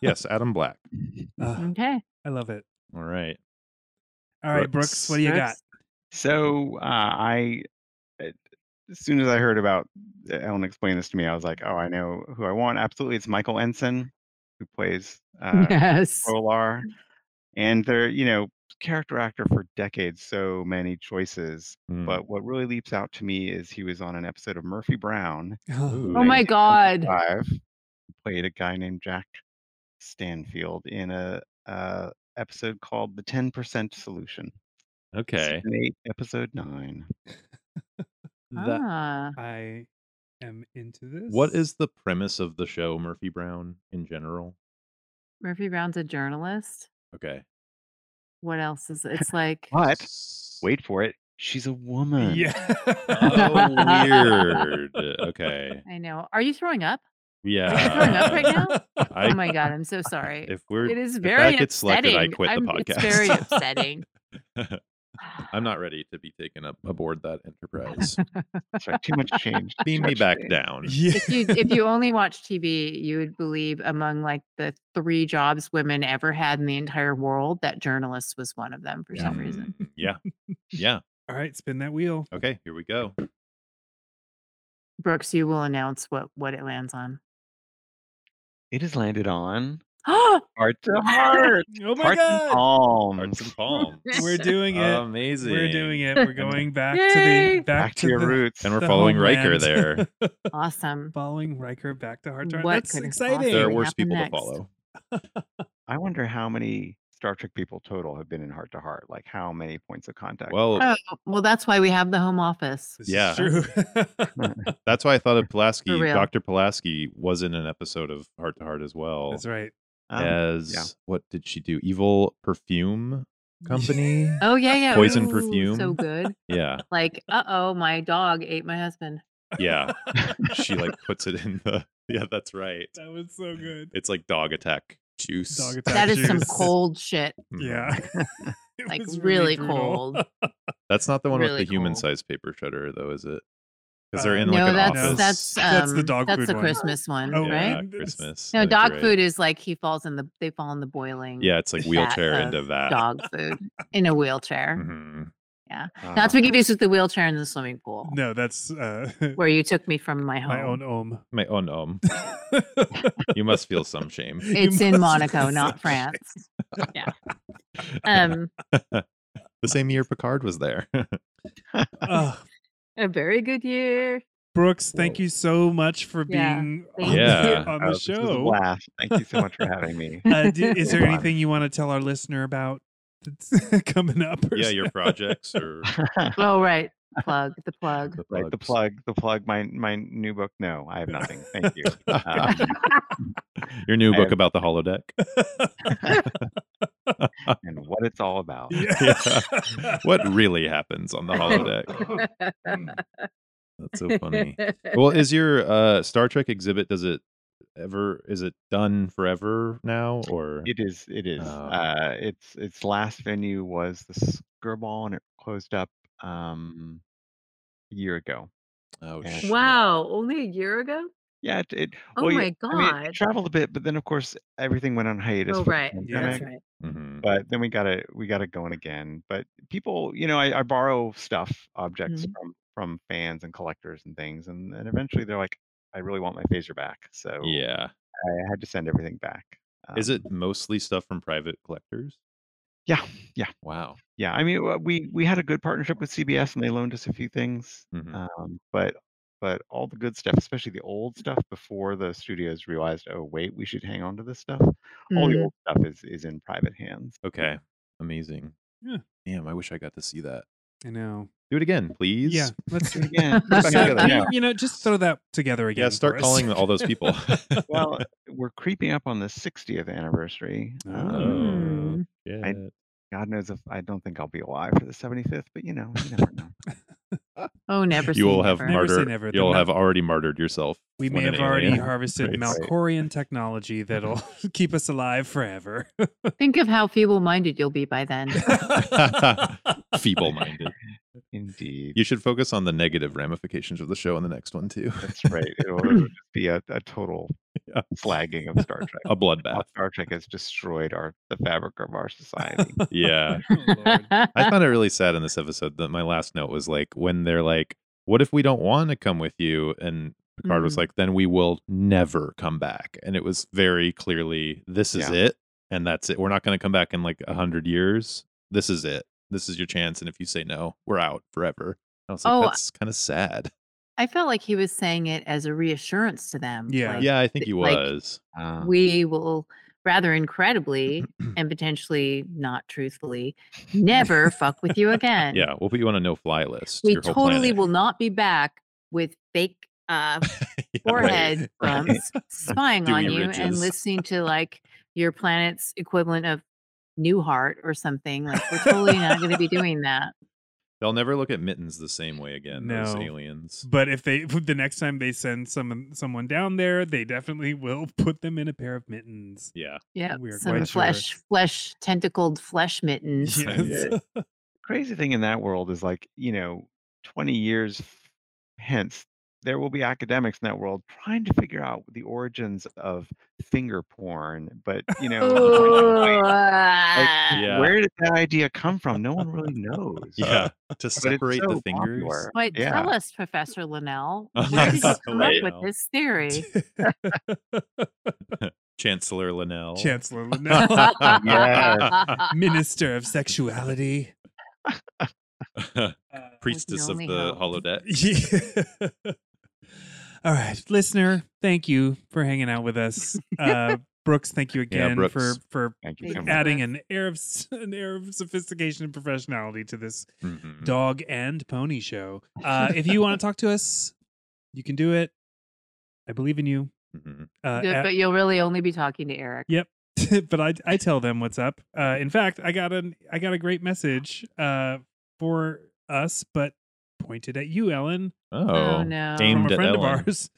S2: Yes, Adam Black.
S1: Uh,
S3: Okay.
S1: I love it.
S2: All right.
S1: All right, Brooks, what do you got?
S3: Brooks?
S4: So uh, I, uh, as soon as I heard about uh, Ellen explained this to me, I was like, oh, I know who I want. Absolutely, it's Michael Ensign, who plays uh,
S3: yes.
S4: Rolar, and they're you know character actor for decades, so many choices.
S2: Hmm.
S4: But what really leaps out to me is he was on an episode of Murphy Brown.
S1: [LAUGHS] Oh,
S2: Ooh.
S3: Oh my God.
S4: Five played a guy named Jack Stanfield in a uh, episode called The Ten Percent Solution.
S2: okay.
S4: Season eight, episode nine.
S2: That,
S3: Ah.
S1: I am into this.
S2: What is the premise of the show, Murphy Brown, in general?
S3: Murphy Brown's a journalist.
S2: Okay.
S3: What else is
S2: [LAUGHS]
S3: it's like?
S4: But
S2: S- [LAUGHS]
S4: wait for it. She's a
S1: [LAUGHS]
S4: woman.
S1: Yeah.
S2: Oh, weird. Okay.
S3: I know. Are you throwing up?
S2: Yeah.
S3: you throwing up right now?
S2: Uh, [LAUGHS] I-
S3: oh my god, I'm so [LAUGHS] sorry.
S2: If we're
S3: it is
S2: if
S3: very
S2: that gets
S3: upsetting.
S2: selected, I quit the
S3: I'm-
S2: podcast.
S3: It's
S2: [LAUGHS]
S3: very upsetting.
S2: I'm not ready to be taken up aboard that
S3: [LAUGHS]
S2: enterprise.
S4: Sorry, too much
S2: [LAUGHS]
S4: change. too
S2: Beam me
S4: much
S2: back
S4: change.
S2: down.
S1: [LAUGHS] Yeah.
S3: if you if you only watch TV, you would believe among like the three jobs women ever had in the entire world that journalist was one of them for some
S2: Mm,
S3: reason.
S2: Yeah. Yeah.
S1: All right, spin that wheel.
S2: Okay. Here we go.
S1: Mm-hmm.
S3: Brooks, you will announce what what it lands on. [GASPS]
S4: It has landed on
S3: Oh,
S4: heart to heart.
S1: Oh my
S4: heart and
S1: god.
S4: palms.
S2: Hearts and palms.
S1: We're doing it.
S2: Amazing.
S1: We're doing it. We're going back to
S3: Yay.
S1: the back,
S4: Back,
S1: to
S4: to your
S1: the,
S4: roots.
S2: And we're
S1: the
S2: following Riker
S1: homeland.
S2: there.
S3: awesome.
S1: [LAUGHS] following Riker back to Hard Drive.
S3: What
S1: That's
S3: could have
S1: exciting.
S2: There are
S3: What
S2: worse
S3: happened
S2: people
S3: next?
S2: to follow.
S4: I wonder how many Star Trek people total have been in heart to heart. Like how many points of contact?
S2: Well,
S3: Oh, well, that's why we have the home office.
S1: This
S2: Yeah.
S1: is
S2: [LAUGHS]
S1: true. [LAUGHS]
S2: that's why I thought of Pulaski.
S3: For real.
S2: Dr. Pulaski was in an episode of Heart to Heart as well.
S1: That's right.
S3: Oh,
S4: Um,
S2: as what did she do? Evil perfume company.
S3: Oh yeah, yeah.
S2: Poison
S3: Ooh, So
S2: perfume.
S3: good.
S2: yeah,
S3: Like, uh oh, my dog ate my
S1: [LAUGHS]
S3: husband.
S2: yeah. She like puts it in the. [LAUGHS] Yeah, that's right.
S1: [LAUGHS] That was so good.
S2: It's like dog attack juice.
S1: Dog attack
S3: [LAUGHS] That is some
S1: juice. [LAUGHS]
S3: cold shit.
S2: Mhm.
S1: Yeah. [LAUGHS] It
S3: Like
S1: was
S3: really
S1: brutal. [LAUGHS]
S3: cold.
S2: [LAUGHS] that's not the one
S3: Really
S2: with the human
S3: cool.
S2: sized paper shredder, though, is it? Because they're
S1: Uh,
S2: in
S1: No,
S2: like an
S3: that's
S2: office.
S3: that's um,
S1: That's the dog
S3: that's
S1: food
S3: the
S1: one.
S3: Christmas one,
S1: Oh,
S3: right?
S2: yeah,
S1: right?
S2: Christmas. I
S3: No,
S2: think you're
S3: dog
S2: right.
S3: food is like he falls in the they fall in the boiling.
S2: Yeah, it's like
S3: vat
S2: wheelchair
S3: of
S2: into [LAUGHS] that.
S1: [LAUGHS]
S3: uh, Dog food in a wheelchair.
S2: Mhm.
S3: That's
S4: um,
S3: what you do with the wheelchair in the swimming pool,
S1: No, that's uh, [LAUGHS]
S3: where you took me from my home.
S1: my own [LAUGHS]
S2: [LAUGHS]
S1: ohm.
S2: My oh no, you must feel some shame.
S1: You
S3: It's in
S1: must-
S3: Monaco, not France. Yeah.
S2: [LAUGHS]
S3: Um,
S2: the same year Picard was there. [LAUGHS]
S1: Ugh.
S3: a very good year.
S1: Brooks, thank you so much for
S3: Yeah,
S1: being
S3: thank
S1: on, the-
S2: Yeah.
S1: on the
S4: oh, this was a
S1: show.
S4: blast. Thank you so much for having me.
S1: Uh, d- is there
S4: Fun.
S1: anything you want to tell our listener about that's [LAUGHS] coming up? or
S2: yeah, your projects
S4: [LAUGHS]
S2: or
S3: Oh right, plug the
S2: [LAUGHS]
S3: plug. [LAUGHS]
S4: Right, the
S2: plugs.
S4: plug, the plug. My my new book. No, I have nothing. Thank you. Um,
S2: Your new
S4: I
S2: book
S4: have-
S2: about the holodeck.
S4: and what it's all about.
S1: Yeah.
S2: what really happens on the holodeck?
S4: [LAUGHS]
S2: That's so funny. Well, is your uh, Star Trek exhibit? Does it ever? Is it done forever now? Or
S4: It is. It is.
S2: Oh.
S4: Uh, its its last venue was the Skirball, and it closed up um, a year ago.
S2: oh,
S4: Yeah.
S3: [LAUGHS]
S2: shit.
S3: wow, only a year ago.
S4: Yeah. It. it
S3: Oh
S4: well,
S3: my
S4: yeah, I mean, it
S3: god.
S4: traveled a bit, but then of course everything went on hiatus.
S3: Oh
S4: with the
S3: right,
S1: Yeah.
S3: that's
S4: pandemic,
S3: right.
S2: Mhm.
S4: But then we got it. We got it going again. But people, you know, I, I borrow stuff, objects
S2: Mm-hmm.
S3: Mhm.
S4: from from fans and collectors and things, and, and eventually they're like, I really want my phaser back. So
S2: Yeah.
S4: I had to send everything back.
S2: Is
S4: Um,
S2: it mostly stuff from private collectors?
S4: Yeah, yeah,
S2: Wow.
S4: yeah. I mean, uh, we we had a good partnership with CBS, and they loaned us a few things.
S2: Mhm.
S4: Um, but but all the good stuff, especially the old stuff before the studios realized, oh wait, we should hang on to this stuff. All
S2: Mm-hmm.
S4: the
S3: Mm.
S4: old stuff is is in private hands.
S2: Okay. Amazing.
S1: Yeah.
S2: Damn, I wish I got to see that.
S1: [LAUGHS] I know.
S2: Do it again, please.
S1: Yeah, let's
S2: [LAUGHS]
S4: But Again,
S3: Back
S1: So,
S2: together,
S1: you,
S4: yeah.
S1: you know, just throw that together again.
S2: Yeah, start
S1: for us.
S2: calling all those people.
S4: [LAUGHS]
S2: [LAUGHS]
S4: well, we're creeping up on the 60th anniversary.
S2: Oh.
S4: Um,
S3: Hmm.
S2: yeah.
S4: God knows if I don't think I'll be alive for the 75th, but you know, you
S2: [LAUGHS]
S4: never know.
S3: Oh, never.
S2: You
S3: say
S2: will have
S3: never.
S1: Never say
S2: martyred.
S1: never. They're
S2: You'll
S1: not-
S2: have already martyred yourself. [LAUGHS]
S1: we may
S2: when an
S1: have already
S2: alien-
S1: harvested
S2: Right.
S1: Malkorian technology that'll [LAUGHS] keep us alive forever.
S3: Think of how feeble-minded you'll be by then.
S2: feeble-minded.
S4: Indeed.
S2: You should focus on the negative ramifications of the show in the next one too.
S4: That's right. It'll,
S2: [LAUGHS]
S4: it'll just be a, a total
S2: Yeah.
S4: flagging
S2: [LAUGHS]
S4: of Star Trek.
S2: A bloodbath.
S4: [LAUGHS] How Star Trek has destroyed our the fabric of
S2: [LAUGHS]
S4: our society.
S1: [LAUGHS]
S2: Yeah.
S1: Oh, Lord.
S2: I found it really sad in this episode that my last note was like when they're like, "What if we don't want to come with you?" and Picard was
S3: [LAUGHS] Mhm.
S2: like, "Then we will never come back." And it was very clearly, "This is
S4: Yeah.
S2: it, and that's it. We're not going to come back in like a hundred years. This is it. This is your chance. And if you say no, we're out forever." I was like,
S3: Oh,
S2: "That's kind of sad."
S3: I felt like he was saying it as a reassurance to them.
S1: Yeah.
S3: like,
S2: yeah, I think he
S3: like-
S2: was.
S4: Uh,
S3: We will rather
S2: [CLEARS THROAT]
S3: incredibly and potentially not truthfully never fuck with
S2: [LAUGHS]
S3: you again.
S2: yeah, we'll put you on a no-fly list.
S3: We
S2: your whole
S3: totally
S2: planet.
S3: will not be back with fake uh,
S2: [LAUGHS] Yeah, [LAUGHS] right.
S3: forehead
S4: right.
S3: bumps spying on
S2: Dewy
S3: you and
S2: ridges. [LAUGHS]
S3: listening to like your planet's equivalent of Newhart or something. Like we're totally not going to be doing that.
S2: They'll never look at mittens the same way again. Those
S1: No.
S2: aliens.
S1: But if they [LAUGHS] the next time they send someone someone down there, they definitely will put them in a pair of mittens. [LAUGHS]
S2: Yeah.
S3: Yeah,
S1: We are
S3: some
S1: quite sure.
S3: flesh, flesh, tentacled flesh
S2: [LAUGHS]
S3: mittens.
S1: Yes.
S4: crazy thing in that world is like you know 20 years f- hence there will be academics in that world trying to figure out the origins of finger porn but
S2: [LAUGHS]
S4: you know [LAUGHS]
S2: Oh.
S4: like,
S3: Ooh,
S2: Yeah.
S4: where did that idea come from no one really knows
S2: Yeah. [LAUGHS] To
S4: it's
S2: separate the
S4: so
S2: fingers.
S4: popular.
S3: Wait,
S4: yeah.
S3: tell us, Professor
S4: [LAUGHS]
S3: Linnell, where did you
S1: Yes.
S3: come up with
S2: Linnell.
S3: this theory?
S2: Chancellor
S1: [LAUGHS]
S2: Linnell. [LAUGHS]
S1: Chancellor
S3: [LAUGHS]
S1: Linnell,
S4: Yes.
S1: Minister of Sexuality. [LAUGHS] Uh,
S2: Priestess of
S3: only
S2: the
S3: hope.
S1: [LAUGHS]
S2: holodeck.
S1: yeah. All right, listener, thank you for hanging out with us.
S2: [LAUGHS]
S1: Uh, Brooks, thank you
S2: Yeah,
S1: again for
S2: Brooks.
S1: for
S4: thank you
S3: Thank
S4: so
S3: you.
S4: much
S1: adding an air of s- an air of sophistication and professionality to this
S2: Mhm.
S1: dog and pony show. Uh, if you want to talk to us, you can do it. I believe in you.
S2: Mhm.
S1: Uh,
S3: [LAUGHS] Good,
S1: at-
S3: but you'll really only be talking to Eric.
S1: [LAUGHS] but I, I tell them what's up. Uh, in fact, I got an I got a great message uh, for us, but pointed at you, Ellen,
S2: Oh,
S3: no.
S1: from
S2: Aimed
S1: a
S2: at
S1: friend
S2: Ellen.
S1: of ours.
S3: Is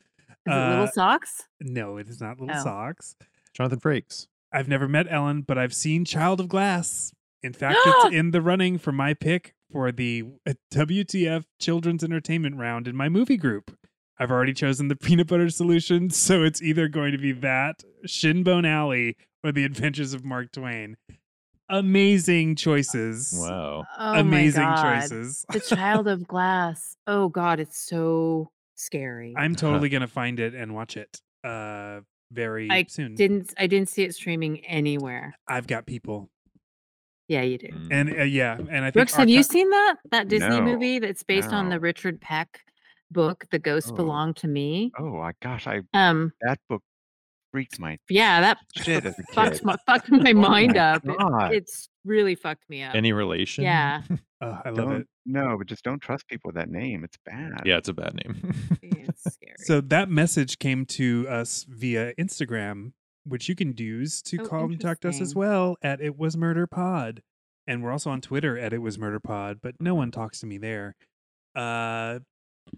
S3: it
S1: Uh,
S3: little socks?
S1: no, it is not Little
S3: Oh.
S1: Socks.
S2: Jonathan Frakes.
S1: I've never met Ellen, but I've seen Child of Glass. In fact, it's in the running for my pick for the uh, WTF Children's Entertainment Round in my movie group. I've already chosen the [LAUGHS] peanut butter solution, so it's either going to be that, Shinbone Alley, or The Adventures of Mark Twain. Amazing choices.
S2: Wow.
S3: Oh
S1: Amazing
S3: my God.
S1: choices.
S3: the Child of Glass. Oh God, it's so scary. I
S1: [LAUGHS] I'm totally going to find it and watch it uh, very
S3: I
S1: soon.
S3: didn't I didn't see it streaming anywhere.
S1: I've got people.
S3: Yeah, you did.
S2: Mm.
S1: And uh, yeah, and I think
S3: Brooks, have
S1: Archi-
S3: you seen that that Disney
S4: No,
S3: movie that's based on the
S4: no.
S3: Richard Peck book, The Ghosts
S4: Oh.
S3: Belong to Me?
S4: oh my gosh i
S3: Um,
S4: that book freaked my
S3: yeah, that
S4: shit as a kid
S3: fucked my, [LAUGHS] fucked my mind
S4: my
S3: up. It-
S4: God.
S3: it's really fucked me up.
S2: Any relation?
S3: Yeah.
S1: Oh, I love it.
S4: don't no but just don't trust people with that name it's bad
S2: [LAUGHS] Yeah, it's a bad name. [LAUGHS]
S3: it's scary.
S1: So that message came to us via Instagram, which you can use to
S3: Oh,
S1: contact us as
S3: interesting.
S1: well at It Was Murder Pod. And we're also on Twitter at It Was Murder Pod, but no one talks to me there. Uh,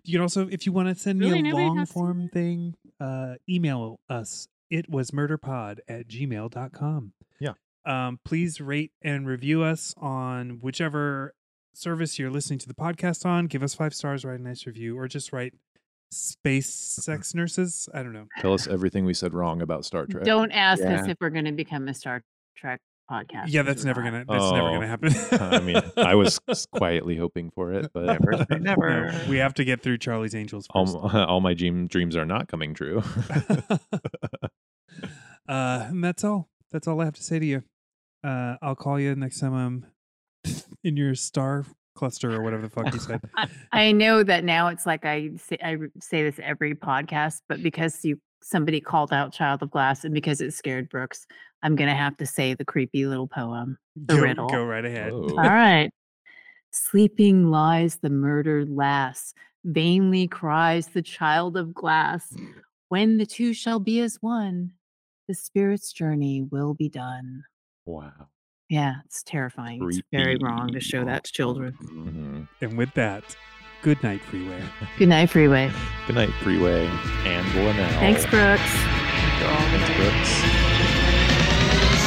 S1: you can also, if you want to send
S3: Really?
S1: me a
S3: Nobody
S1: long
S3: talks to you
S1: form
S3: there?
S1: thing, uh, email us. It was murderpod at gmail.com.
S2: Yeah.
S1: Um, please rate and review us on whichever service you're listening to the podcast on. Give us five stars, write a nice review, or just write space
S2: Mm-hmm.
S1: sex nurses. I don't know.
S2: Tell us everything we said wrong about Star Trek.
S3: Don't ask us
S4: Yeah.
S3: if we're going to become a Star Trek podcast.
S1: yeah,
S3: which
S1: that's
S3: we're
S1: never
S3: not.
S1: gonna. That's never
S2: Oh,
S1: gonna happen.
S2: I mean,
S1: [LAUGHS]
S2: I was s- quietly hoping for it, but
S4: never say
S1: No,
S4: never
S1: we have to get through Charlie's Angels
S2: all,
S1: first.
S2: m- [LAUGHS] all my dream, dreams are not coming
S1: [LAUGHS]
S2: true. [LAUGHS]
S1: uh, and that's all. That's all I have to say to you. Uh, I'll call you next time I'm [LAUGHS] in your star cluster or whatever the fuck you said.
S3: I know that now it's like I say, I r- say this every podcast, but because you somebody called out Child of Glass and because it scared Brooks, I'm gonna have to say the creepy little poem. The
S1: go,
S3: riddle.
S1: go right ahead.
S2: Oh.
S3: All right. Sleeping lies the murdered lass, vainly cries the child of glass.
S1: Mm.
S3: When the two shall be as one, the spirit's journey will be done.
S2: Wow.
S3: Yeah, it's terrifying. It's very wrong to show that to children.
S2: Mhm.
S1: And with that, good night, freeway.
S3: Good night, Freeway.
S2: Good night, Freeway and Linnell.
S3: Thanks, Brooks.
S2: Thanks, Brooks.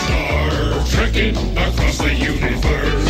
S5: Star trekking across the universe.